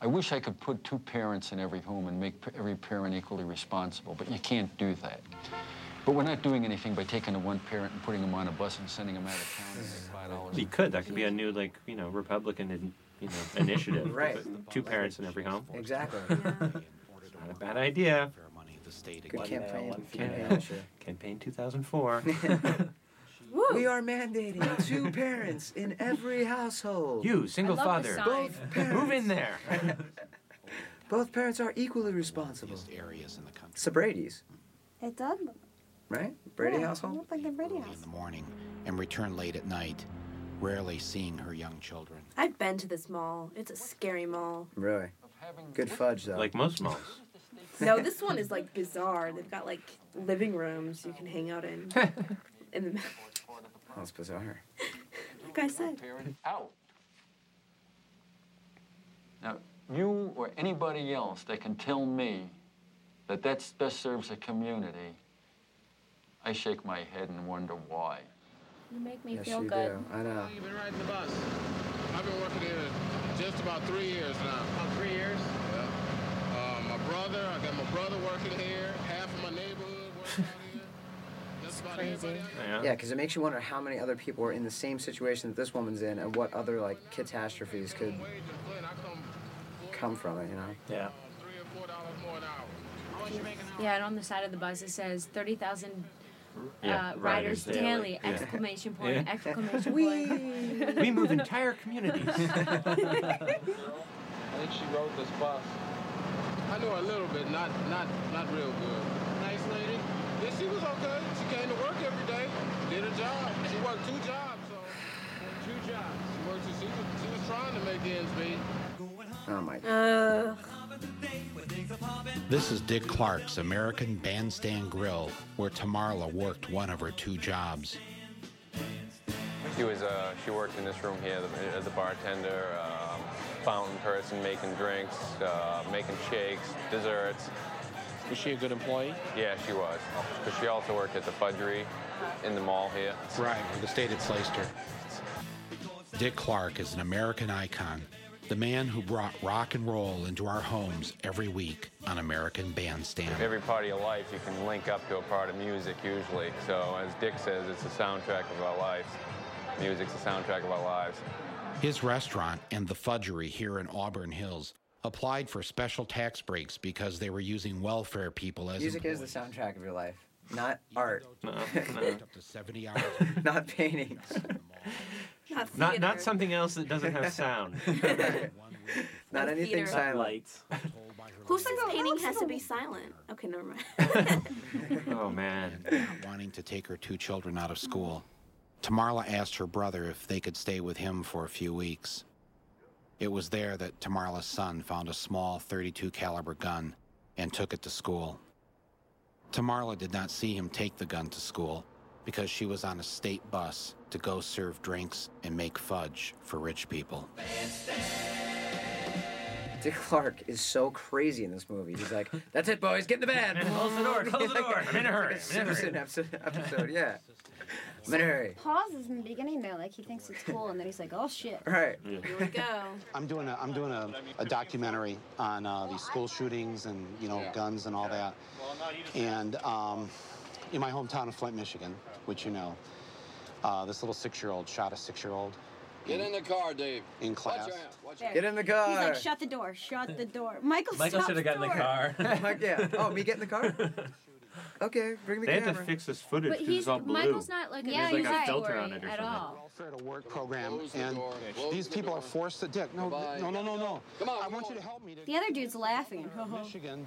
[SPEAKER 43] I wish I could put two parents in every home and make p- every parent equally responsible, but you can't do that. But we're not doing anything by taking the one parent and putting them on a bus and sending them out of town and make five dollars.
[SPEAKER 4] You could. That could be a new, like, you know, Republican in, you know, initiative.
[SPEAKER 43] Right.
[SPEAKER 4] Put Two parents in every home.
[SPEAKER 7] Exactly.
[SPEAKER 4] Not a bad idea.
[SPEAKER 7] Good
[SPEAKER 4] One
[SPEAKER 7] campaign.
[SPEAKER 4] male, one
[SPEAKER 7] Campaign,
[SPEAKER 4] female.
[SPEAKER 7] sure.
[SPEAKER 4] Campaign 2004.
[SPEAKER 7] We are mandating two parents in every household.
[SPEAKER 4] You, single I love the father. sign.
[SPEAKER 7] Both parents.
[SPEAKER 4] Move in there.
[SPEAKER 7] Both parents are equally responsible. Areas in the country. It's the Brady's,
[SPEAKER 3] It did.
[SPEAKER 7] right? Brady
[SPEAKER 3] Yeah,
[SPEAKER 7] household.
[SPEAKER 3] I don't think the Brady house.
[SPEAKER 1] morning and return late at night, rarely seeing her young children.
[SPEAKER 28] I've been to this mall. It's a scary mall.
[SPEAKER 7] Really? Good fudge, though.
[SPEAKER 4] Like most malls.
[SPEAKER 28] No, this one is like bizarre. They've got like living rooms you can hang out in. and the
[SPEAKER 7] That's bizarre.
[SPEAKER 28] like I said,
[SPEAKER 43] Out. Now, you or anybody else that can tell me that that best serves the community, I shake my head and wonder why.
[SPEAKER 8] You make me
[SPEAKER 43] Yes,
[SPEAKER 8] feel
[SPEAKER 43] you
[SPEAKER 8] good.
[SPEAKER 43] do.
[SPEAKER 7] I know.
[SPEAKER 5] You've been riding the bus. I've been working here just about three years
[SPEAKER 32] Uh,
[SPEAKER 5] now. About three years? Yeah. Uh, my brother, I got my brother working here. Half of my neighborhood working out here. That's about everybody. I know.
[SPEAKER 7] Yeah, because it makes you wonder how many other people are in the same situation that this woman's in, and what other like catastrophes could come from it. You know.
[SPEAKER 4] Yeah.
[SPEAKER 8] Oh, Yeah, and on the side of the bus it says thirty thousand
[SPEAKER 4] Yeah,
[SPEAKER 8] uh,
[SPEAKER 4] riders
[SPEAKER 8] riders
[SPEAKER 4] daily.
[SPEAKER 8] daily!
[SPEAKER 4] Yeah.
[SPEAKER 8] Exclamation point!
[SPEAKER 4] Yeah.
[SPEAKER 8] Exclamation point!
[SPEAKER 4] we move entire communities.
[SPEAKER 5] I think she rode this bus. I know a little bit, not not not real good. Nice lady. Yeah, she was okay. She came to work every day, did her job. She worked two jobs, so two jobs. She worked. She was, she was trying to make ends meet.
[SPEAKER 7] Oh my.
[SPEAKER 28] Uh,
[SPEAKER 1] This is Dick Clark's American Bandstand Grill, where Tamarla worked one of her two jobs.
[SPEAKER 10] She was uh, she worked in this room here as a bartender, um, fountain person, making drinks, uh, making shakes, desserts. Was she a good employee? Yeah, she was. But she also worked at the fudgery in the mall here.
[SPEAKER 1] Right, where the state had placed her. Dick Clark is an American icon, the man who brought rock and roll into our homes every week on American Bandstand.
[SPEAKER 10] Every part of your life you can link up to a part of music usually. So as Dick says, it's the soundtrack of our lives. Music's the soundtrack of our lives.
[SPEAKER 1] His restaurant and the fudgery here in Auburn Hills applied for special tax breaks because they were using welfare people as
[SPEAKER 7] Music is the soundtrack of your life, not art.
[SPEAKER 1] employees. up to 70 hours.
[SPEAKER 7] not paintings.
[SPEAKER 28] not,
[SPEAKER 4] Not
[SPEAKER 7] theater.
[SPEAKER 4] not something else that doesn't have sound.
[SPEAKER 7] Not anything
[SPEAKER 28] Theater.
[SPEAKER 7] silent.
[SPEAKER 4] Lights.
[SPEAKER 28] who says painting has to be silent? Okay, never mind.
[SPEAKER 4] Oh man.
[SPEAKER 1] Not wanting to take her two children out of school, Tamarla asked her brother if they could stay with him for a few weeks. It was there that Tamarla's son found a small 32 caliber gun and took it to school. Tamarla did not see him take the gun to school because she was on a state bus to go serve drinks and make fudge for rich people.
[SPEAKER 7] Dick Clark is so crazy in this movie. He's like, "That's it, boys, get in the van.
[SPEAKER 4] Close the door, close the door. I'm in a hurry,
[SPEAKER 7] It's
[SPEAKER 4] I'm in a
[SPEAKER 7] like
[SPEAKER 4] hurry.
[SPEAKER 7] Simpson episode, episode, yeah. I'm in a hurry.
[SPEAKER 3] Pauses in the beginning though, like he thinks it's cool, and then he's like, "Oh shit."
[SPEAKER 7] Right.
[SPEAKER 28] Here we go.
[SPEAKER 16] I'm doing a I'm doing a, a documentary on uh, these school shootings and you know guns and all that, and um, in my hometown of Flint, Michigan, which you know, uh, this little six-year-old shot a six-year-old
[SPEAKER 5] Get in the car, Dave.
[SPEAKER 16] in class.
[SPEAKER 3] There.
[SPEAKER 7] Get in the
[SPEAKER 3] He's
[SPEAKER 7] car.
[SPEAKER 3] like, "Shut the door! Shut the door!" Michael.
[SPEAKER 4] Michael
[SPEAKER 3] stop
[SPEAKER 4] should have gotten in the
[SPEAKER 3] door.
[SPEAKER 4] car.
[SPEAKER 7] Like, yeah. Oh, me get in the car. Okay, bring the
[SPEAKER 4] They had
[SPEAKER 7] camera.
[SPEAKER 4] to fix this footage
[SPEAKER 8] But
[SPEAKER 4] because it's
[SPEAKER 8] he's
[SPEAKER 4] all blue.
[SPEAKER 8] Michael's not like a
[SPEAKER 16] Yeah,
[SPEAKER 8] good
[SPEAKER 16] he's
[SPEAKER 8] story
[SPEAKER 16] right.
[SPEAKER 4] filter on it or
[SPEAKER 8] at
[SPEAKER 4] something.
[SPEAKER 8] all.
[SPEAKER 16] Work program and these people are forced to. Dick, no,
[SPEAKER 8] Goodbye.
[SPEAKER 16] no, no, no, no.
[SPEAKER 8] Come
[SPEAKER 16] on, I want you to help me.
[SPEAKER 3] The other dude's laughing.
[SPEAKER 16] Michigan.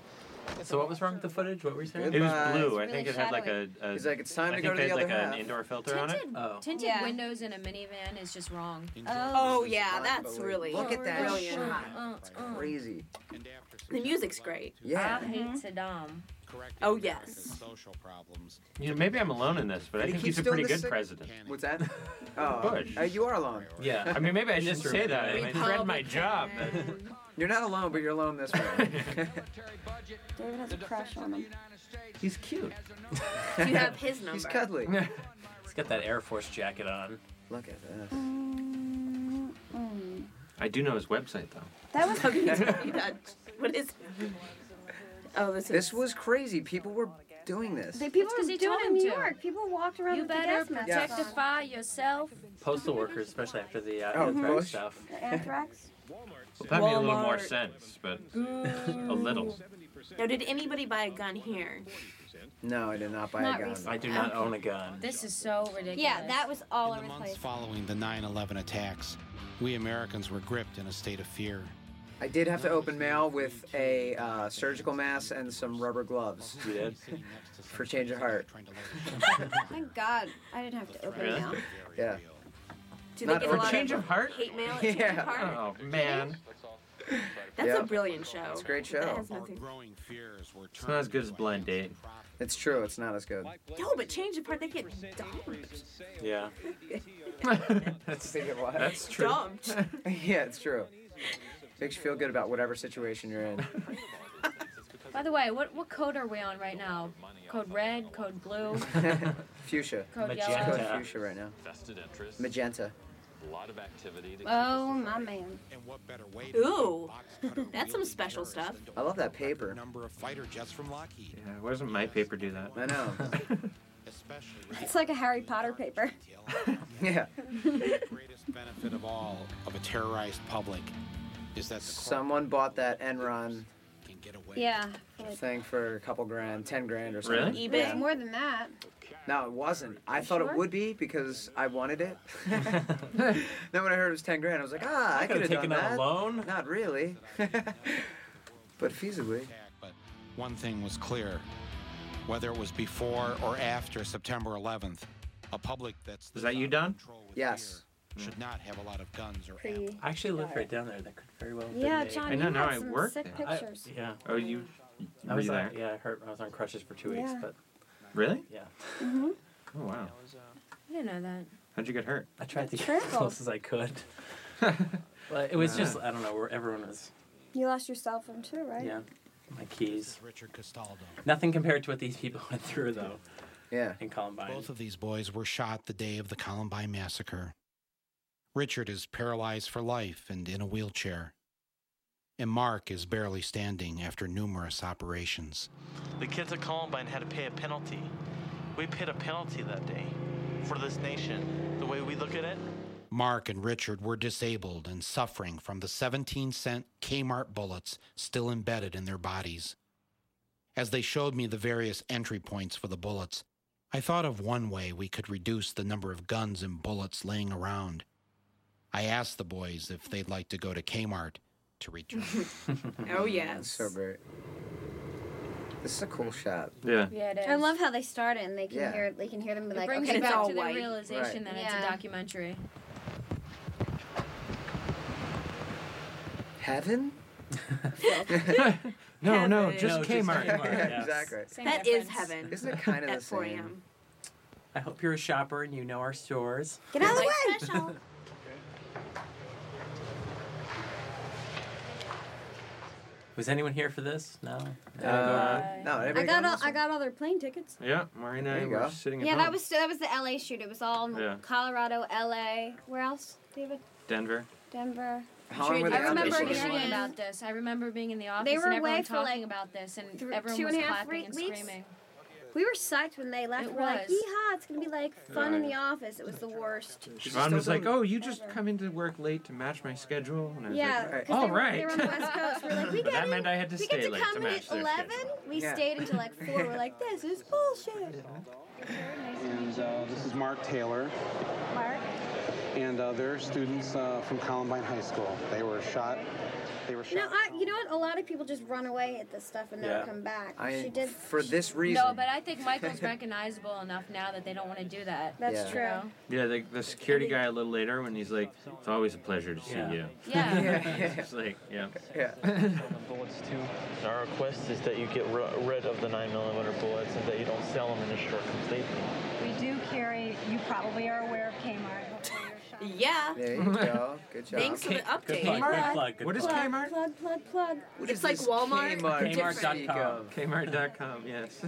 [SPEAKER 4] So what was wrong with the footage? What were you saying? It was
[SPEAKER 7] Goodbye.
[SPEAKER 4] blue. I
[SPEAKER 7] It's
[SPEAKER 4] think
[SPEAKER 7] really
[SPEAKER 4] it had like a,
[SPEAKER 7] shadowy.
[SPEAKER 4] a.
[SPEAKER 7] He's like, "It's time
[SPEAKER 4] I
[SPEAKER 7] to
[SPEAKER 4] think
[SPEAKER 7] go to
[SPEAKER 4] they
[SPEAKER 7] the
[SPEAKER 4] had like
[SPEAKER 7] other
[SPEAKER 4] an
[SPEAKER 7] half."
[SPEAKER 4] indoor filter on it. Oh.
[SPEAKER 8] Tinted
[SPEAKER 3] Yeah.
[SPEAKER 8] windows in a minivan is just wrong. Oh,
[SPEAKER 28] Oh, yeah, that's really
[SPEAKER 7] Look at that
[SPEAKER 28] brilliant.
[SPEAKER 7] shot.
[SPEAKER 8] Uh, uh.
[SPEAKER 7] Crazy.
[SPEAKER 28] The music's great.
[SPEAKER 7] Yeah. Mm-hmm.
[SPEAKER 8] I hate Saddam.
[SPEAKER 28] Oh yes.
[SPEAKER 16] Social problems.
[SPEAKER 4] You know, maybe I'm alone in this, but I
[SPEAKER 7] And he
[SPEAKER 4] think
[SPEAKER 7] keeps
[SPEAKER 4] he's a
[SPEAKER 7] doing
[SPEAKER 4] pretty good
[SPEAKER 7] this thing-
[SPEAKER 4] president.
[SPEAKER 7] What's that? Oh,
[SPEAKER 4] Bush.
[SPEAKER 7] uh, you are alone.
[SPEAKER 4] Yeah. I mean, maybe I shouldn't say that. I mean, read my job.
[SPEAKER 7] You're not alone, but you're alone this way.
[SPEAKER 3] David has a crush on him.
[SPEAKER 4] He's cute.
[SPEAKER 28] Do you have his number?
[SPEAKER 7] He's cuddly.
[SPEAKER 2] He's got that Air Force jacket on.
[SPEAKER 7] Look at this.
[SPEAKER 3] Mm.
[SPEAKER 4] I do know his website though.
[SPEAKER 3] That was
[SPEAKER 28] Okay, tell me that. What is? Oh, this is.
[SPEAKER 7] This was crazy. People were doing this?
[SPEAKER 3] They, people That's 'cause were he doing told it him in New to. York. People walked around You with the better gas masks
[SPEAKER 7] Yeah.
[SPEAKER 3] on. testify yourself.
[SPEAKER 2] Postal workers, especially after the uh,
[SPEAKER 7] Oh,
[SPEAKER 2] anthrax
[SPEAKER 7] Bush.
[SPEAKER 2] stuff.
[SPEAKER 3] The anthrax.
[SPEAKER 4] Well, that made a little more
[SPEAKER 6] Walmart.
[SPEAKER 4] sense, but a little.
[SPEAKER 6] Now, did anybody buy a gun here?
[SPEAKER 7] No, I did not buy
[SPEAKER 6] Not
[SPEAKER 7] a gun.
[SPEAKER 6] recently.
[SPEAKER 4] Um, I do not own a gun.
[SPEAKER 6] This is so ridiculous.
[SPEAKER 3] Yeah, that was all over the
[SPEAKER 1] Months
[SPEAKER 3] place.
[SPEAKER 1] following the 9 11 attacks, we Americans were gripped in a state of fear.
[SPEAKER 7] I did have to open mail with a uh, surgical mask and some rubber gloves.
[SPEAKER 4] You did?
[SPEAKER 7] For change of heart.
[SPEAKER 3] Thank God I didn't have to open
[SPEAKER 7] Really?
[SPEAKER 3] it now.
[SPEAKER 7] Yeah.
[SPEAKER 6] Do they
[SPEAKER 7] Not
[SPEAKER 6] get
[SPEAKER 7] for
[SPEAKER 6] a lot
[SPEAKER 7] change
[SPEAKER 6] of,
[SPEAKER 7] of heart?
[SPEAKER 6] Hate mail at change
[SPEAKER 7] Yeah.
[SPEAKER 6] of heart?
[SPEAKER 7] Oh, man.
[SPEAKER 6] That's
[SPEAKER 7] Yeah.
[SPEAKER 6] a brilliant show.
[SPEAKER 7] It's a great show.
[SPEAKER 6] That has nothing.
[SPEAKER 4] It's not as good as Blind Date.
[SPEAKER 7] It's true. It's not as good.
[SPEAKER 6] No, but change of heart, they get dumped.
[SPEAKER 4] Yeah.
[SPEAKER 7] That's, That's
[SPEAKER 6] true. Dumped.
[SPEAKER 7] yeah, it's true. Makes you feel good about whatever situation you're in.
[SPEAKER 8] By the way, what what code are we on right now? Code red, code blue.
[SPEAKER 7] fuchsia.
[SPEAKER 8] Code yellow.
[SPEAKER 7] It's
[SPEAKER 8] Magenta.
[SPEAKER 7] Code fuchsia right now.
[SPEAKER 29] Vested interest.
[SPEAKER 7] Magenta.
[SPEAKER 29] A lot of activity. To
[SPEAKER 3] Oh my man.
[SPEAKER 6] Ooh, that's some special stuff.
[SPEAKER 7] I love that paper.
[SPEAKER 29] Number of fighter jets from Lockheed.
[SPEAKER 4] Yeah, why doesn't my paper do that?
[SPEAKER 7] I know.
[SPEAKER 3] It's like a Harry Potter paper.
[SPEAKER 7] yeah.
[SPEAKER 1] Benefit of all of a terrorized public is that
[SPEAKER 7] Someone bought that Enron
[SPEAKER 3] Yeah.
[SPEAKER 7] thing for a couple grand, ten grand or something.
[SPEAKER 3] Really? It's more than that.
[SPEAKER 7] No, it wasn't. I thought
[SPEAKER 3] sure?
[SPEAKER 7] it would be because I wanted it. then when I heard it was ten grand, I was like, ah, I,
[SPEAKER 2] I
[SPEAKER 7] could
[SPEAKER 2] could've
[SPEAKER 7] have
[SPEAKER 2] taken
[SPEAKER 7] done
[SPEAKER 2] out a
[SPEAKER 7] that.
[SPEAKER 2] loan.
[SPEAKER 7] Not really, but feasibly.
[SPEAKER 1] One thing was clear whether it was before or after September 11th, a public that's
[SPEAKER 4] Is that you, Don?
[SPEAKER 7] Yes.
[SPEAKER 1] should not have a lot of guns or
[SPEAKER 3] Pretty
[SPEAKER 2] I actually live
[SPEAKER 3] dark.
[SPEAKER 2] right down there. That could very well. have
[SPEAKER 3] Yeah,
[SPEAKER 2] been me.
[SPEAKER 3] John, I know, you now had I some work sick there. pictures.
[SPEAKER 2] I- yeah.
[SPEAKER 4] Oh, you.
[SPEAKER 2] I
[SPEAKER 4] were
[SPEAKER 2] was
[SPEAKER 4] you
[SPEAKER 2] on,
[SPEAKER 4] there?
[SPEAKER 2] yeah, I hurt. I was on crutches for two weeks,
[SPEAKER 3] Yeah.
[SPEAKER 2] but
[SPEAKER 4] Really?
[SPEAKER 2] yeah.
[SPEAKER 3] hmm
[SPEAKER 4] Oh wow.
[SPEAKER 8] I didn't know that.
[SPEAKER 4] How'd you get hurt?
[SPEAKER 2] uh, I tried to get as
[SPEAKER 3] Trickle.
[SPEAKER 2] close as I could. but it was just
[SPEAKER 4] Ah.
[SPEAKER 2] I don't know where everyone was.
[SPEAKER 3] You lost your cell phone too, right?
[SPEAKER 2] Yeah, my keys.
[SPEAKER 1] Richard Castaldo.
[SPEAKER 2] Nothing compared to what these people went through though.
[SPEAKER 7] Yeah.
[SPEAKER 2] In Columbine.
[SPEAKER 1] Both of these boys were shot the day of the Columbine massacre. Richard is paralyzed for life and in a wheelchair. And Mark is barely standing after numerous operations.
[SPEAKER 39] The kids at Columbine had to pay a penalty. We paid a penalty that day for this nation. The way we look at it,
[SPEAKER 1] Mark and Richard were disabled and suffering from the 17 cent Kmart bullets still embedded in their bodies. As they showed me the various entry points for the bullets, I thought of one way we could reduce the number of guns and bullets laying around. I asked the boys if they'd like to go to Kmart to return.
[SPEAKER 6] Oh yes.
[SPEAKER 7] So great. This is a cool shot.
[SPEAKER 4] Yeah.
[SPEAKER 8] Yeah, it is.
[SPEAKER 3] I love how they start it and they can
[SPEAKER 7] Yeah.
[SPEAKER 3] hear they can hear them be
[SPEAKER 8] It
[SPEAKER 3] like
[SPEAKER 8] brings
[SPEAKER 3] okay,
[SPEAKER 8] it back
[SPEAKER 3] go."
[SPEAKER 8] to the realization
[SPEAKER 3] Right.
[SPEAKER 8] that it's
[SPEAKER 3] Yeah.
[SPEAKER 8] a documentary.
[SPEAKER 7] Heaven?
[SPEAKER 4] No,
[SPEAKER 2] Oh,
[SPEAKER 4] no, just Kmart.
[SPEAKER 7] exactly.
[SPEAKER 6] That is heaven.
[SPEAKER 7] Isn't it kind of
[SPEAKER 6] at
[SPEAKER 7] the same?
[SPEAKER 6] 4 a.m.
[SPEAKER 2] I hope you're a shopper and you know our stores.
[SPEAKER 3] Get out of the
[SPEAKER 6] Like
[SPEAKER 3] way.
[SPEAKER 6] special.
[SPEAKER 2] Was anyone here for this? No.
[SPEAKER 7] Uh, no,
[SPEAKER 3] I got all I got all their plane tickets.
[SPEAKER 4] Yeah, Marina
[SPEAKER 7] There
[SPEAKER 4] and I
[SPEAKER 7] you
[SPEAKER 4] were
[SPEAKER 7] go.
[SPEAKER 4] sitting at
[SPEAKER 3] Yeah,
[SPEAKER 4] home.
[SPEAKER 3] that was that was the LA shoot. It was all in
[SPEAKER 4] Yeah.
[SPEAKER 3] Colorado, LA. Where else, David?
[SPEAKER 4] Denver.
[SPEAKER 3] Denver.
[SPEAKER 7] How long were they
[SPEAKER 8] I
[SPEAKER 7] out there
[SPEAKER 8] remember
[SPEAKER 7] for?
[SPEAKER 8] hearing about this. I remember being in the office
[SPEAKER 3] were
[SPEAKER 8] and everyone
[SPEAKER 3] away for,
[SPEAKER 8] talking
[SPEAKER 3] like,
[SPEAKER 8] about this, and
[SPEAKER 3] thr-
[SPEAKER 8] everyone
[SPEAKER 3] two
[SPEAKER 8] was
[SPEAKER 3] and a half
[SPEAKER 8] clapping
[SPEAKER 3] re-
[SPEAKER 8] and
[SPEAKER 3] weeks?
[SPEAKER 8] screaming.
[SPEAKER 3] We were psyched when they left.
[SPEAKER 8] It
[SPEAKER 3] We're like,
[SPEAKER 8] was.
[SPEAKER 3] yeehaw, it's gonna be like fun in
[SPEAKER 4] Right.
[SPEAKER 3] the office. It was the worst.
[SPEAKER 4] Siobhan was like, "Oh, you just come into work late to match my schedule," and I was
[SPEAKER 3] Yeah,
[SPEAKER 4] like,
[SPEAKER 3] 'cause they
[SPEAKER 4] "All
[SPEAKER 3] were- they
[SPEAKER 4] right."
[SPEAKER 3] were on the West Coast. We're like, we
[SPEAKER 4] But
[SPEAKER 3] got
[SPEAKER 4] that meant I had to
[SPEAKER 3] we
[SPEAKER 4] stay
[SPEAKER 3] get to
[SPEAKER 4] late to
[SPEAKER 3] come in
[SPEAKER 4] match
[SPEAKER 3] at
[SPEAKER 4] their
[SPEAKER 3] 11.
[SPEAKER 4] schedule.
[SPEAKER 3] We
[SPEAKER 4] Yeah.
[SPEAKER 3] stayed until like 4. We're like, this is bullshit.
[SPEAKER 16] And uh, this is Mark Taylor.
[SPEAKER 3] Mark.
[SPEAKER 16] And uh, they're students uh, from Columbine High School. They were shot. They were
[SPEAKER 3] You know,
[SPEAKER 16] shot.
[SPEAKER 3] I, you know what? A lot of people just run away at this stuff and never
[SPEAKER 7] Yeah.
[SPEAKER 3] come back.
[SPEAKER 7] I-
[SPEAKER 3] she did.
[SPEAKER 7] for this reason.
[SPEAKER 8] No, but I think Michael's recognizable enough now that they don't want to do that.
[SPEAKER 3] That's
[SPEAKER 8] You know?
[SPEAKER 4] Yeah, the, the security guy a little later when he's like, "It's always a pleasure to see
[SPEAKER 39] Yeah.
[SPEAKER 4] you."
[SPEAKER 8] Yeah.
[SPEAKER 4] it's just like, yeah.
[SPEAKER 39] bullets too. Our request is that you get ri- rid of the 9 millimeter bullets and that you don't sell them in the store completely.
[SPEAKER 31] We do carry, you probably are aware of Kmart. hopefully you're shopping.
[SPEAKER 6] Yeah.
[SPEAKER 7] There you go. Good job.
[SPEAKER 6] Thanks for the update.
[SPEAKER 4] What is Kmart?
[SPEAKER 3] Plug, plug, plug.
[SPEAKER 7] What
[SPEAKER 6] It's
[SPEAKER 7] is
[SPEAKER 6] like
[SPEAKER 7] this
[SPEAKER 6] Walmart.
[SPEAKER 7] Kmart.
[SPEAKER 2] Kmart dot
[SPEAKER 7] speak
[SPEAKER 2] com.
[SPEAKER 7] of?
[SPEAKER 4] Kmart.com. Yes.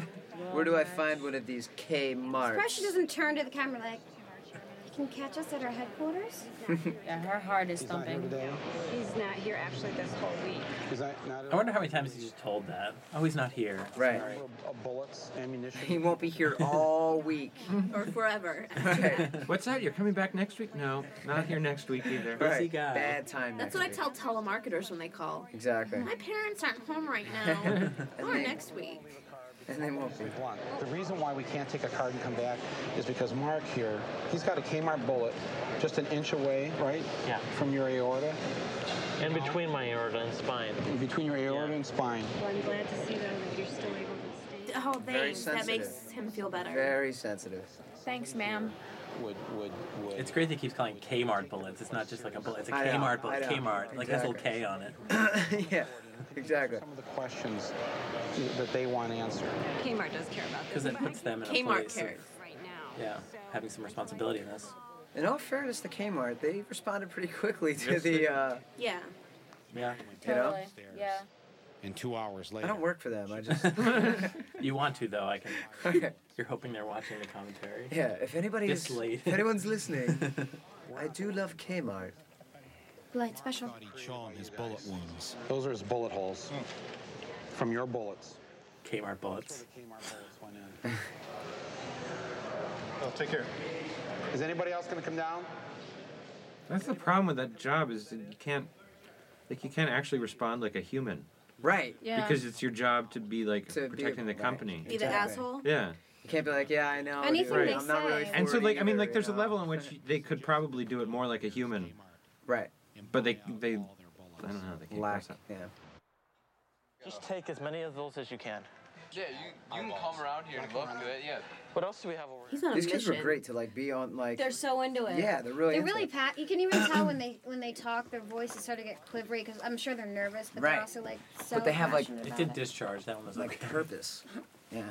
[SPEAKER 7] Where do I find one of these Kmarts?
[SPEAKER 3] Pressure doesn't turn to the camera like, can catch us at our headquarters?
[SPEAKER 8] yeah, her heart is
[SPEAKER 1] He's not here
[SPEAKER 8] thumping.
[SPEAKER 1] today.
[SPEAKER 3] He's not here actually this whole week.
[SPEAKER 1] Is that not
[SPEAKER 2] I wonder how many times he's just told that. Oh, he's not here.
[SPEAKER 7] Right.
[SPEAKER 2] Sorry.
[SPEAKER 1] bullets, ammunition?
[SPEAKER 7] He won't be here all week.
[SPEAKER 6] or forever.
[SPEAKER 4] What's that? You're coming back next week? No, not here next week either.
[SPEAKER 7] Busy guy. Bad time
[SPEAKER 6] That's what I tell telemarketers when they call.
[SPEAKER 7] Exactly.
[SPEAKER 6] My parents aren't home right now. or next week.
[SPEAKER 7] And they won't be.
[SPEAKER 1] One. The reason why we can't take a card and come back is because Mark here, he's got a Kmart bullet just an inch away, right?
[SPEAKER 45] Yeah.
[SPEAKER 1] From your aorta.
[SPEAKER 45] And between my aorta and spine.
[SPEAKER 1] Between your aorta and spine.
[SPEAKER 6] Well, I'm glad to see though that you're still able to stay. Oh,
[SPEAKER 7] Very
[SPEAKER 6] thanks. That makes
[SPEAKER 7] sensitive.
[SPEAKER 6] him feel better.
[SPEAKER 7] Very sensitive.
[SPEAKER 8] Thanks, ma'am.
[SPEAKER 1] Would, would, would.
[SPEAKER 2] It's great that he keeps calling Kmart bullets. It's not just like a bullet. It's a
[SPEAKER 1] I know,
[SPEAKER 2] Kmart
[SPEAKER 1] I
[SPEAKER 2] bullet.
[SPEAKER 1] know.
[SPEAKER 2] Kmart. Like has a little
[SPEAKER 1] Exactly.
[SPEAKER 2] K on it.
[SPEAKER 7] yeah, exactly.
[SPEAKER 1] Some of the questions that they want answered.
[SPEAKER 46] Kmart does care about this.
[SPEAKER 2] Because it puts them in a
[SPEAKER 46] Kmart
[SPEAKER 2] place
[SPEAKER 46] cares.
[SPEAKER 2] of yeah, having some responsibility in this.
[SPEAKER 7] In all fairness to Kmart, they responded pretty quickly to the. Uh,
[SPEAKER 6] Yeah.
[SPEAKER 2] Yeah.
[SPEAKER 7] You know?
[SPEAKER 8] Totally. Yeah.
[SPEAKER 47] And two hours
[SPEAKER 7] I
[SPEAKER 47] later.
[SPEAKER 7] don't work for them. I just.
[SPEAKER 2] You want to though? I can.
[SPEAKER 7] Okay.
[SPEAKER 2] You're hoping they're watching the commentary.
[SPEAKER 7] Yeah, if anybody
[SPEAKER 2] This
[SPEAKER 7] is,
[SPEAKER 2] late.
[SPEAKER 7] if anyone's listening, I do love Kmart.
[SPEAKER 8] Light special.
[SPEAKER 47] Show him his bullet wounds.
[SPEAKER 1] Those are his bullet holes from your bullets.
[SPEAKER 2] Kmart bullets.
[SPEAKER 1] Oh, take care. Is anybody else going to come down?
[SPEAKER 4] That's the problem with that job is that you can't, like, you can't actually respond like a human.
[SPEAKER 7] Right.
[SPEAKER 8] Yeah.
[SPEAKER 4] Because it's your job to be like protecting the
[SPEAKER 7] right,
[SPEAKER 4] company.
[SPEAKER 6] Be the asshole.
[SPEAKER 4] Yeah.
[SPEAKER 7] You can't be like, yeah, I know.
[SPEAKER 8] Anything
[SPEAKER 7] dude,
[SPEAKER 8] they
[SPEAKER 7] I'm not really.
[SPEAKER 8] say.
[SPEAKER 4] And so,
[SPEAKER 7] for it
[SPEAKER 4] like, I mean,
[SPEAKER 7] either,
[SPEAKER 4] like,
[SPEAKER 7] you
[SPEAKER 4] there's a
[SPEAKER 7] know?
[SPEAKER 4] level in which you- they could probably do it more like a human,
[SPEAKER 7] Right.
[SPEAKER 4] but they, they, I don't know, they can't
[SPEAKER 7] Lack.
[SPEAKER 4] cross that.
[SPEAKER 7] Yeah.
[SPEAKER 45] Just take as many of those as you can.
[SPEAKER 48] Yeah, you, you can come around here and look good. Yeah.
[SPEAKER 45] What else do we have over
[SPEAKER 6] He's on a
[SPEAKER 7] These
[SPEAKER 6] mission.
[SPEAKER 7] kids were great to like be on like.
[SPEAKER 8] They're so into it.
[SPEAKER 7] Yeah, they're really.
[SPEAKER 47] They're
[SPEAKER 7] into
[SPEAKER 47] really
[SPEAKER 7] it.
[SPEAKER 47] Pat,
[SPEAKER 3] You can even tell when they when they talk, their voices sort of get quivery because I'm sure they're nervous, but
[SPEAKER 7] Right.
[SPEAKER 47] they're also like so.
[SPEAKER 7] But they have, like-
[SPEAKER 47] passionate
[SPEAKER 2] It
[SPEAKER 47] about
[SPEAKER 2] did discharge. That one was
[SPEAKER 7] like
[SPEAKER 2] okay.
[SPEAKER 7] purpose. Yeah.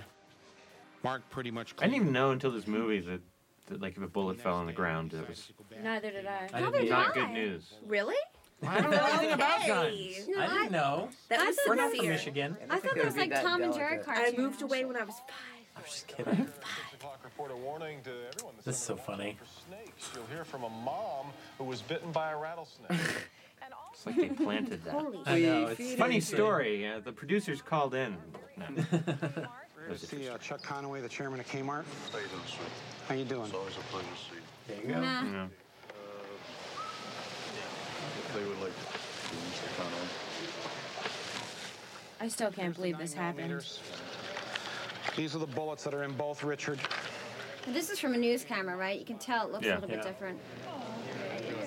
[SPEAKER 47] Mark pretty much.
[SPEAKER 4] I didn't even know until this movie that, that like, if a bullet fell on the ground, it was
[SPEAKER 8] Neither did I.
[SPEAKER 2] I didn't
[SPEAKER 4] not good news.
[SPEAKER 6] Really?
[SPEAKER 2] I don't know anything about
[SPEAKER 6] Okay.
[SPEAKER 2] guns.
[SPEAKER 6] No,
[SPEAKER 2] I didn't know.
[SPEAKER 6] That
[SPEAKER 3] I
[SPEAKER 6] was
[SPEAKER 2] We're not
[SPEAKER 6] sincere.
[SPEAKER 2] from Michigan.
[SPEAKER 3] I thought
[SPEAKER 7] it
[SPEAKER 3] there
[SPEAKER 7] would
[SPEAKER 3] was
[SPEAKER 7] be
[SPEAKER 3] like
[SPEAKER 7] that
[SPEAKER 3] Tom and Jerry
[SPEAKER 7] delicate.
[SPEAKER 6] I
[SPEAKER 3] cartoons.
[SPEAKER 6] moved away when I was five.
[SPEAKER 2] I'm just kidding.
[SPEAKER 26] report a warning to everyone that's
[SPEAKER 2] This is so
[SPEAKER 26] under the
[SPEAKER 2] funny.
[SPEAKER 26] watch for snakes. You'll hear from a mom who was bitten by a rattlesnake.
[SPEAKER 4] It's like they planted that.
[SPEAKER 2] I know. It's
[SPEAKER 4] Funny story. Uh, the producers called in. No.
[SPEAKER 1] We're here to see uh, Chuck Conaway, the chairman of Kmart. How you doing?
[SPEAKER 26] always a pleasure to see
[SPEAKER 2] There you go.
[SPEAKER 4] Yeah.
[SPEAKER 26] They would like Mr. Conway.
[SPEAKER 8] I still can't believe this happened.
[SPEAKER 1] These are the bullets that are in both Richard.
[SPEAKER 3] And This is from a news camera, right? You can tell it looks a
[SPEAKER 1] Yeah.
[SPEAKER 3] little bit
[SPEAKER 1] Yeah.
[SPEAKER 3] different.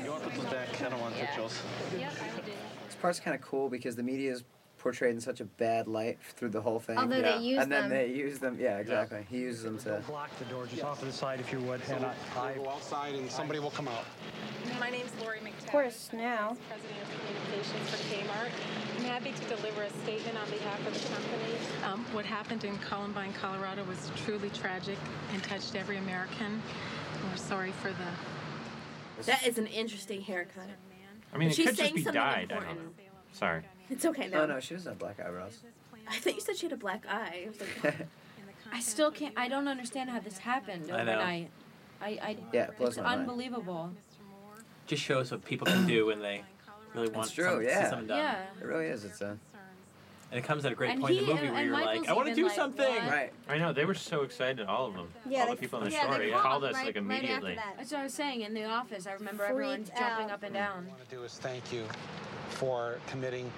[SPEAKER 1] You want to put back? I don't want pictures.
[SPEAKER 7] This part's kind of cool because the media is portrayed in such a bad light f- through the whole thing.
[SPEAKER 3] Although they Yeah. use
[SPEAKER 7] and then
[SPEAKER 3] them.
[SPEAKER 7] they use them. Yeah, exactly. He uses them to.
[SPEAKER 1] Block the door just off to the side if you would. And I, go outside and somebody will come out.
[SPEAKER 9] My name's Lori McTavish. Of
[SPEAKER 3] course, now.
[SPEAKER 9] President of Communications for Kmart. I'm happy to deliver a statement on behalf of the company. Um, what happened in Columbine, Colorado was truly tragic and touched every American. We're sorry for the.
[SPEAKER 6] That is an interesting haircut.
[SPEAKER 4] I mean, it
[SPEAKER 6] She's
[SPEAKER 4] could just
[SPEAKER 6] saying
[SPEAKER 4] be
[SPEAKER 6] something
[SPEAKER 4] dyed. I don't
[SPEAKER 6] important.
[SPEAKER 4] know. Sorry.
[SPEAKER 6] It's okay now.
[SPEAKER 7] Oh no, she doesn't have black eyebrows.
[SPEAKER 6] I thought you said she had a black eye. I was like,
[SPEAKER 8] I still can't. I don't understand how this happened
[SPEAKER 2] I know.
[SPEAKER 8] overnight. I, I
[SPEAKER 7] Yeah, it blows
[SPEAKER 8] it's
[SPEAKER 7] my mind.
[SPEAKER 8] unbelievable.
[SPEAKER 2] Just shows what people can do when they really want
[SPEAKER 7] It's true.
[SPEAKER 2] some- see
[SPEAKER 7] yeah.
[SPEAKER 2] something done.
[SPEAKER 8] Yeah.
[SPEAKER 7] It really is. It's a.
[SPEAKER 2] And it comes at a great
[SPEAKER 8] And
[SPEAKER 2] point in the
[SPEAKER 8] he-
[SPEAKER 2] movie
[SPEAKER 8] and-
[SPEAKER 2] where
[SPEAKER 8] and
[SPEAKER 2] you're
[SPEAKER 8] Michael's
[SPEAKER 2] like, I want to
[SPEAKER 8] even
[SPEAKER 2] do
[SPEAKER 8] like,
[SPEAKER 2] something.
[SPEAKER 8] what? Right.
[SPEAKER 4] I know they were so excited, all of them.
[SPEAKER 8] Yeah,
[SPEAKER 4] all the
[SPEAKER 8] they-
[SPEAKER 4] people in the
[SPEAKER 8] yeah, they
[SPEAKER 4] story
[SPEAKER 8] called
[SPEAKER 4] called us
[SPEAKER 8] right-
[SPEAKER 4] like
[SPEAKER 8] right after
[SPEAKER 4] immediately.
[SPEAKER 8] That's what I was saying in the office. I remember everyone
[SPEAKER 3] Freaked
[SPEAKER 8] jumping
[SPEAKER 3] out.
[SPEAKER 8] up and down.
[SPEAKER 1] want to do is thank you for committing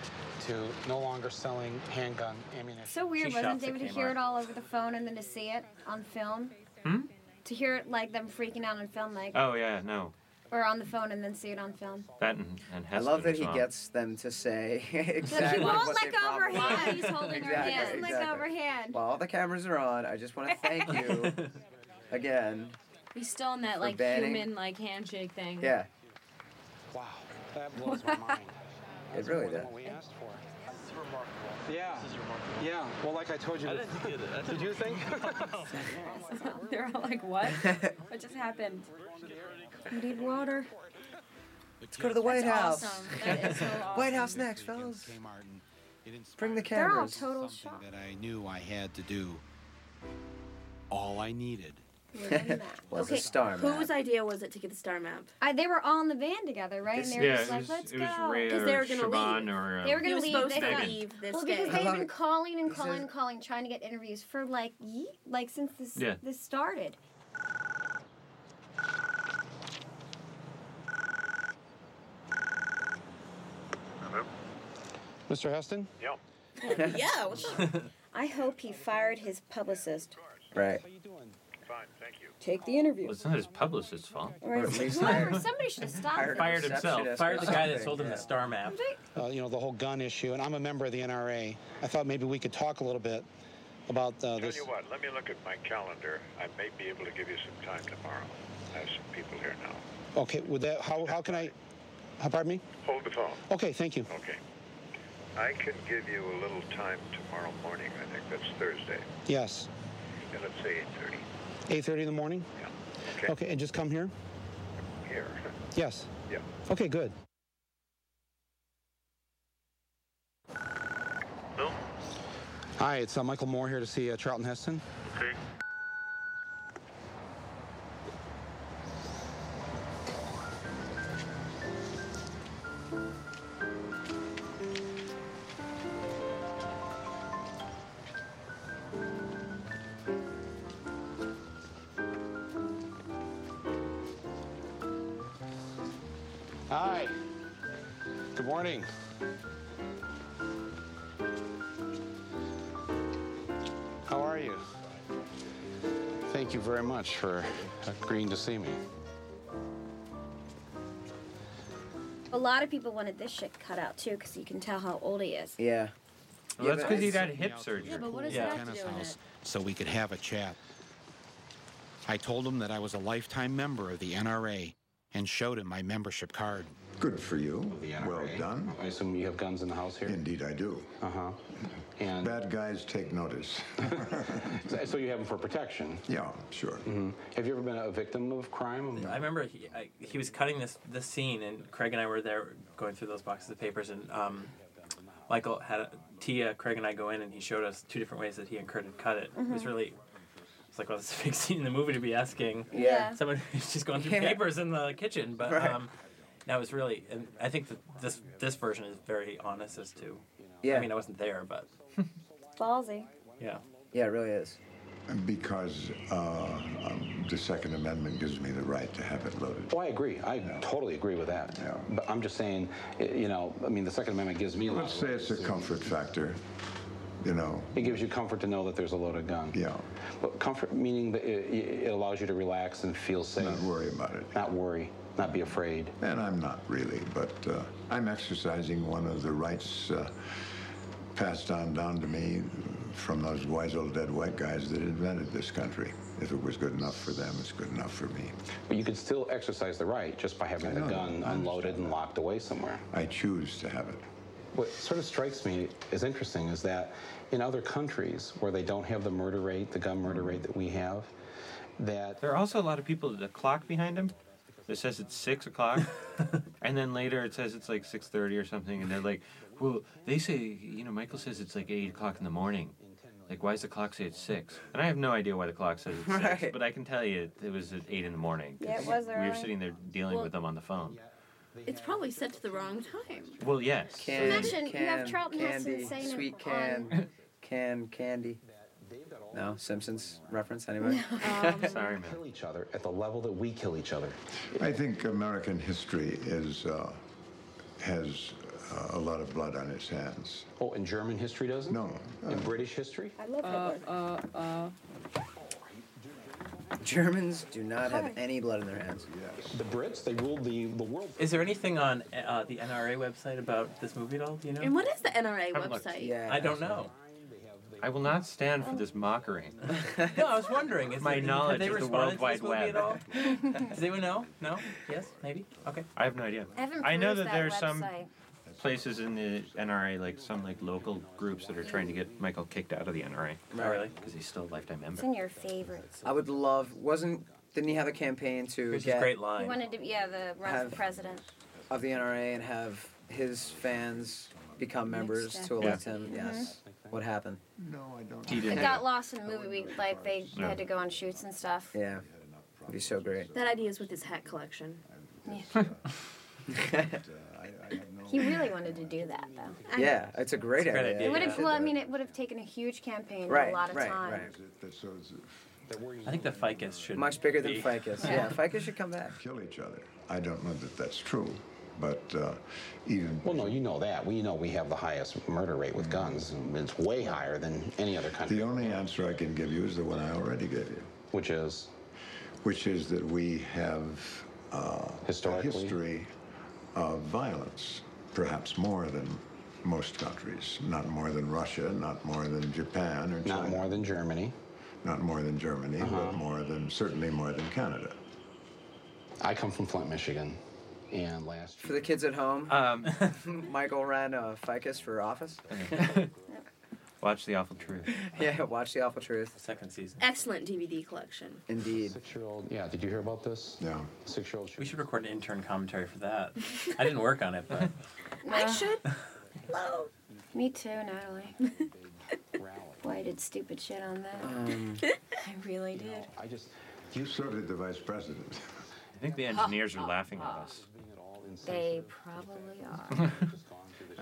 [SPEAKER 1] to no longer selling handgun ammunition.
[SPEAKER 3] So weird,
[SPEAKER 1] She
[SPEAKER 3] wasn't
[SPEAKER 1] shops
[SPEAKER 3] it,
[SPEAKER 1] at
[SPEAKER 3] David, to
[SPEAKER 1] Kmart.
[SPEAKER 3] hear it all over the phone and then to see it on film?
[SPEAKER 4] Hmm?
[SPEAKER 3] To hear it like them freaking out on film, like
[SPEAKER 4] Oh yeah, no,
[SPEAKER 3] or on the phone and then see it on film.
[SPEAKER 4] that and, and
[SPEAKER 7] I
[SPEAKER 4] Heston
[SPEAKER 7] love that
[SPEAKER 4] as
[SPEAKER 7] he
[SPEAKER 4] well.
[SPEAKER 7] gets them to say exactly
[SPEAKER 3] won't
[SPEAKER 7] what
[SPEAKER 3] let
[SPEAKER 7] they
[SPEAKER 3] go of her
[SPEAKER 7] probably-
[SPEAKER 3] hand. He's holding her
[SPEAKER 7] Exactly,
[SPEAKER 3] hand. He won't let go of
[SPEAKER 7] exactly.
[SPEAKER 3] her hand.
[SPEAKER 7] While all the cameras are on, I just want to thank you again.
[SPEAKER 8] He's still in that
[SPEAKER 7] For
[SPEAKER 8] like
[SPEAKER 7] banning-
[SPEAKER 8] human like handshake thing.
[SPEAKER 7] Yeah,
[SPEAKER 1] Wow, that blows my mind.
[SPEAKER 7] it really did.
[SPEAKER 1] We asked for it. Yeah. Yeah. Well, like I told you. I didn't get it. Did you think?
[SPEAKER 8] They're all like, what? what just happened?
[SPEAKER 3] We need water.
[SPEAKER 7] Let's go to the White House.
[SPEAKER 8] That's awesome. That is so
[SPEAKER 7] White
[SPEAKER 8] awesome.
[SPEAKER 7] House next, fellas. Bring the
[SPEAKER 3] They're all
[SPEAKER 7] cameras.
[SPEAKER 3] total
[SPEAKER 47] That I knew I had to do. All I needed
[SPEAKER 7] Was a star map.
[SPEAKER 49] Whose idea was it to get the star map?
[SPEAKER 3] I, they were all in the van together, right? and they were
[SPEAKER 4] yeah,
[SPEAKER 3] just
[SPEAKER 4] it
[SPEAKER 3] like,
[SPEAKER 4] was-
[SPEAKER 3] let's
[SPEAKER 4] it
[SPEAKER 3] go.
[SPEAKER 4] was Ray
[SPEAKER 3] Because
[SPEAKER 4] or
[SPEAKER 3] they were gonna
[SPEAKER 4] Siobhan
[SPEAKER 3] leave.
[SPEAKER 4] or,
[SPEAKER 3] they were
[SPEAKER 4] um,
[SPEAKER 3] gonna
[SPEAKER 4] He was
[SPEAKER 3] leave.
[SPEAKER 4] supposed
[SPEAKER 3] They
[SPEAKER 4] to
[SPEAKER 3] got-
[SPEAKER 4] leave
[SPEAKER 6] this
[SPEAKER 3] well,
[SPEAKER 6] day.
[SPEAKER 3] because
[SPEAKER 6] I
[SPEAKER 3] they've
[SPEAKER 6] love
[SPEAKER 3] been
[SPEAKER 6] it.
[SPEAKER 3] calling and
[SPEAKER 6] He
[SPEAKER 3] calling
[SPEAKER 6] says-
[SPEAKER 3] and calling, trying to get interviews for like, ye- like since this
[SPEAKER 4] Yeah.
[SPEAKER 3] this started.
[SPEAKER 1] Mr. Heston?
[SPEAKER 9] Yeah.
[SPEAKER 3] yeah. I hope he fired his publicist.
[SPEAKER 7] Right.
[SPEAKER 9] Fine, thank you.
[SPEAKER 3] Take the interview.
[SPEAKER 4] Well, it's not his publicist's fault.
[SPEAKER 3] Or Or at least whoever- hired- somebody should have stopped hired him.
[SPEAKER 2] Fired himself.
[SPEAKER 4] receptionist
[SPEAKER 2] Fired
[SPEAKER 4] or
[SPEAKER 2] the guy that
[SPEAKER 4] something,
[SPEAKER 2] sold him
[SPEAKER 4] yeah.
[SPEAKER 2] the star map.
[SPEAKER 1] uh, you know, the whole gun issue, and I'm a member of the NRA. I thought maybe we could talk a little bit about uh,
[SPEAKER 9] Tell
[SPEAKER 1] this.
[SPEAKER 9] you what, let me look at my calendar. I may be able to give you some time tomorrow. I have some people here now.
[SPEAKER 1] Okay, would that, how, how can I, uh, pardon me?
[SPEAKER 9] Hold the phone.
[SPEAKER 1] Okay, thank you.
[SPEAKER 9] Okay. I can give you a little time tomorrow morning. I think that's Thursday.
[SPEAKER 1] Yes,
[SPEAKER 9] And let's say 8.30
[SPEAKER 1] 8.30 in the morning?
[SPEAKER 9] Okay.
[SPEAKER 1] Okay, and just come here?
[SPEAKER 9] here.
[SPEAKER 1] Yes.
[SPEAKER 9] Yeah.
[SPEAKER 1] Okay, good.
[SPEAKER 9] No?
[SPEAKER 1] Hi, it's uh, Michael Moore here to see uh, Charlton Heston.
[SPEAKER 9] Okay.
[SPEAKER 1] Hi. Good morning. How are you? Thank you very much for agreeing to see me.
[SPEAKER 3] A lot of people wanted this shit cut out too, because you can tell how old he is.
[SPEAKER 7] Yeah.
[SPEAKER 4] Well, that's
[SPEAKER 7] but
[SPEAKER 4] because he
[SPEAKER 7] it's-
[SPEAKER 4] got hip surgery.
[SPEAKER 3] Yeah, but what does Yeah. that have to do with it?
[SPEAKER 50] So we could have a chat. I told him that I was a lifetime member of the NRA and showed him my membership card.
[SPEAKER 32] Good for you. Well done.
[SPEAKER 1] I assume you have guns in the house here?
[SPEAKER 32] Indeed, I do.
[SPEAKER 1] Uh huh. And
[SPEAKER 32] bad guys take notice.
[SPEAKER 1] So- So you have them for protection? Mm-hmm.
[SPEAKER 32] Yeah, sure.
[SPEAKER 1] Have you ever been a victim of crime?
[SPEAKER 2] I remember he, I, he was cutting this this scene, and Craig and I were there going through those boxes of papers, and um, Michael had a, Tia, Craig, and I go in, and he showed us two different ways that he and Kurt had cut it. It was
[SPEAKER 51] Mhm.
[SPEAKER 2] really. It's like, well, it's a big scene in the movie to be asking
[SPEAKER 51] Yeah.
[SPEAKER 2] someone who's just going through
[SPEAKER 51] Yeah.
[SPEAKER 2] papers in the kitchen, but
[SPEAKER 51] Right.
[SPEAKER 2] um, now it's really, and I think that this this version is very honest as to.
[SPEAKER 32] Yeah.
[SPEAKER 2] I mean, I wasn't there, but
[SPEAKER 3] Ballsy.
[SPEAKER 2] yeah.
[SPEAKER 32] Yeah, it really is. Because uh, um, the Second Amendment gives me the right to have it loaded.
[SPEAKER 1] Well, I agree. I totally agree with that. But I'm just saying, i- you know, I mean, the Second Amendment gives me a lot
[SPEAKER 32] Let's say it's a comfort factor, you know.
[SPEAKER 1] It gives you comfort to know that there's a loaded gun. Yeah. But comfort meaning that it, it allows you to relax and feel safe. Not
[SPEAKER 32] worry about it.
[SPEAKER 1] Not worry. Not be afraid.
[SPEAKER 32] And I'm not really, but uh, I'm exercising one of the rights uh, passed on down to me from those wise old dead white guys that invented this country. If it was good enough for them, it's good enough for me.
[SPEAKER 1] But you could still exercise the right just by having the gun unloaded and locked away somewhere.
[SPEAKER 32] I choose to have it.
[SPEAKER 1] What sort of strikes me as interesting is that in other countries where they don't have the murder rate, the gun murder rate that we have, that
[SPEAKER 4] There are also a lot of people with a clock behind them that says it's six o'clock, and then later it says it's like six thirty or something, and they're like, "Well, they say you know Michael says it's like eight o'clock in the morning. Like, why does the clock say it's six? And I have no idea why the clock says it's six,
[SPEAKER 32] Right.
[SPEAKER 4] but I can tell you it, it was at eight in the morning. 'cause
[SPEAKER 6] Yeah, it was
[SPEAKER 4] We were
[SPEAKER 6] early.
[SPEAKER 4] sitting there dealing
[SPEAKER 6] Well-
[SPEAKER 4] with them on the phone.
[SPEAKER 6] It's probably set to the wrong time.
[SPEAKER 4] Well, yes.
[SPEAKER 6] Can-
[SPEAKER 3] Imagine you have
[SPEAKER 6] can-
[SPEAKER 3] Charlton Heston
[SPEAKER 6] candy,
[SPEAKER 3] saying it
[SPEAKER 6] sweet
[SPEAKER 3] on-
[SPEAKER 6] can.
[SPEAKER 7] Can candy. No Simpsons reference anyway.
[SPEAKER 3] Oh,
[SPEAKER 1] Sorry, man. kill each other at the level that we kill each other.
[SPEAKER 32] I think American history is uh, has uh, a lot of blood on its hands.
[SPEAKER 1] Oh, and German history doesn't?
[SPEAKER 32] No.
[SPEAKER 1] In British history?
[SPEAKER 3] I love
[SPEAKER 19] Uh, uh, uh.
[SPEAKER 7] Germans do not have
[SPEAKER 19] Hi.
[SPEAKER 7] any blood in their hands.
[SPEAKER 1] The Brits, they ruled the, the world.
[SPEAKER 2] Is there anything on uh, the NRA website about this movie at all? Do you know?
[SPEAKER 6] And what is the NRA
[SPEAKER 2] Haven't looked.
[SPEAKER 6] website?
[SPEAKER 2] I don't know.
[SPEAKER 4] I will not stand
[SPEAKER 3] Oh.
[SPEAKER 4] for this mockery.
[SPEAKER 2] no, I was wondering. Is
[SPEAKER 4] My
[SPEAKER 2] it,
[SPEAKER 4] knowledge
[SPEAKER 2] have they
[SPEAKER 4] of the
[SPEAKER 2] responded
[SPEAKER 4] World
[SPEAKER 2] to this movie
[SPEAKER 4] Wide
[SPEAKER 2] At all? Does anyone know? No? Yes? Maybe? Okay.
[SPEAKER 4] I have no idea.
[SPEAKER 2] I haven't
[SPEAKER 4] I know
[SPEAKER 2] perused
[SPEAKER 4] that,
[SPEAKER 2] that
[SPEAKER 4] there are some
[SPEAKER 2] website.
[SPEAKER 4] places in the NRA, like some like local groups that are trying to get Michael kicked out of the NRA.
[SPEAKER 7] Right. Oh, really?
[SPEAKER 4] Because he's still a lifetime member.
[SPEAKER 3] in your favorites.
[SPEAKER 7] I would love. Wasn't didn't he have a campaign to
[SPEAKER 4] Which is
[SPEAKER 7] get
[SPEAKER 4] great
[SPEAKER 3] He wanted to, yeah, the run
[SPEAKER 7] Have-
[SPEAKER 3] for president.
[SPEAKER 7] of the NRA and have his fans become members
[SPEAKER 3] Next
[SPEAKER 7] to
[SPEAKER 3] step.
[SPEAKER 7] elect
[SPEAKER 32] Yeah.
[SPEAKER 7] him?
[SPEAKER 3] Mhm.
[SPEAKER 7] Yes. What happened?
[SPEAKER 32] No, I don't.
[SPEAKER 7] He
[SPEAKER 3] It got lost in movie week. Like they
[SPEAKER 7] Yeah.
[SPEAKER 3] had to go on shoots and stuff.
[SPEAKER 7] Yeah. It'd be so great.
[SPEAKER 6] That idea is with his hat collection.
[SPEAKER 7] uh,
[SPEAKER 3] He really wanted to do that though.
[SPEAKER 7] yeah, it's a great,
[SPEAKER 3] It
[SPEAKER 7] idea.
[SPEAKER 3] would have. Well, I mean, it would have taken a huge campaign, and
[SPEAKER 7] Right,
[SPEAKER 3] a lot of
[SPEAKER 7] right,
[SPEAKER 3] time.
[SPEAKER 7] right.
[SPEAKER 2] I think the ficus should
[SPEAKER 7] Much bigger
[SPEAKER 2] be-
[SPEAKER 7] than Ficus. Yeah, Ficus should come back.
[SPEAKER 32] Kill each other. I don't know that that's true, but uh, even. Mm.
[SPEAKER 52] Well, no, you know that. We know we have the highest murder rate with guns. It's way higher than any other country.
[SPEAKER 32] The only answer I can give you is the one I already gave you.
[SPEAKER 52] Which is?
[SPEAKER 32] Which is that we have uh, a history of violence, perhaps more than most countries. Not more than Russia, not more than Japan or China. Not more
[SPEAKER 52] than Germany. Uh-huh.
[SPEAKER 32] Not more than Germany, but more than, certainly more than Canada.
[SPEAKER 52] I come from Flint, Michigan, and last
[SPEAKER 7] For the kids at home,
[SPEAKER 4] um,
[SPEAKER 7] Michael ran uh, Ficus for office.
[SPEAKER 4] Watch the awful truth.
[SPEAKER 7] yeah, watch The Awful Truth.
[SPEAKER 4] Second season.
[SPEAKER 6] Excellent DVD collection.
[SPEAKER 7] Indeed.
[SPEAKER 52] Six-year-old. Yeah. Did you hear about this?
[SPEAKER 32] No.
[SPEAKER 52] Six-year-old.
[SPEAKER 2] We should record an intern commentary for that. I didn't work on it, but
[SPEAKER 3] I
[SPEAKER 6] should.
[SPEAKER 3] Me too, Natalie. Boy, I did stupid shit on that.
[SPEAKER 32] Um,
[SPEAKER 3] I really did.
[SPEAKER 52] I just.
[SPEAKER 32] You served as the vice president.
[SPEAKER 4] I think the engineers are laughing at us.
[SPEAKER 3] They probably are.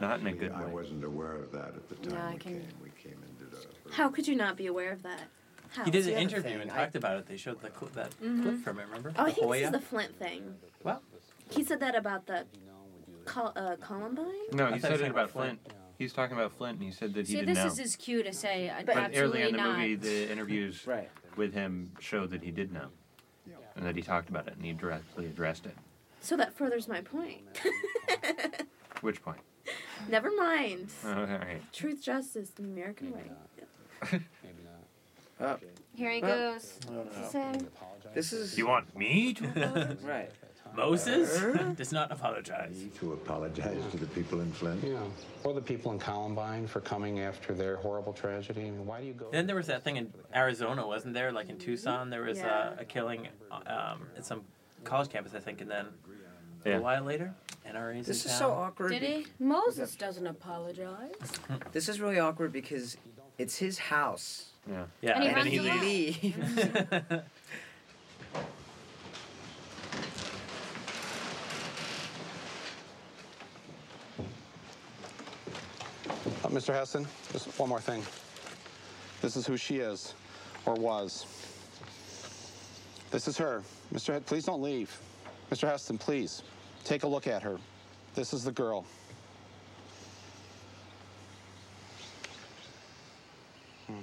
[SPEAKER 4] Not in a good
[SPEAKER 32] I wasn't aware of that at the time.
[SPEAKER 6] No, I
[SPEAKER 32] we
[SPEAKER 6] can-
[SPEAKER 32] came. We came into the.
[SPEAKER 6] How could you not be aware of that? How?
[SPEAKER 2] he did an interview and talked about it. They showed the cl- that clip
[SPEAKER 6] Mhm.
[SPEAKER 2] from it. Remember?
[SPEAKER 6] Oh, I
[SPEAKER 2] The
[SPEAKER 6] think this
[SPEAKER 2] Hoya?
[SPEAKER 6] is the Flint thing.
[SPEAKER 2] Well.
[SPEAKER 6] He said that about the Col- uh, Columbine.
[SPEAKER 4] No,
[SPEAKER 2] I
[SPEAKER 4] he
[SPEAKER 2] thought you
[SPEAKER 4] said
[SPEAKER 2] were
[SPEAKER 4] it
[SPEAKER 2] talking
[SPEAKER 4] about
[SPEAKER 2] about
[SPEAKER 4] Flint. He's talking about Flint, and he said that he
[SPEAKER 8] See,
[SPEAKER 4] didn't
[SPEAKER 8] this
[SPEAKER 4] know.
[SPEAKER 8] is as cute as say, I-
[SPEAKER 4] but
[SPEAKER 8] absolutely
[SPEAKER 4] earlier in the
[SPEAKER 8] not.
[SPEAKER 4] movie, the interviews with him showed that he did know, and that he talked about it and he directly addressed it.
[SPEAKER 6] So that furthers my point.
[SPEAKER 4] Which point?
[SPEAKER 6] Never mind.
[SPEAKER 4] Oh, all right.
[SPEAKER 6] Truth, justice, the American way.
[SPEAKER 7] Oh.
[SPEAKER 3] Here he
[SPEAKER 7] Well,
[SPEAKER 3] goes.
[SPEAKER 7] I don't know.
[SPEAKER 3] It's him.
[SPEAKER 7] This is.
[SPEAKER 2] You want me to?
[SPEAKER 7] right.
[SPEAKER 2] Moses does not apologize.
[SPEAKER 32] To apologize to the people in Flint.
[SPEAKER 52] Yeah. Or the people in Columbine for coming after their horrible tragedy. I mean, why do you go?
[SPEAKER 2] Then there was that thing in Arizona, wasn't there? Like in Tucson, there was
[SPEAKER 52] Yeah.
[SPEAKER 2] uh, a killing uh, um, at some college campus, I think, and then
[SPEAKER 4] Yeah.
[SPEAKER 2] a while later, NRA's
[SPEAKER 7] This
[SPEAKER 2] in
[SPEAKER 7] is
[SPEAKER 2] town.
[SPEAKER 7] so awkward.
[SPEAKER 3] Did he? Moses doesn't apologize.
[SPEAKER 7] This is really awkward because it's his house.
[SPEAKER 4] Yeah.
[SPEAKER 2] Yeah,
[SPEAKER 3] And he and then runs he
[SPEAKER 7] leaves.
[SPEAKER 28] Uh, Mr. Heston, just one more thing. This is who she is, or was. This is her. Mr. He- please don't leave. Mr. Heston, please take a look at her. This is the girl. Hmm.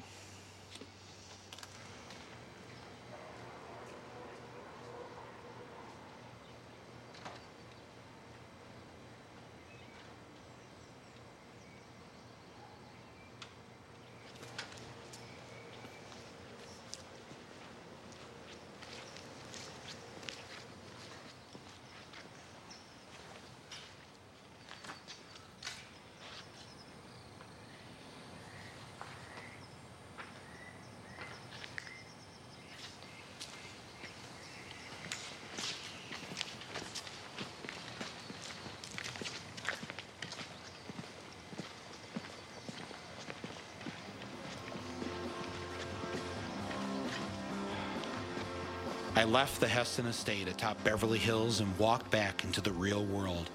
[SPEAKER 1] I left the Heston estate atop Beverly Hills and walked back into the real world,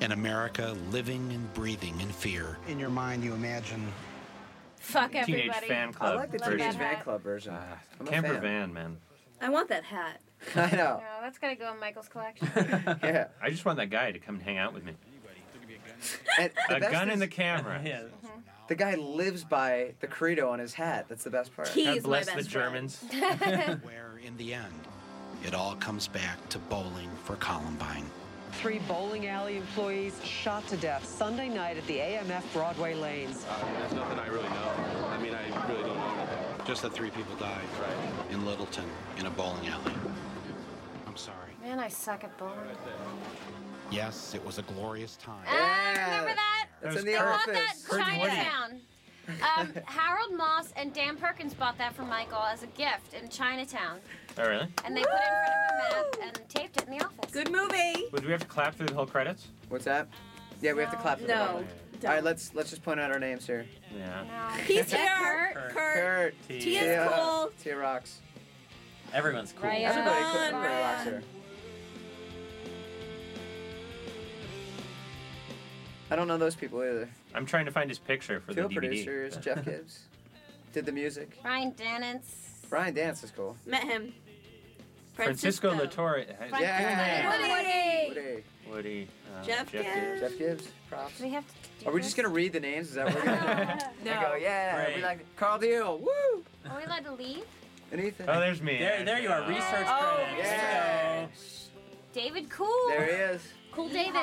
[SPEAKER 1] in America living and breathing in fear.
[SPEAKER 28] In your mind, you imagine
[SPEAKER 3] Fuck
[SPEAKER 28] Teenage
[SPEAKER 3] everybody.
[SPEAKER 28] fan club
[SPEAKER 7] I like the
[SPEAKER 28] Love that
[SPEAKER 7] Teenage Van
[SPEAKER 28] hat.
[SPEAKER 7] Club version. I'm a
[SPEAKER 4] Ah, Camper
[SPEAKER 7] fan.
[SPEAKER 4] van, man.
[SPEAKER 3] I want that hat.
[SPEAKER 7] I know.
[SPEAKER 3] No, that's gotta go in Michael's collection.
[SPEAKER 7] yeah.
[SPEAKER 4] I just want that guy to come and hang out with me.
[SPEAKER 7] And the
[SPEAKER 4] a
[SPEAKER 7] best
[SPEAKER 4] gun
[SPEAKER 7] is-
[SPEAKER 4] in the camera.
[SPEAKER 7] The guy lives by the credo on his hat. That's the best part.
[SPEAKER 1] He God is my bless the best
[SPEAKER 4] Germans.
[SPEAKER 1] Where in the end, it all comes back to bowling for Columbine.
[SPEAKER 53] Three bowling alley employees shot to death Sunday night at the AMF Broadway lanes.
[SPEAKER 54] There's Uh, nothing I really know. I mean, I really don't know anything.
[SPEAKER 1] Just that three people died. Right. In Littleton, in a bowling alley. I'm sorry.
[SPEAKER 3] Man, I suck at bowling.
[SPEAKER 1] Yes, it was a glorious time.
[SPEAKER 3] Ah, remember that?
[SPEAKER 1] That's in the
[SPEAKER 3] I bought that
[SPEAKER 1] office. Curtain Woody.
[SPEAKER 3] Chinatown. Um, Harold Moss and Dan Perkins bought that for Michael as a gift in Chinatown.
[SPEAKER 4] Oh, really?
[SPEAKER 3] And they put it in front of a map and taped it in the office. Good movie.
[SPEAKER 4] Would we have to clap through the whole credits?
[SPEAKER 7] What's that? Yeah, we have to clap. All
[SPEAKER 3] No.
[SPEAKER 7] right, let's let's just point out our names here.
[SPEAKER 4] Yeah.
[SPEAKER 28] He's here. Kurt.
[SPEAKER 7] Kurt.
[SPEAKER 28] Tia. Tia's cool.
[SPEAKER 7] Tia rocks.
[SPEAKER 2] Everyone's cool.
[SPEAKER 28] Ryan.
[SPEAKER 7] Everybody, cool.
[SPEAKER 28] Ryan.
[SPEAKER 7] everybody rocks here. I don't know those people either.
[SPEAKER 4] I'm trying to find his picture for
[SPEAKER 7] Field
[SPEAKER 4] the DVD.
[SPEAKER 7] producers,
[SPEAKER 4] but-
[SPEAKER 7] Jeff Gibbs, did the music.
[SPEAKER 3] Brian Dennett's.
[SPEAKER 7] Brian Dance is cool.
[SPEAKER 28] Met him.
[SPEAKER 4] Francisco Latore.
[SPEAKER 7] Yeah. Yeah.
[SPEAKER 3] Woody.
[SPEAKER 7] Woody.
[SPEAKER 4] Woody. uh,
[SPEAKER 28] Jeff Gibbs.
[SPEAKER 7] Jeff Gibbs. Props.
[SPEAKER 3] Do we have to
[SPEAKER 7] Are we just gonna read the names? Is that what we're gonna do?
[SPEAKER 28] No.
[SPEAKER 7] I go, yeah. We
[SPEAKER 4] Great.
[SPEAKER 7] like Carl Deal. Woo.
[SPEAKER 3] Are we allowed to leave?
[SPEAKER 7] And Ethan.
[SPEAKER 4] Oh, there's me.
[SPEAKER 2] There, there you are. Research oh, credits.
[SPEAKER 7] yeah.
[SPEAKER 3] David Cool.
[SPEAKER 7] There he is.
[SPEAKER 3] Cool David.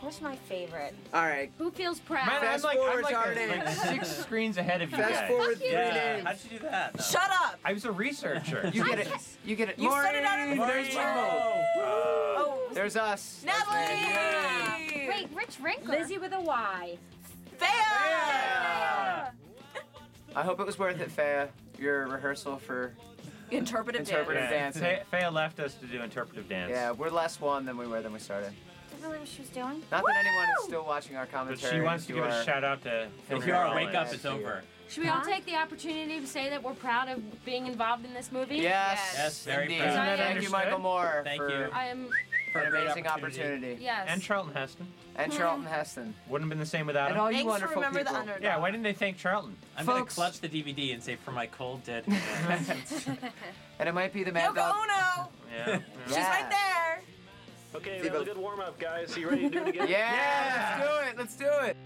[SPEAKER 3] What's my favorite?
[SPEAKER 7] All right.
[SPEAKER 3] Who feels proud?
[SPEAKER 4] Man, I'm like, I'm
[SPEAKER 7] forward
[SPEAKER 4] like,
[SPEAKER 7] to our
[SPEAKER 4] a- like
[SPEAKER 7] names.
[SPEAKER 4] six screens ahead of you
[SPEAKER 7] Fast
[SPEAKER 4] guys.
[SPEAKER 7] forward three
[SPEAKER 4] yeah. Uh,
[SPEAKER 7] names.
[SPEAKER 4] How'd you do that? though?
[SPEAKER 28] Shut up.
[SPEAKER 4] I was a researcher.
[SPEAKER 7] You get it. You get it.
[SPEAKER 28] You said it out of the
[SPEAKER 7] Maureen, There's
[SPEAKER 28] blue.
[SPEAKER 7] Jimbo.
[SPEAKER 28] Oh,
[SPEAKER 7] There's us.
[SPEAKER 28] Natalie.
[SPEAKER 3] Wait, Rich Wrinkler. Lizzie with a Y.
[SPEAKER 28] Thea.
[SPEAKER 7] I hope it was worth it, Faya. Your rehearsal for
[SPEAKER 28] Interpretive,
[SPEAKER 7] Interpretive
[SPEAKER 28] dance.
[SPEAKER 7] dance.
[SPEAKER 4] Fe- Fea left us to do interpretive dance.
[SPEAKER 7] yeah, we're less one than we were when we started.
[SPEAKER 3] Doesn't really what she was doing.
[SPEAKER 7] Not that anyone is still watching our
[SPEAKER 4] But
[SPEAKER 7] commentary.
[SPEAKER 4] she wants to
[SPEAKER 7] You
[SPEAKER 4] give a
[SPEAKER 7] are-
[SPEAKER 4] shout out to Phil
[SPEAKER 2] If you are
[SPEAKER 4] Collins.
[SPEAKER 2] wake up, it's over.
[SPEAKER 8] Should we all take the opportunity to say that we're proud of being involved in this movie?
[SPEAKER 7] Yes.
[SPEAKER 2] Yes, very
[SPEAKER 7] indeed.
[SPEAKER 2] proud.
[SPEAKER 7] Thank you,
[SPEAKER 4] Understood.
[SPEAKER 7] Michael Moore,
[SPEAKER 2] Thank
[SPEAKER 7] for
[SPEAKER 2] you.
[SPEAKER 8] I am.
[SPEAKER 2] For
[SPEAKER 7] an
[SPEAKER 2] a great
[SPEAKER 7] amazing
[SPEAKER 2] opportunity.
[SPEAKER 7] opportunity.
[SPEAKER 8] Yes.
[SPEAKER 4] And Charlton Heston.
[SPEAKER 7] And Charlton Heston.
[SPEAKER 4] Wouldn't have been the same without
[SPEAKER 7] And
[SPEAKER 4] him.
[SPEAKER 7] all
[SPEAKER 28] Thanks
[SPEAKER 7] you
[SPEAKER 28] for
[SPEAKER 7] wonderful
[SPEAKER 28] remember the
[SPEAKER 7] people.
[SPEAKER 28] underdog.
[SPEAKER 4] Yeah, why didn't they thank Charlton?
[SPEAKER 2] I'm
[SPEAKER 7] Folks.
[SPEAKER 2] gonna clutch the DVD and say for my cold dead. hands."
[SPEAKER 7] and it might be the Mad
[SPEAKER 28] Yoko
[SPEAKER 7] Dog.
[SPEAKER 28] Ono.
[SPEAKER 4] Yeah.
[SPEAKER 28] She's right there.
[SPEAKER 7] Okay, that was a good warm up, guys. You ready to do it again? yeah, let's do it. Let's do it.